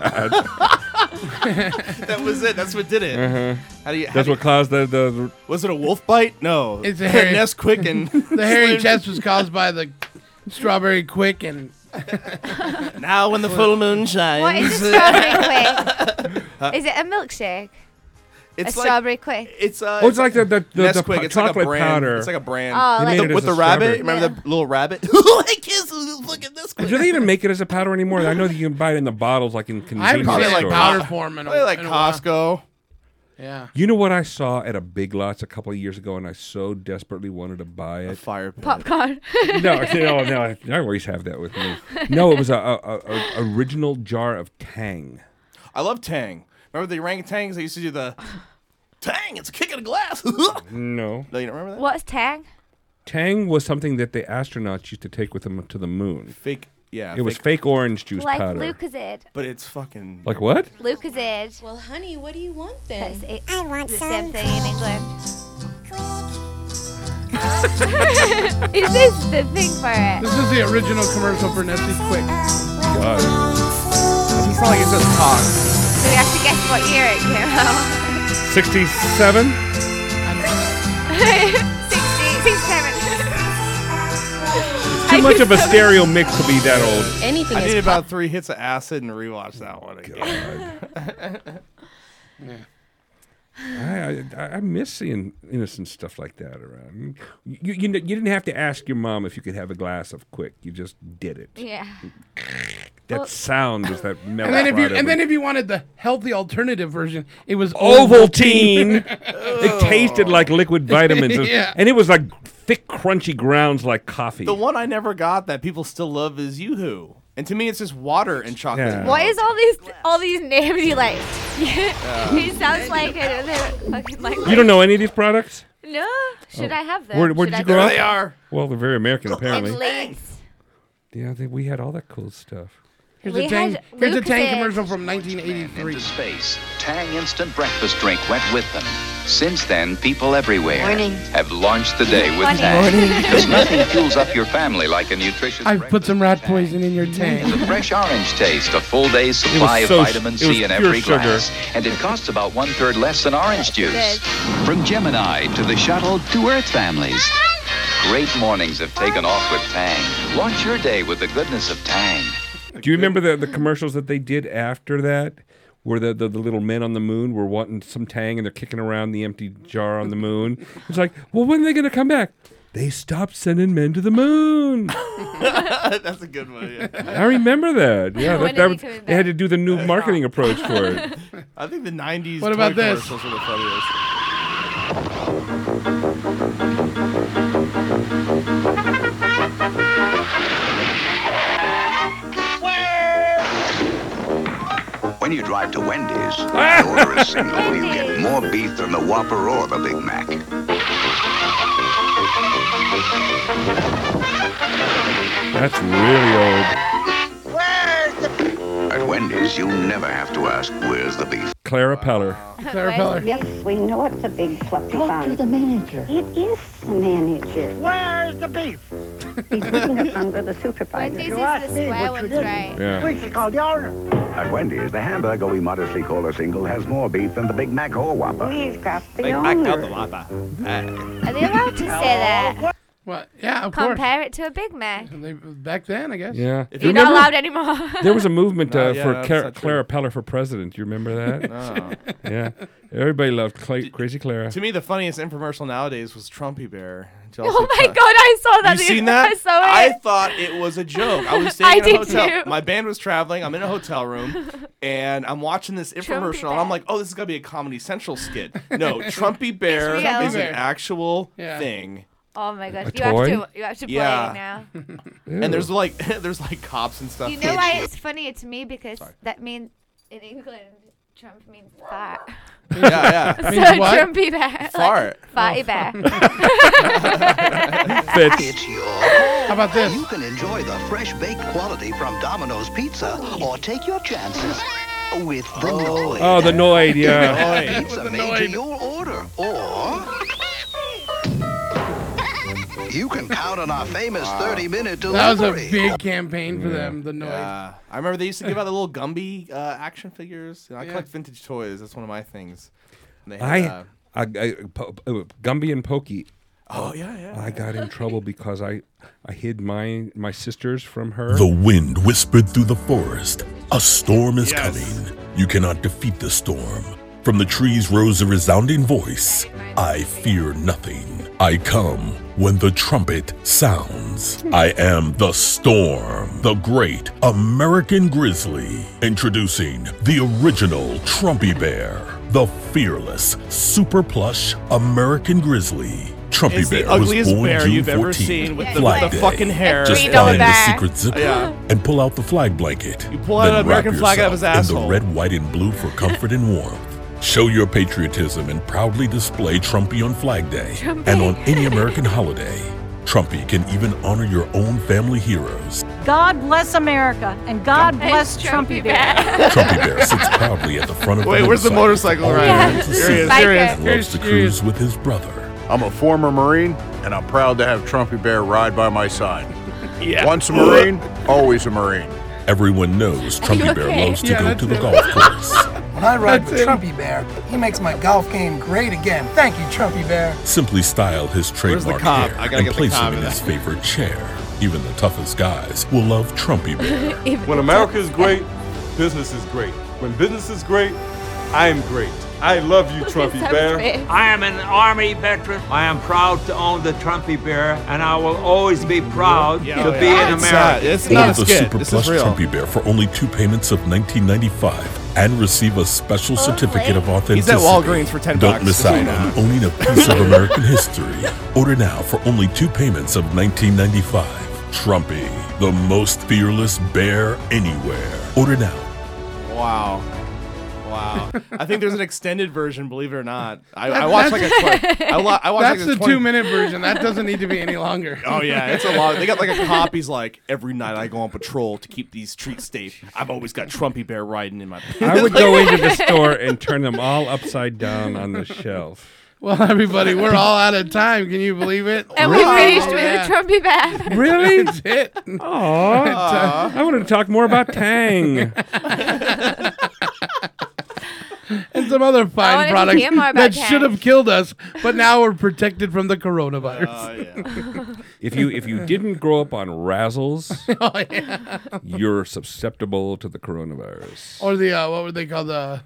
Speaker 10: that was it. That's what did it.
Speaker 8: Uh-huh.
Speaker 10: How do you?
Speaker 8: That's what caused the, the
Speaker 10: Was it a wolf bite? *laughs* No.
Speaker 7: It's a hairy
Speaker 10: Nesquik and
Speaker 7: *laughs* the hairy
Speaker 10: Slim-
Speaker 7: chest was caused by the strawberry quick and *laughs*
Speaker 10: Now when the full moon shines. *laughs*
Speaker 4: What is a strawberry quick? is it a milkshake?
Speaker 10: Uh, It's
Speaker 4: a
Speaker 10: like-
Speaker 4: strawberry quick.
Speaker 10: It's uh,
Speaker 8: Oh, it's like the- the- the- the
Speaker 10: Nesquik.
Speaker 8: po-
Speaker 10: it's like a
Speaker 8: chocolate
Speaker 10: brand.
Speaker 8: powder.
Speaker 10: It's like a brand.
Speaker 4: Oh, They like- made it
Speaker 10: with
Speaker 8: as a
Speaker 10: the rabbit.
Speaker 8: strawberry.
Speaker 10: Remember the little
Speaker 4: *laughs*
Speaker 10: rabbit? *laughs* I kiss the fucking Nesquik.
Speaker 8: Do they even make it as a powder anymore? I know that you can buy it in the bottles, like in
Speaker 7: I haven't
Speaker 8: convenience
Speaker 7: seen it like
Speaker 8: stores.
Speaker 7: powder form in a,
Speaker 10: Probably like
Speaker 7: in a while.
Speaker 10: Costco.
Speaker 7: Yeah.
Speaker 8: You know what I saw at a Big Lots a couple of years ago, and I so desperately wanted to buy it. A
Speaker 10: fire pit.
Speaker 4: Popcorn.
Speaker 8: *laughs* no, no, no. I- I always have that with me. No, it was a, a, a, a original jar of Tang.
Speaker 10: I love Tang. Remember the orangutans? They used to do the Tang. It's a kick in a glass. *laughs* no,
Speaker 8: No,
Speaker 10: you don't remember that?
Speaker 4: *laughs* What's tang?
Speaker 8: Tang was something that the astronauts used to take with them to the moon.
Speaker 10: Fake, yeah.
Speaker 8: It was fake orange juice
Speaker 4: like
Speaker 8: powder.
Speaker 4: Lucozid.
Speaker 10: But it's fucking.
Speaker 8: Like what?
Speaker 4: Lucozid.
Speaker 18: Well, honey, what do you want then?
Speaker 4: That's it. I want the same thing in England. *laughs* is this the thing for it?
Speaker 7: This is the original commercial for Nestle Quick.
Speaker 10: Doesn't sound like it says cock.
Speaker 4: So we have to guess what year it came out. *laughs*
Speaker 8: 67?
Speaker 4: 60, 67.
Speaker 8: Too much of a stereo mix to be that old.
Speaker 4: Anything
Speaker 10: I
Speaker 4: is
Speaker 10: need
Speaker 4: pop-
Speaker 10: about three hits of acid and rewatch that one again. *laughs*
Speaker 8: I, I, I miss seeing innocent stuff like that around. You, you, you didn't have to ask your mom if you could have a glass of quick. You just did it.
Speaker 4: Yeah.
Speaker 8: That
Speaker 4: Well-
Speaker 8: sound was that melt
Speaker 7: And then if
Speaker 8: right
Speaker 7: you
Speaker 8: over
Speaker 7: and then
Speaker 8: you.
Speaker 7: if you wanted the healthy alternative version, it was *laughs*
Speaker 8: Ovaltine. *laughs* it tasted like liquid vitamins.
Speaker 7: Yeah.
Speaker 8: And it was like thick, crunchy grounds like coffee.
Speaker 10: the one I never got that people still love is Yoo-Hoo. And to me, it's just water and chocolate.
Speaker 8: Yeah.
Speaker 4: What is all these all these names you like? *laughs*
Speaker 10: Yeah.
Speaker 4: it sounds like another fucking like.
Speaker 8: you don't know any of these products?
Speaker 4: No. Should
Speaker 8: Oh.
Speaker 4: I have them?
Speaker 8: Where, where did
Speaker 4: Should I
Speaker 8: you grow
Speaker 4: get
Speaker 8: up?
Speaker 4: them?
Speaker 8: Well, they're very American, apparently.
Speaker 4: And Lay's.
Speaker 8: Yeah, they, we had all that cool stuff.
Speaker 7: Here's
Speaker 4: We
Speaker 7: a Tang,
Speaker 4: had
Speaker 7: here's a Tang
Speaker 4: Lucozid.
Speaker 7: commercial from 1983.
Speaker 12: space, Tang instant breakfast drink went with them. Since then, people everywhere
Speaker 7: Morning.
Speaker 12: have launched the day with
Speaker 7: Morning.
Speaker 12: Tang.
Speaker 7: Morning.
Speaker 12: Because nothing fuels up your family like a nutritious
Speaker 7: I've put some rat poison in your
Speaker 12: and the
Speaker 7: Tang.
Speaker 12: fresh orange taste, a full day's supply
Speaker 7: so-
Speaker 12: of vitamin
Speaker 7: it
Speaker 12: C
Speaker 7: was
Speaker 12: in
Speaker 7: pure
Speaker 12: every
Speaker 7: sugar.
Speaker 12: glass, and it costs about one third less than orange juice. From Gemini to the shuttle to Earth families, great mornings have taken off with Tang. Launch your day with the goodness of Tang.
Speaker 8: Do you remember the, the commercials that they did after that? Where the, the, the little men on the moon were wanting some tang and they're kicking around the empty jar on the moon. It's like, well, when are they going to come back? They stopped sending men to the moon.
Speaker 10: That's a good one.
Speaker 8: I
Speaker 10: Yeah.
Speaker 8: remember that. Yeah,
Speaker 10: When
Speaker 8: that, that
Speaker 10: are they
Speaker 8: was-
Speaker 10: coming
Speaker 8: they had to
Speaker 10: back?
Speaker 8: do the new marketing approach for it.
Speaker 10: *laughs* I think the '90s.
Speaker 7: What about
Speaker 10: toy
Speaker 7: this?
Speaker 10: commercials Were the funniest.
Speaker 12: When
Speaker 3: drive to Wendy's. When you order a single, you get more beef than the Whopper or the Big Mac.
Speaker 8: That's really
Speaker 3: At Wendy's, you never have to ask, where's the beef?
Speaker 8: Clara Peller.
Speaker 7: Clara Peller.
Speaker 15: Yes, we know it's a big fluffy
Speaker 3: Talk
Speaker 15: bun.
Speaker 3: to
Speaker 15: the manager. It is the manager. Where's the beef? He's putting it under the supervisor.
Speaker 4: Wendy's is the square ones, right?
Speaker 3: Yeah.
Speaker 15: We should call the owner.
Speaker 3: At Wendy's, the hamburger we modestly call a single has more beef than the Big Mac or Whopper.
Speaker 15: We've got the
Speaker 3: Big Mac
Speaker 15: owner.
Speaker 3: or the Whopper.
Speaker 4: Are they allowed to say that?
Speaker 7: What? Yeah, of course.
Speaker 4: Compare it to a Big Mac.
Speaker 7: They, back then, I guess.
Speaker 8: Yeah.
Speaker 4: If You're not
Speaker 8: Remember-
Speaker 4: allowed anymore.
Speaker 8: *laughs* there was a movement
Speaker 7: No,
Speaker 8: uh,
Speaker 7: yeah,
Speaker 8: for
Speaker 7: that's
Speaker 8: Clara,
Speaker 7: not true.
Speaker 8: Clara Peller for president. Do you remember that?
Speaker 10: No.
Speaker 8: yeah. Everybody loved Cla- Crazy Clara.
Speaker 10: To me, the funniest infomercial nowadays was Trumpy Bear.
Speaker 4: Oh my God, I saw that
Speaker 10: You
Speaker 4: the-
Speaker 10: seen that?
Speaker 4: *laughs* I saw it.
Speaker 10: thought it was a joke. I
Speaker 4: *laughs*
Speaker 10: was staying
Speaker 4: I
Speaker 10: in
Speaker 4: did
Speaker 10: a hotel.
Speaker 4: too.
Speaker 10: My band was traveling. I'm in a hotel
Speaker 4: *laughs*
Speaker 10: room, and I'm watching this infomercial. And I'm like, oh, this is gonna be a Comedy Central skit. No,
Speaker 4: *laughs*
Speaker 10: Trumpy Bear
Speaker 4: It's real.
Speaker 10: is an actual
Speaker 4: Yeah.
Speaker 10: thing.
Speaker 4: Oh my gosh,
Speaker 10: A
Speaker 4: you have
Speaker 10: toy?
Speaker 4: to you have to play
Speaker 10: Yeah.
Speaker 4: it
Speaker 10: *laughs*
Speaker 4: now.
Speaker 10: And there's like there's like cops and stuff.
Speaker 4: You know why it's funnier to me because that means in England Trump means fart.
Speaker 10: Yeah,
Speaker 4: *laughs*
Speaker 10: yeah.
Speaker 4: so
Speaker 10: Means what?
Speaker 4: Trumpy bear.
Speaker 10: *laughs* Fart.
Speaker 7: Oh. *laughs*
Speaker 4: Like, *laughs* farty bear.
Speaker 3: It's your How
Speaker 7: about this?
Speaker 3: You can enjoy the fresh baked quality from Domino's Pizza or take your chances with the Noid.
Speaker 8: Oh, the Noid, yeah.
Speaker 3: Noid. Pizza made to your order or you can count on our famous 30-minute delivery.
Speaker 7: That was a big campaign for them. The noise.
Speaker 10: Yeah. I remember they used to give out the
Speaker 7: *laughs*
Speaker 10: little Gumby uh, action figures. You know, I collect vintage toys. That's one of my things. And they had,
Speaker 8: I,
Speaker 10: uh,
Speaker 8: I, I po- uh, Gumby and Pokey.
Speaker 10: Oh, yeah, yeah,
Speaker 8: I
Speaker 10: *laughs*
Speaker 8: got in trouble because I, I hid my my sisters from her.
Speaker 38: The wind whispered through the forest. A storm is
Speaker 8: Yes.
Speaker 38: coming. You cannot defeat the storm. From the trees rose a resounding voice I fear nothing. I come when the trumpet sounds. I am the storm, the great American grizzly. Introducing the original Trumpy Bear, the fearless, super plush American grizzly. Trumpy
Speaker 27: It's the
Speaker 38: Bear was
Speaker 27: ugliest
Speaker 38: born
Speaker 27: bear
Speaker 38: June
Speaker 27: you've ever
Speaker 38: 14th,
Speaker 27: seen with the- with
Speaker 38: Flag
Speaker 27: the
Speaker 38: Day.
Speaker 27: fucking hair.
Speaker 38: Just
Speaker 27: Three dollar
Speaker 38: find the
Speaker 27: bear.
Speaker 38: secret zipper
Speaker 27: Yeah.
Speaker 38: and pull out the flag blanket. You
Speaker 27: pull out an American flag out of his
Speaker 38: In
Speaker 27: asshole.
Speaker 38: the red, white, and blue for comfort and warmth. Show your patriotism and proudly display Trumpy on Flag Day
Speaker 4: Trumpy.
Speaker 38: and on any American holiday. Trumpy can even honor your own family heroes.
Speaker 37: God bless America and God bless Trumpy Bear. *laughs*
Speaker 38: Trumpy
Speaker 27: *laughs*
Speaker 38: Bear sits proudly at the front of
Speaker 27: Wait,
Speaker 38: the
Speaker 27: where's the
Speaker 38: motorcycle.
Speaker 27: motorcycle
Speaker 38: all
Speaker 27: rider?
Speaker 38: ready to
Speaker 27: Here
Speaker 38: see
Speaker 27: he is, here he is.
Speaker 38: and loves to cruise with his brother.
Speaker 22: I'm a former Marine, and I'm proud to have Trumpy Bear ride by my side. Once a Marine, *laughs* always a Marine.
Speaker 38: Everyone knows Trumpy Bear loves to
Speaker 22: Yeah,
Speaker 38: go
Speaker 22: that's
Speaker 38: to the
Speaker 22: him.
Speaker 38: golf course.
Speaker 23: When I ride
Speaker 38: That's
Speaker 23: with
Speaker 38: him.
Speaker 23: Trumpy Bear, he makes my golf game great again. Thank you, Trumpy Bear.
Speaker 38: Simply style his
Speaker 23: Where's the
Speaker 38: trademark
Speaker 23: cop? I
Speaker 38: hair
Speaker 23: gotta
Speaker 38: and
Speaker 23: get the
Speaker 38: place
Speaker 23: cop
Speaker 38: him in
Speaker 23: in
Speaker 38: his
Speaker 23: that.
Speaker 38: favorite chair. Even the toughest guys will love Trumpy Bear.
Speaker 10: *laughs*
Speaker 16: When America is great, business is great. When business is great, *laughs* I am great. I love you, Trumpy Bear.
Speaker 25: I am an Army veteran. I am proud to own the Trumpy Bear, and I will always be proud
Speaker 16: Yeah, Oh,
Speaker 25: to
Speaker 16: yeah.
Speaker 25: be an
Speaker 16: It's uh, not-
Speaker 25: American.
Speaker 38: Order the Super Plus Trumpy Bear for only two payments of $19.95 and receive a special certificate of
Speaker 10: He's at
Speaker 38: authenticity.
Speaker 10: Walgreens for 10
Speaker 38: Don't
Speaker 10: bucks.
Speaker 38: miss out on owning a piece of American history. Order now for only two payments of $19.95. Trumpy, the most fearless bear anywhere. Order now.
Speaker 10: Wow. Wow. I think there's an extended version, believe it or not. I, I
Speaker 7: That-
Speaker 10: watched like a
Speaker 7: that's-
Speaker 10: 20, I, wa- I watched
Speaker 7: *laughs* That's
Speaker 10: like
Speaker 7: the
Speaker 10: 20
Speaker 7: two-minute version. That doesn't need to be any longer.
Speaker 10: Oh yeah, it's a lot. They got like
Speaker 7: *laughs*
Speaker 10: a cop. He's like, every night I go on patrol to keep these streets safe. I've always got Trumpy Bear riding in my.
Speaker 8: I
Speaker 10: *laughs*
Speaker 8: would go into the store and turn them all upside down on the
Speaker 10: *laughs*
Speaker 8: shelf.
Speaker 7: Well, everybody, we're all out of time. Can you believe it?
Speaker 4: and we finished
Speaker 7: Oh,
Speaker 4: with a Trumpy
Speaker 7: *laughs*
Speaker 4: bear.
Speaker 8: *laughs* Really?
Speaker 7: That's it.
Speaker 8: Aw. I wanted to talk more about Tang.
Speaker 7: and some other
Speaker 4: wanted
Speaker 7: fine
Speaker 4: to
Speaker 7: products
Speaker 4: hear more about
Speaker 7: that
Speaker 4: that.
Speaker 7: should have killed us, but now we're protected from the coronavirus.
Speaker 8: *laughs* If you if you didn't grow up on Razzles,
Speaker 7: *laughs* Oh, yeah.
Speaker 8: you're susceptible to the coronavirus.
Speaker 7: or the uh, what were they called? The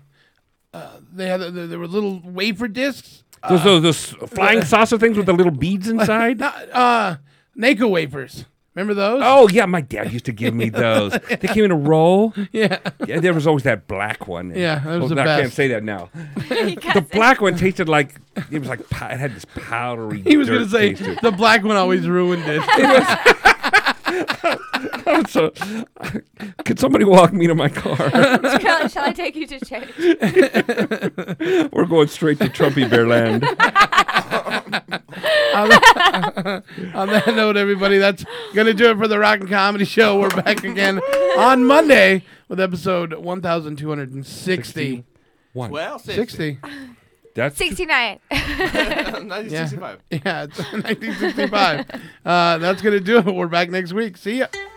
Speaker 7: uh, they had the, there were little wafer discs.
Speaker 8: Those,
Speaker 7: Uh,
Speaker 8: those, those
Speaker 7: *laughs*
Speaker 10: *laughs*
Speaker 8: flying saucer things with the little beads inside.
Speaker 7: Not, uh, Naco wafers. Remember those?
Speaker 8: Oh yeah, my dad used to give me those. They came in a roll.
Speaker 7: Yeah.
Speaker 8: there was always that black one.
Speaker 7: Yeah, that was
Speaker 8: Oh,
Speaker 7: the
Speaker 8: I can't
Speaker 7: best.
Speaker 8: say that now. the black one tasted like it was like pow- it had this powdery.
Speaker 7: He was
Speaker 8: dirt
Speaker 7: gonna say
Speaker 8: taste to it.
Speaker 7: the black one always ruined it.
Speaker 8: *laughs* so, could somebody walk me to my car?
Speaker 4: shall, shall I take you to church?
Speaker 8: *laughs* We're going straight to Trumpy Bear Land.
Speaker 7: on, that, *laughs* on that note, everybody, that's going to do it for the Rock and Comedy Show. We're back again on Monday with episode 1,260.
Speaker 8: One.
Speaker 10: Well,
Speaker 7: 60.
Speaker 8: That's
Speaker 4: 69. *laughs*
Speaker 7: *laughs* Yeah, yeah it's 1965. uh, that's going to do it. We're back next week. See ya.